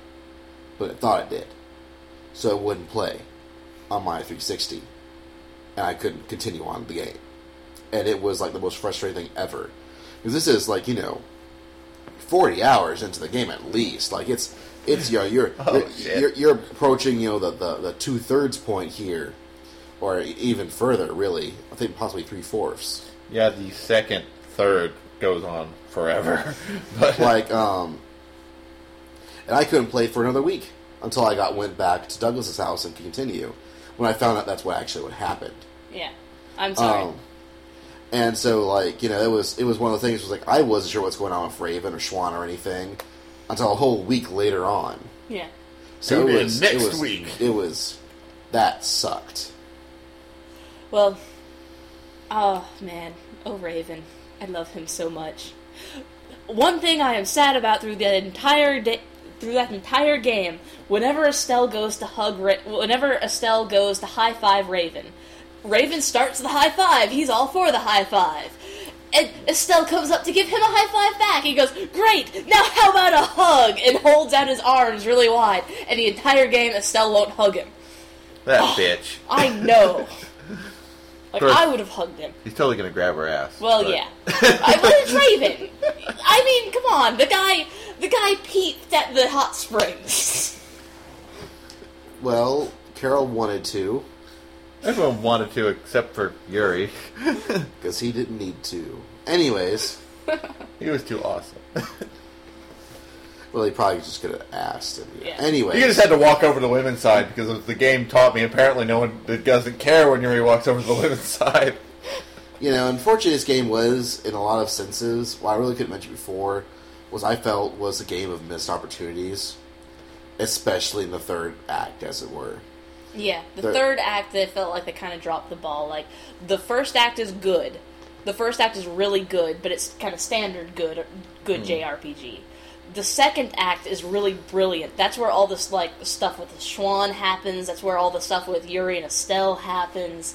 [SPEAKER 1] but it thought it did, so it wouldn't play on my 360, and I couldn't continue on the game. And it was like the most frustrating thing ever, because this is like you know, 40 hours into the game at least. Like it's it's you know, you're
[SPEAKER 4] Oh,
[SPEAKER 1] you're-
[SPEAKER 4] shit.
[SPEAKER 1] you're, you're approaching you know the the, the two thirds point here, or e- even further really. I think possibly three fourths.
[SPEAKER 4] Yeah, the second, third goes on forever. but
[SPEAKER 1] Like um, and I couldn't play for another week until I got went back to Douglas's house and continue. when I found out that's what actually what happened.
[SPEAKER 3] Yeah. I'm sorry.
[SPEAKER 1] Um, and so, like you know, it was it was one of the things. Was like I wasn't sure what's going on with Raven or Schwan or anything until a whole week later on.
[SPEAKER 3] yeah.
[SPEAKER 1] So
[SPEAKER 4] Tune
[SPEAKER 1] it
[SPEAKER 4] in
[SPEAKER 1] was,
[SPEAKER 4] next
[SPEAKER 1] it was,
[SPEAKER 4] week.
[SPEAKER 1] It was that sucked.
[SPEAKER 3] Well, oh man, oh Raven, I love him so much. One thing I am sad about through the entire day, through that entire game, whenever Estelle goes to hug, Ra- whenever Estelle goes to high five Raven, Raven starts the high five. He's all for the high five. And Estelle comes up to give him a high five back. He goes, "Great! Now how about a hug?" and holds out his arms really wide. And the entire game, Estelle won't hug him.
[SPEAKER 4] That bitch.
[SPEAKER 3] I know. Like
[SPEAKER 4] First-
[SPEAKER 3] I would have hugged him.
[SPEAKER 4] He's totally gonna grab her ass.
[SPEAKER 3] Well,
[SPEAKER 4] but-
[SPEAKER 3] yeah. I, but it's Raven. I mean, come on. The guy, the guy peeped at the hot springs.
[SPEAKER 1] Well, Carol wanted to
[SPEAKER 4] Everyone wanted to except for Yuri.
[SPEAKER 1] because he didn't need to. Anyways,
[SPEAKER 4] he was too awesome.
[SPEAKER 1] well, he probably just could have asked. And,
[SPEAKER 3] Yeah.
[SPEAKER 1] Anyways,
[SPEAKER 4] you just had to walk over to the women's side because the game taught me apparently no one that doesn't care when Yuri walks over to the women's side.
[SPEAKER 1] you know, unfortunately, this game was, in a lot of senses, what I really couldn't mention before, was I felt was a game of missed opportunities, especially in the third act, as it were.
[SPEAKER 3] Yeah, the
[SPEAKER 1] There-
[SPEAKER 3] third act that felt like they kind of dropped the ball. Like the first act is good. The first act is really good, but it's kind of standard good, good JRPG. The second act is really brilliant. That's where all this like stuff with the Schwan happens. That's where all the stuff with Yuri and Estelle happens.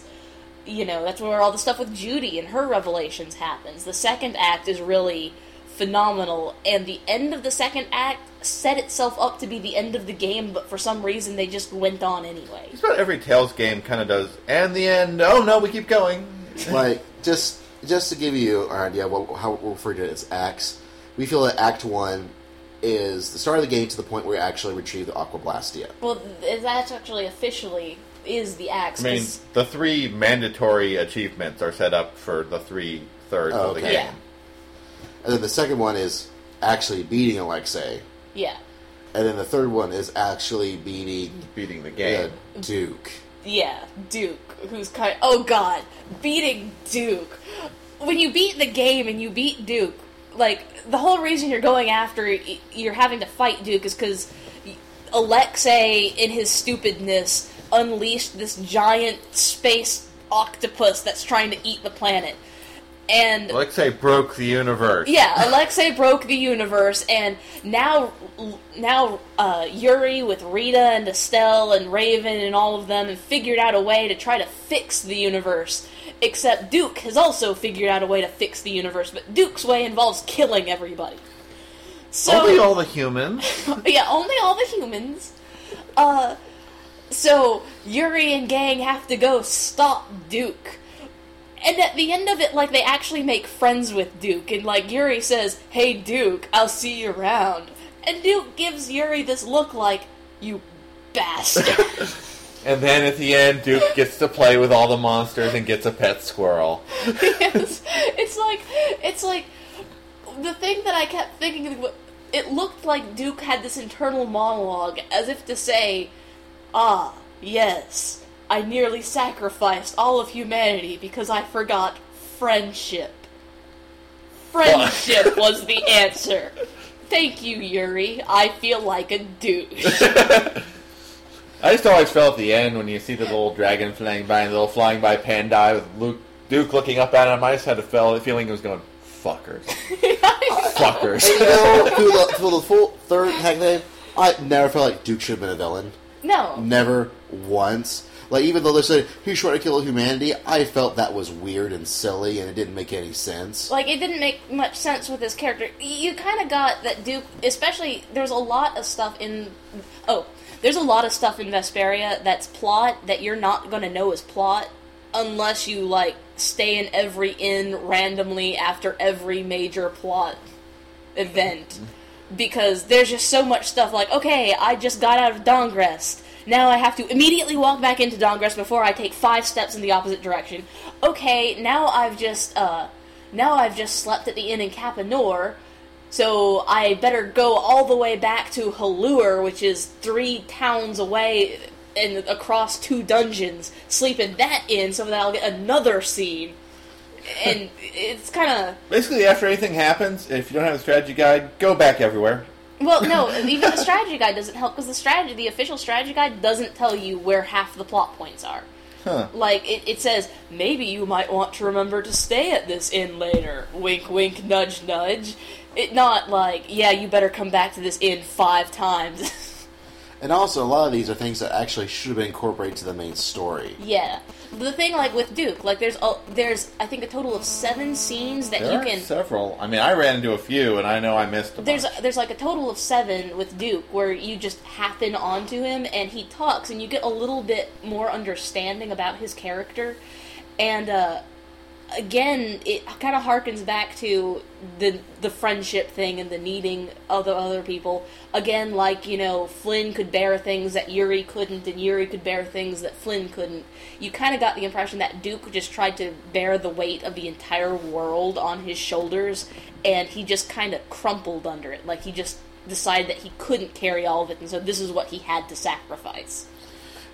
[SPEAKER 3] You know, that's where all the stuff with Judy and her revelations happens. The second act is really phenomenal, and the end of the second act set itself up to be the end of the game, but for some reason they just went on anyway.
[SPEAKER 4] Just about every Tails game kind of does. And the end. Oh no, we keep going.
[SPEAKER 1] like just just to give you an idea of what, how we're referring to it as acts, we feel that Act One is the start of the game to the point where you actually retrieve the Aquablastia.
[SPEAKER 3] Well, th- that's actually officially is the axe.
[SPEAKER 4] I mean,
[SPEAKER 3] 'cause-
[SPEAKER 4] the three mandatory achievements are set up for the three thirds
[SPEAKER 1] Oh,
[SPEAKER 4] of the
[SPEAKER 1] okay.
[SPEAKER 4] game.
[SPEAKER 3] yeah,
[SPEAKER 1] And then the second one is actually beating Alexei,
[SPEAKER 3] yeah,
[SPEAKER 1] and then the third one is actually beating
[SPEAKER 4] Beating the
[SPEAKER 1] the
[SPEAKER 4] game.
[SPEAKER 1] Duke.
[SPEAKER 3] yeah. Duke, who's kind. Oh God, beating Duke. When you beat the game and you beat Duke, like the whole reason you're going after, y- you're having to fight Duke is because Alexei, in his stupidness, unleashed this giant space octopus that's trying to eat the planet. And
[SPEAKER 4] Alexei broke the universe.
[SPEAKER 3] Yeah, Alexei broke the universe, and now now uh, Yuri with Rita and Estelle and Raven and all of them have figured out a way to try to fix the universe. Except Duke has also figured out a way to fix the universe, but Duke's way involves killing everybody. So
[SPEAKER 4] Only all the humans.
[SPEAKER 3] yeah, only all the humans. Uh, so Yuri and gang have to go stop Duke. And at the end of it, like, they actually make friends with Duke, and, like, Yuri says, Hey, Duke, I'll see you around. And Duke gives Yuri this look like, You bastard.
[SPEAKER 4] And then at the end, Duke gets to play with all the monsters and gets a pet squirrel.
[SPEAKER 3] Yes. it's like it's like the thing that I kept thinking. wa- It looked like Duke had this internal monologue, as if to say, "Ah, yes, I nearly sacrificed all of humanity because I forgot friendship. Friendship was the answer. Thank you, Yuri. I feel like a douche."
[SPEAKER 4] I just always felt at the end when you see the little dragon flying by and the little flying by Pandai with Luke, Duke looking up at him, I just had a fel- feeling it was going, fuckers. fuckers.
[SPEAKER 1] You know, through the, through the full third heck name, I never felt like Duke should have been a villain.
[SPEAKER 3] no,
[SPEAKER 1] Never once. Like even though they said he's trying to kill humanity, I felt that was weird and silly, and it didn't make any sense.
[SPEAKER 3] like it didn't make much sense with his character. Y- You kind of got that Duke, especially there's a lot of stuff in oh, there's a lot of stuff in Vesperia that's plot that you're not going to know is plot unless you like stay in every inn randomly after every major plot event because there's just so much stuff like okay i just got out of dongrest now i have to immediately walk back into dongrest before i take five steps in the opposite direction okay now i've just uh now i've just slept at the inn in capanor so i better go all the way back to halur which is three towns away and across two dungeons, sleeping that in, so that I'll get another scene. And it's kind of
[SPEAKER 4] Basically, after anything happens, if you don't have a strategy guide, go back everywhere.
[SPEAKER 3] well, no, even the strategy guide doesn't help because the strategy, the official strategy guide, doesn't tell you where half the plot points are.
[SPEAKER 4] Huh.
[SPEAKER 3] Like it, it says, maybe you might want to remember to stay at this inn later. Wink, wink, nudge, nudge. It not like, yeah, you better come back to this inn five times.
[SPEAKER 1] And also, a lot of these are things that actually should have been incorporated to the main story.
[SPEAKER 3] yeah, the thing like with Duke, like there's a, there's I think a total of seven scenes that
[SPEAKER 4] There
[SPEAKER 3] you
[SPEAKER 4] are
[SPEAKER 3] can.
[SPEAKER 4] several. I mean, I ran into a few, and I know I missed a
[SPEAKER 3] There's
[SPEAKER 4] bunch.
[SPEAKER 3] there's like a total of seven with Duke where you just happen onto him and he talks and you get a little bit more understanding about his character, and uh, again it kind of harkens back to the the friendship thing and the needing other other people. Again, like you know Flynn could bear things that Yuri couldn't and Yuri could bear things that Flynn couldn't. You kind of got the impression that Duke just tried to bear the weight of the entire world on his shoulders and he just kind of crumpled under it. Like he just decided that he couldn't carry all of it, and so this is what he had to sacrifice.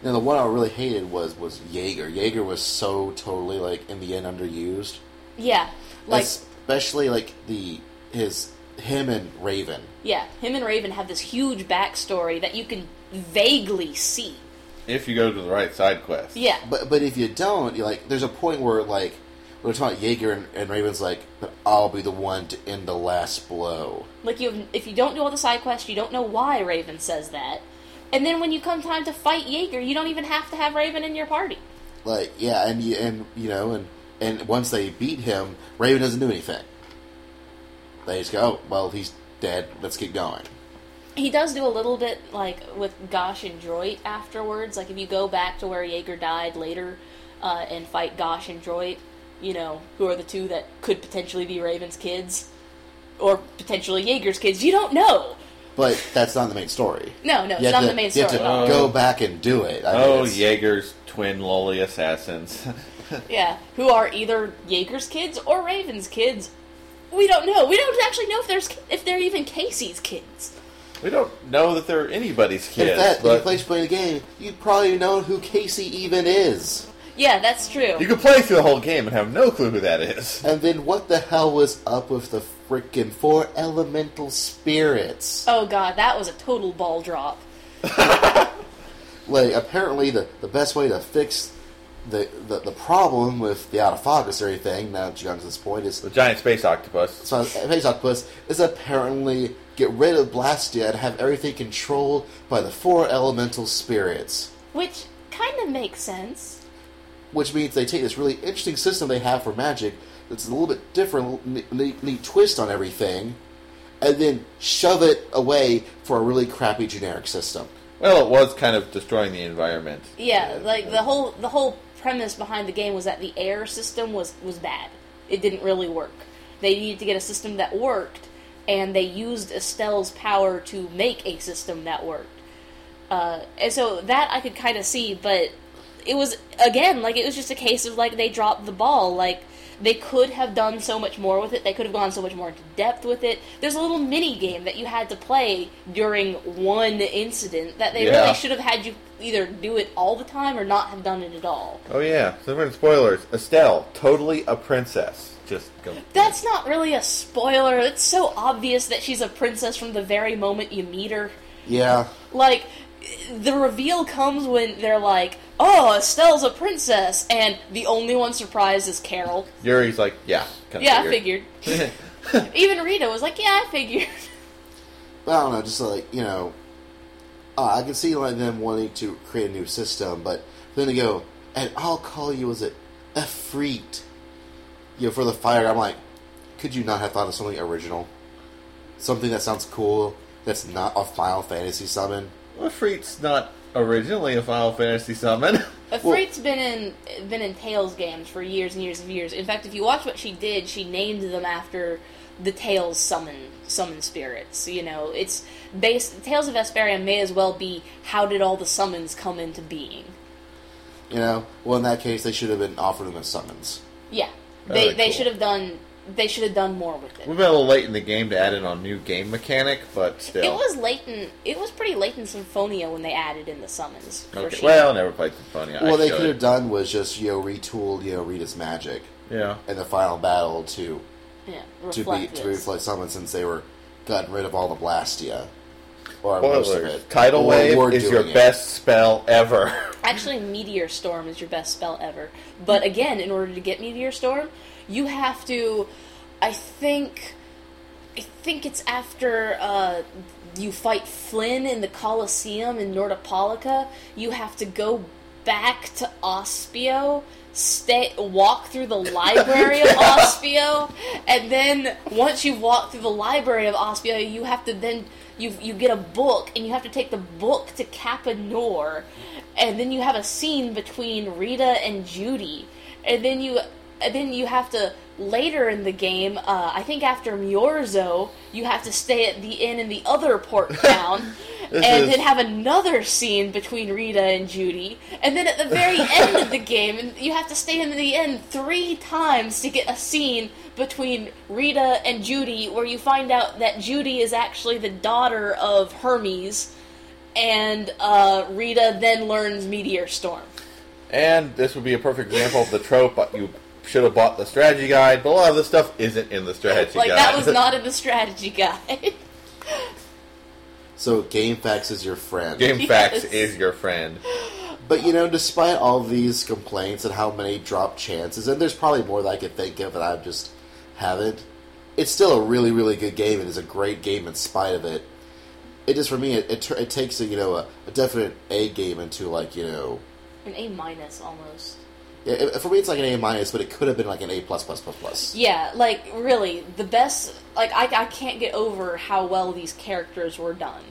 [SPEAKER 1] Now, the one I really hated was was Jaeger. Jaeger was so totally like in the end underused,
[SPEAKER 3] Yeah, like
[SPEAKER 1] especially like the his him and Raven.
[SPEAKER 3] yeah, him and Raven have this huge backstory that you can vaguely see.
[SPEAKER 4] If you go to the right side quest.
[SPEAKER 3] Yeah,
[SPEAKER 1] But but if you don't, you like there's a point where like we're talking about Jaeger and, and Raven's like, but I'll be the one to end the last blow.
[SPEAKER 3] like you, have, if you don't do all the side quests, you don't know why Raven says that. And then when you come time to fight Jaeger, you don't even have to have Raven in your party.
[SPEAKER 1] Like yeah, and you and you know and and once they beat him, Raven doesn't do anything. They just go, oh, well, he's dead. Let's keep going.
[SPEAKER 3] He does do a little bit like with Gosh and Droit afterwards. Like if you go back to where Jaeger died later uh, and fight Gosh and Droit, you know who are the two that could potentially be Raven's kids or potentially Jaeger's kids. You don't know.
[SPEAKER 1] But that's not the main story.
[SPEAKER 3] No, no,
[SPEAKER 1] You
[SPEAKER 3] it's
[SPEAKER 1] have
[SPEAKER 3] not
[SPEAKER 1] to-
[SPEAKER 3] the main
[SPEAKER 1] You
[SPEAKER 3] story.
[SPEAKER 1] have to
[SPEAKER 4] Oh.
[SPEAKER 1] go back and do it. I mean,
[SPEAKER 4] Oh,
[SPEAKER 1] it's-
[SPEAKER 4] Jaeger's twin lowly assassins.
[SPEAKER 3] Yeah, who are either Jaeger's kids or Raven's kids. We don't know. We don't actually know if there's if they're even Casey's kids.
[SPEAKER 4] we don't know that they're anybody's
[SPEAKER 1] If
[SPEAKER 4] kids.
[SPEAKER 1] that if you
[SPEAKER 4] but
[SPEAKER 1] play play the game, you'd probably know who Casey even is.
[SPEAKER 3] Yeah, that's true.
[SPEAKER 4] you could play through the whole game and have no clue who that is.
[SPEAKER 1] And then what the hell was up with the freaking four elemental spirits?
[SPEAKER 3] Oh god, that was a total ball drop.
[SPEAKER 1] Like apparently the, the best way to fix the, the the problem with the out of focus or anything, now that you got to this point, is
[SPEAKER 4] The giant space octopus.
[SPEAKER 1] so Space Octopus is apparently get rid of Blastia and have everything controlled by the four elemental spirits.
[SPEAKER 3] Which kind of makes sense.
[SPEAKER 1] which means they take this really interesting system they have for magic that's a little bit different, neat, neat, neat twist on everything, and then shove it away for a really crappy generic system.
[SPEAKER 4] Well, it was kind of destroying the environment.
[SPEAKER 3] Yeah, like the whole the whole premise behind the game was that the air system was was bad. It didn't really work. They needed to get a system that worked, and they used Estelle's power to make a system that worked. Uh, and so that I could kind of see, but it was again like it was just a case of like they dropped the ball. Like they could have done so much more with it. They could have gone so much more into depth with it. There's a little mini game that you had to play during one incident that they
[SPEAKER 4] Yeah.
[SPEAKER 3] really should have had you either do it all the time or not have done it at all.
[SPEAKER 4] Oh yeah, so we're in spoilers. Estelle, totally a princess. Just go.
[SPEAKER 3] That's not really a spoiler. It's so obvious that she's a princess from the very moment you meet her.
[SPEAKER 1] Yeah,
[SPEAKER 3] Like, the reveal comes when they're like, oh, Estelle's a princess, and the only one surprised is Carol.
[SPEAKER 4] Yuri's like, yeah, kinda
[SPEAKER 3] Yeah, I figured. Even Rita was like, yeah, I figured.
[SPEAKER 1] but I don't know, just like you know, uh, I can see like them wanting to create a new system, but then they go, and I'll call you as it Efreet, you know, for the fire. I'm like, could you not have thought of something original, something that sounds cool, that's not a Final Fantasy summon?
[SPEAKER 4] Lafritte's not originally a Final Fantasy summon.
[SPEAKER 3] Afraid's been in been in Tails games for years and years and years. In fact, if you watch what she did, she named them after the Tails summon summon spirits. You know, it's based Tales of Vesperia may as well be how did all the summons come into being.
[SPEAKER 1] You know, well, in that case, they should have been offered them as summons.
[SPEAKER 3] Yeah,
[SPEAKER 4] Very
[SPEAKER 3] they they
[SPEAKER 4] cool.
[SPEAKER 3] should have done they should have done more with it.
[SPEAKER 4] We've been a little late in the game to add in a new game mechanic, but still.
[SPEAKER 3] It was late in it was pretty late in Symphonia when they added in the summons. for
[SPEAKER 4] Okay.
[SPEAKER 3] Shield.
[SPEAKER 4] Well, I never played Symphonia.
[SPEAKER 1] Well,
[SPEAKER 4] I
[SPEAKER 1] they
[SPEAKER 4] should.
[SPEAKER 1] could have done was just you know retooled you know Rita's magic
[SPEAKER 4] Yeah.
[SPEAKER 1] in the final battle to
[SPEAKER 3] yeah,
[SPEAKER 1] to be
[SPEAKER 3] reflect
[SPEAKER 1] to
[SPEAKER 3] this.
[SPEAKER 1] reflect someone since they were gotten rid of all the Blastia or most of
[SPEAKER 4] Spoilers.
[SPEAKER 1] it.
[SPEAKER 4] Tidal
[SPEAKER 1] Or were
[SPEAKER 4] Wave is
[SPEAKER 1] doing
[SPEAKER 4] your
[SPEAKER 1] it.
[SPEAKER 4] best spell ever.
[SPEAKER 3] Actually, Meteor Storm is your best spell ever. But again, in order to get Meteor Storm, you have to. I think. I think it's after uh, you fight Flynn in the Colosseum in Nordopolica. You have to go back to Ospio, stay, walk through the library of Ospio, and then once you walk through the library of Ospio, you have to then you you get a book and you have to take the book to Capanor, and then you have a scene between Rita and Judy, and then you and then you have to later in the game. Uh, I think after Miorzo, you have to stay at the inn in the other port town.
[SPEAKER 4] This
[SPEAKER 3] and
[SPEAKER 4] is-
[SPEAKER 3] then have another scene between Rita and Judy, and then at the very end of the game, and you have to stay in the end three times to get a scene between Rita and Judy, where you find out that Judy is actually the daughter of Hermes, and uh, Rita then learns Meteor Storm.
[SPEAKER 4] And this would be a perfect example of the trope. but You should have bought the strategy guide, but a lot of this stuff isn't in the strategy
[SPEAKER 3] Like
[SPEAKER 4] guide.
[SPEAKER 3] that was not in the strategy guide.
[SPEAKER 1] So GameFAQs is your friend.
[SPEAKER 4] Game
[SPEAKER 3] Yes.
[SPEAKER 4] Facts is your friend.
[SPEAKER 1] But you know, despite all these complaints and how many drop chances, and there's probably more that I could think of that I just haven't. It's still a really, really good game, and it's a great game in spite of it. It just for me, it, it, tur- it takes a you know a, a definite A game into like you know,
[SPEAKER 3] an A minus almost.
[SPEAKER 1] yeah, it- for me it's like an A minus, but it could have been like an A plus plus plus plus.
[SPEAKER 3] Yeah, like really, the best. Like I, I can't get over how well these characters were done.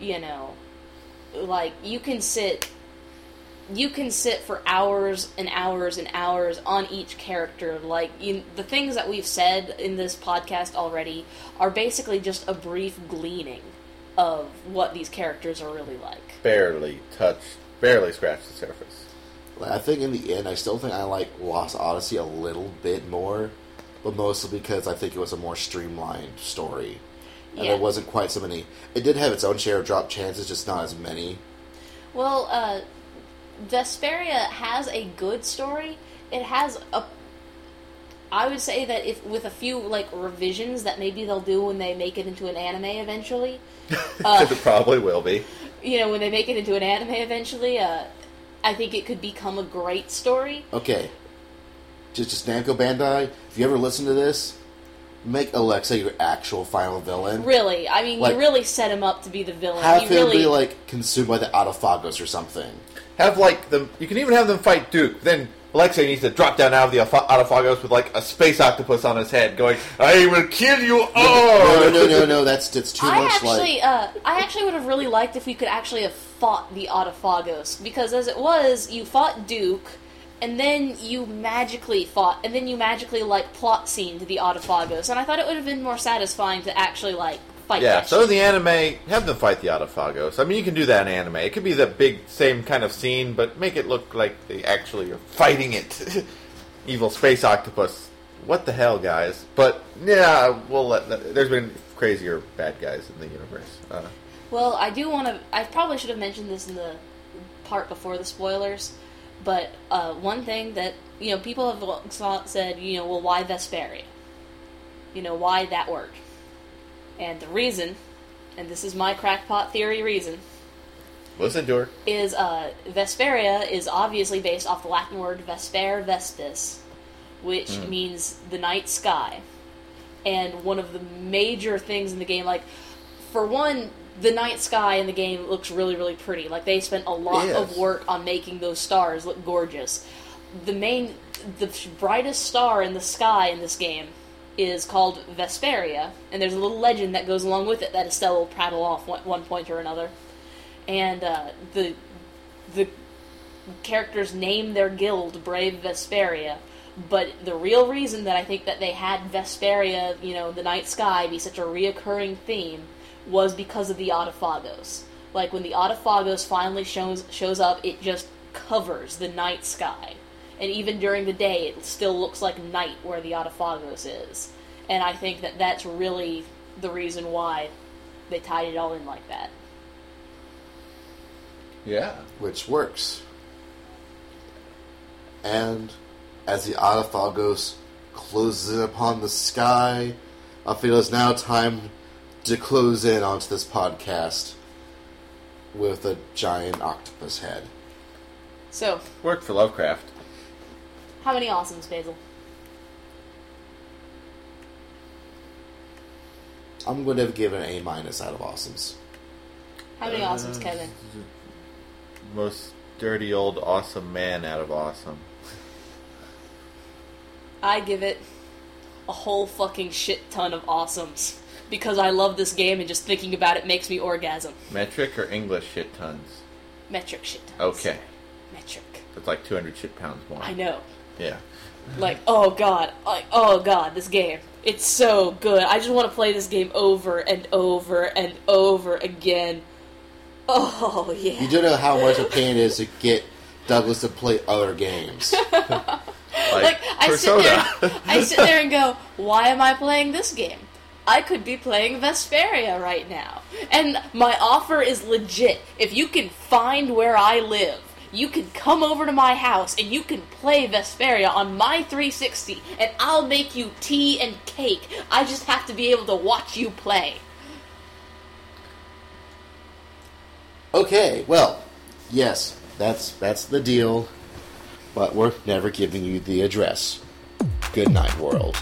[SPEAKER 3] You know, like you can sit, you can sit for hours and hours and hours on each character. Like you, the things that we've said in this podcast already are basically just a brief gleaning of what these characters are really like.
[SPEAKER 4] Barely touched, barely scratched the surface.
[SPEAKER 1] Like, I think in the end, I still think I like Lost Odyssey a little bit more, but mostly because I think it was a more streamlined story. And
[SPEAKER 3] Yeah.
[SPEAKER 1] there wasn't quite so many. It did have its own share of drop chances, just not as many.
[SPEAKER 3] Well, uh, Vesperia has a good story. It has a. I would say that if with a few like revisions that maybe they'll do when they make it into an anime eventually, Uh.
[SPEAKER 4] it probably will be.
[SPEAKER 3] you know, when they make it into an anime eventually, uh, I think it could become a great story.
[SPEAKER 1] Okay. Just, just Namco Bandai, if you ever listen to this, make Alexa your actual final villain.
[SPEAKER 3] Really, I mean,
[SPEAKER 1] Like-
[SPEAKER 3] you really set him up to be the villain.
[SPEAKER 1] Have
[SPEAKER 3] you
[SPEAKER 1] him
[SPEAKER 3] really,
[SPEAKER 1] be, like, consumed by the Autophagos or something.
[SPEAKER 4] Have like them. You can even have them fight Duke. Then Alexei needs to drop down out of the Alpha- Autophagos with like a space octopus on his head, going, "I will kill you all."
[SPEAKER 1] No, no, no, no, that's, that's too
[SPEAKER 3] I
[SPEAKER 1] much
[SPEAKER 3] actually,
[SPEAKER 1] like.
[SPEAKER 3] uh, I actually would have really liked if we could actually have fought the Autophagos because, as it was, you fought Duke, and then you magically fought, and then you magically like plot scene to the Autophagos, and I thought it would have been more satisfying to actually like fight.
[SPEAKER 4] Yeah,
[SPEAKER 3] that
[SPEAKER 4] so in
[SPEAKER 3] shit.
[SPEAKER 4] the anime, have them fight the Autophagos. I mean, you can do that in anime. It could be the big same kind of scene, but make it look like they actually are fighting it. Evil space octopus. What the hell, guys? But yeah, we'll let. That, there's been crazier bad guys in the universe. Uh,
[SPEAKER 3] well, I do want to. I probably should have mentioned this in the part before the spoilers, but uh, one thing that you know people have lo- saw- said, you know, well, why Vesperia? You know, why that word? And the reason, and this is my crackpot theory reason,
[SPEAKER 4] listen to her.
[SPEAKER 3] is uh, Vesperia is obviously based off the Latin word vesper vestis, which means the night sky. And one of the major things in the game, like, for one, the night sky in the game looks really, really pretty. Like, they spent a lot
[SPEAKER 4] Yes.
[SPEAKER 3] of work on making those stars look gorgeous. The main, the brightest star in the sky in this game is called Vesperia, and there's a little legend that goes along with it that Estelle will prattle off one, one point or another and uh, the the characters name their guild Brave Vesperia. But the real reason that I think that they had Vesperia, you know, the night sky, be such a reoccurring theme was because of the Autophagos. Like when the Autophagos finally shows shows up, it just covers the night sky. and even during the day, it still looks like night where the Autophagos is. And I think that that's really the reason why they tied it all in like that.
[SPEAKER 4] Yeah.
[SPEAKER 1] which works. And as the Autophagos closes in upon the sky, I feel it's now time to close in onto this podcast with a giant octopus head.
[SPEAKER 3] So,
[SPEAKER 4] Worked for Lovecraft.
[SPEAKER 3] how many awesomes, Basil?
[SPEAKER 1] I'm going to give it an A minus out of awesomes.
[SPEAKER 3] How many awesomes,
[SPEAKER 4] Uh,
[SPEAKER 3] Kevin?
[SPEAKER 4] Most dirty old awesome man out of awesome.
[SPEAKER 3] I give it a whole fucking shit ton of awesomes because I love this game and just thinking about it makes me orgasm.
[SPEAKER 4] Metric or English shit tons?
[SPEAKER 3] Metric shit tons.
[SPEAKER 4] Okay.
[SPEAKER 3] Metric.
[SPEAKER 4] That's like 200 shit pounds more.
[SPEAKER 3] I know.
[SPEAKER 4] Yeah.
[SPEAKER 3] Like, oh god, like, oh god, this game. It's so good. I just want to play this game over and over and over again. Oh yeah.
[SPEAKER 1] You do know how much a pain it is to get Douglas to play other games.
[SPEAKER 4] Like,
[SPEAKER 3] like I sit
[SPEAKER 4] Persona.
[SPEAKER 3] there, I sit there and go, why am I playing this game? I could be playing Vesperia right now, and my offer is legit. If you can find where I live, you can come over to my house and you can play Vesperia on my 360, and I'll make you tea and cake. I just have to be able to watch you play.
[SPEAKER 1] Okay, well, yes, that's that's the deal. But we're never giving you the address. Good night, world.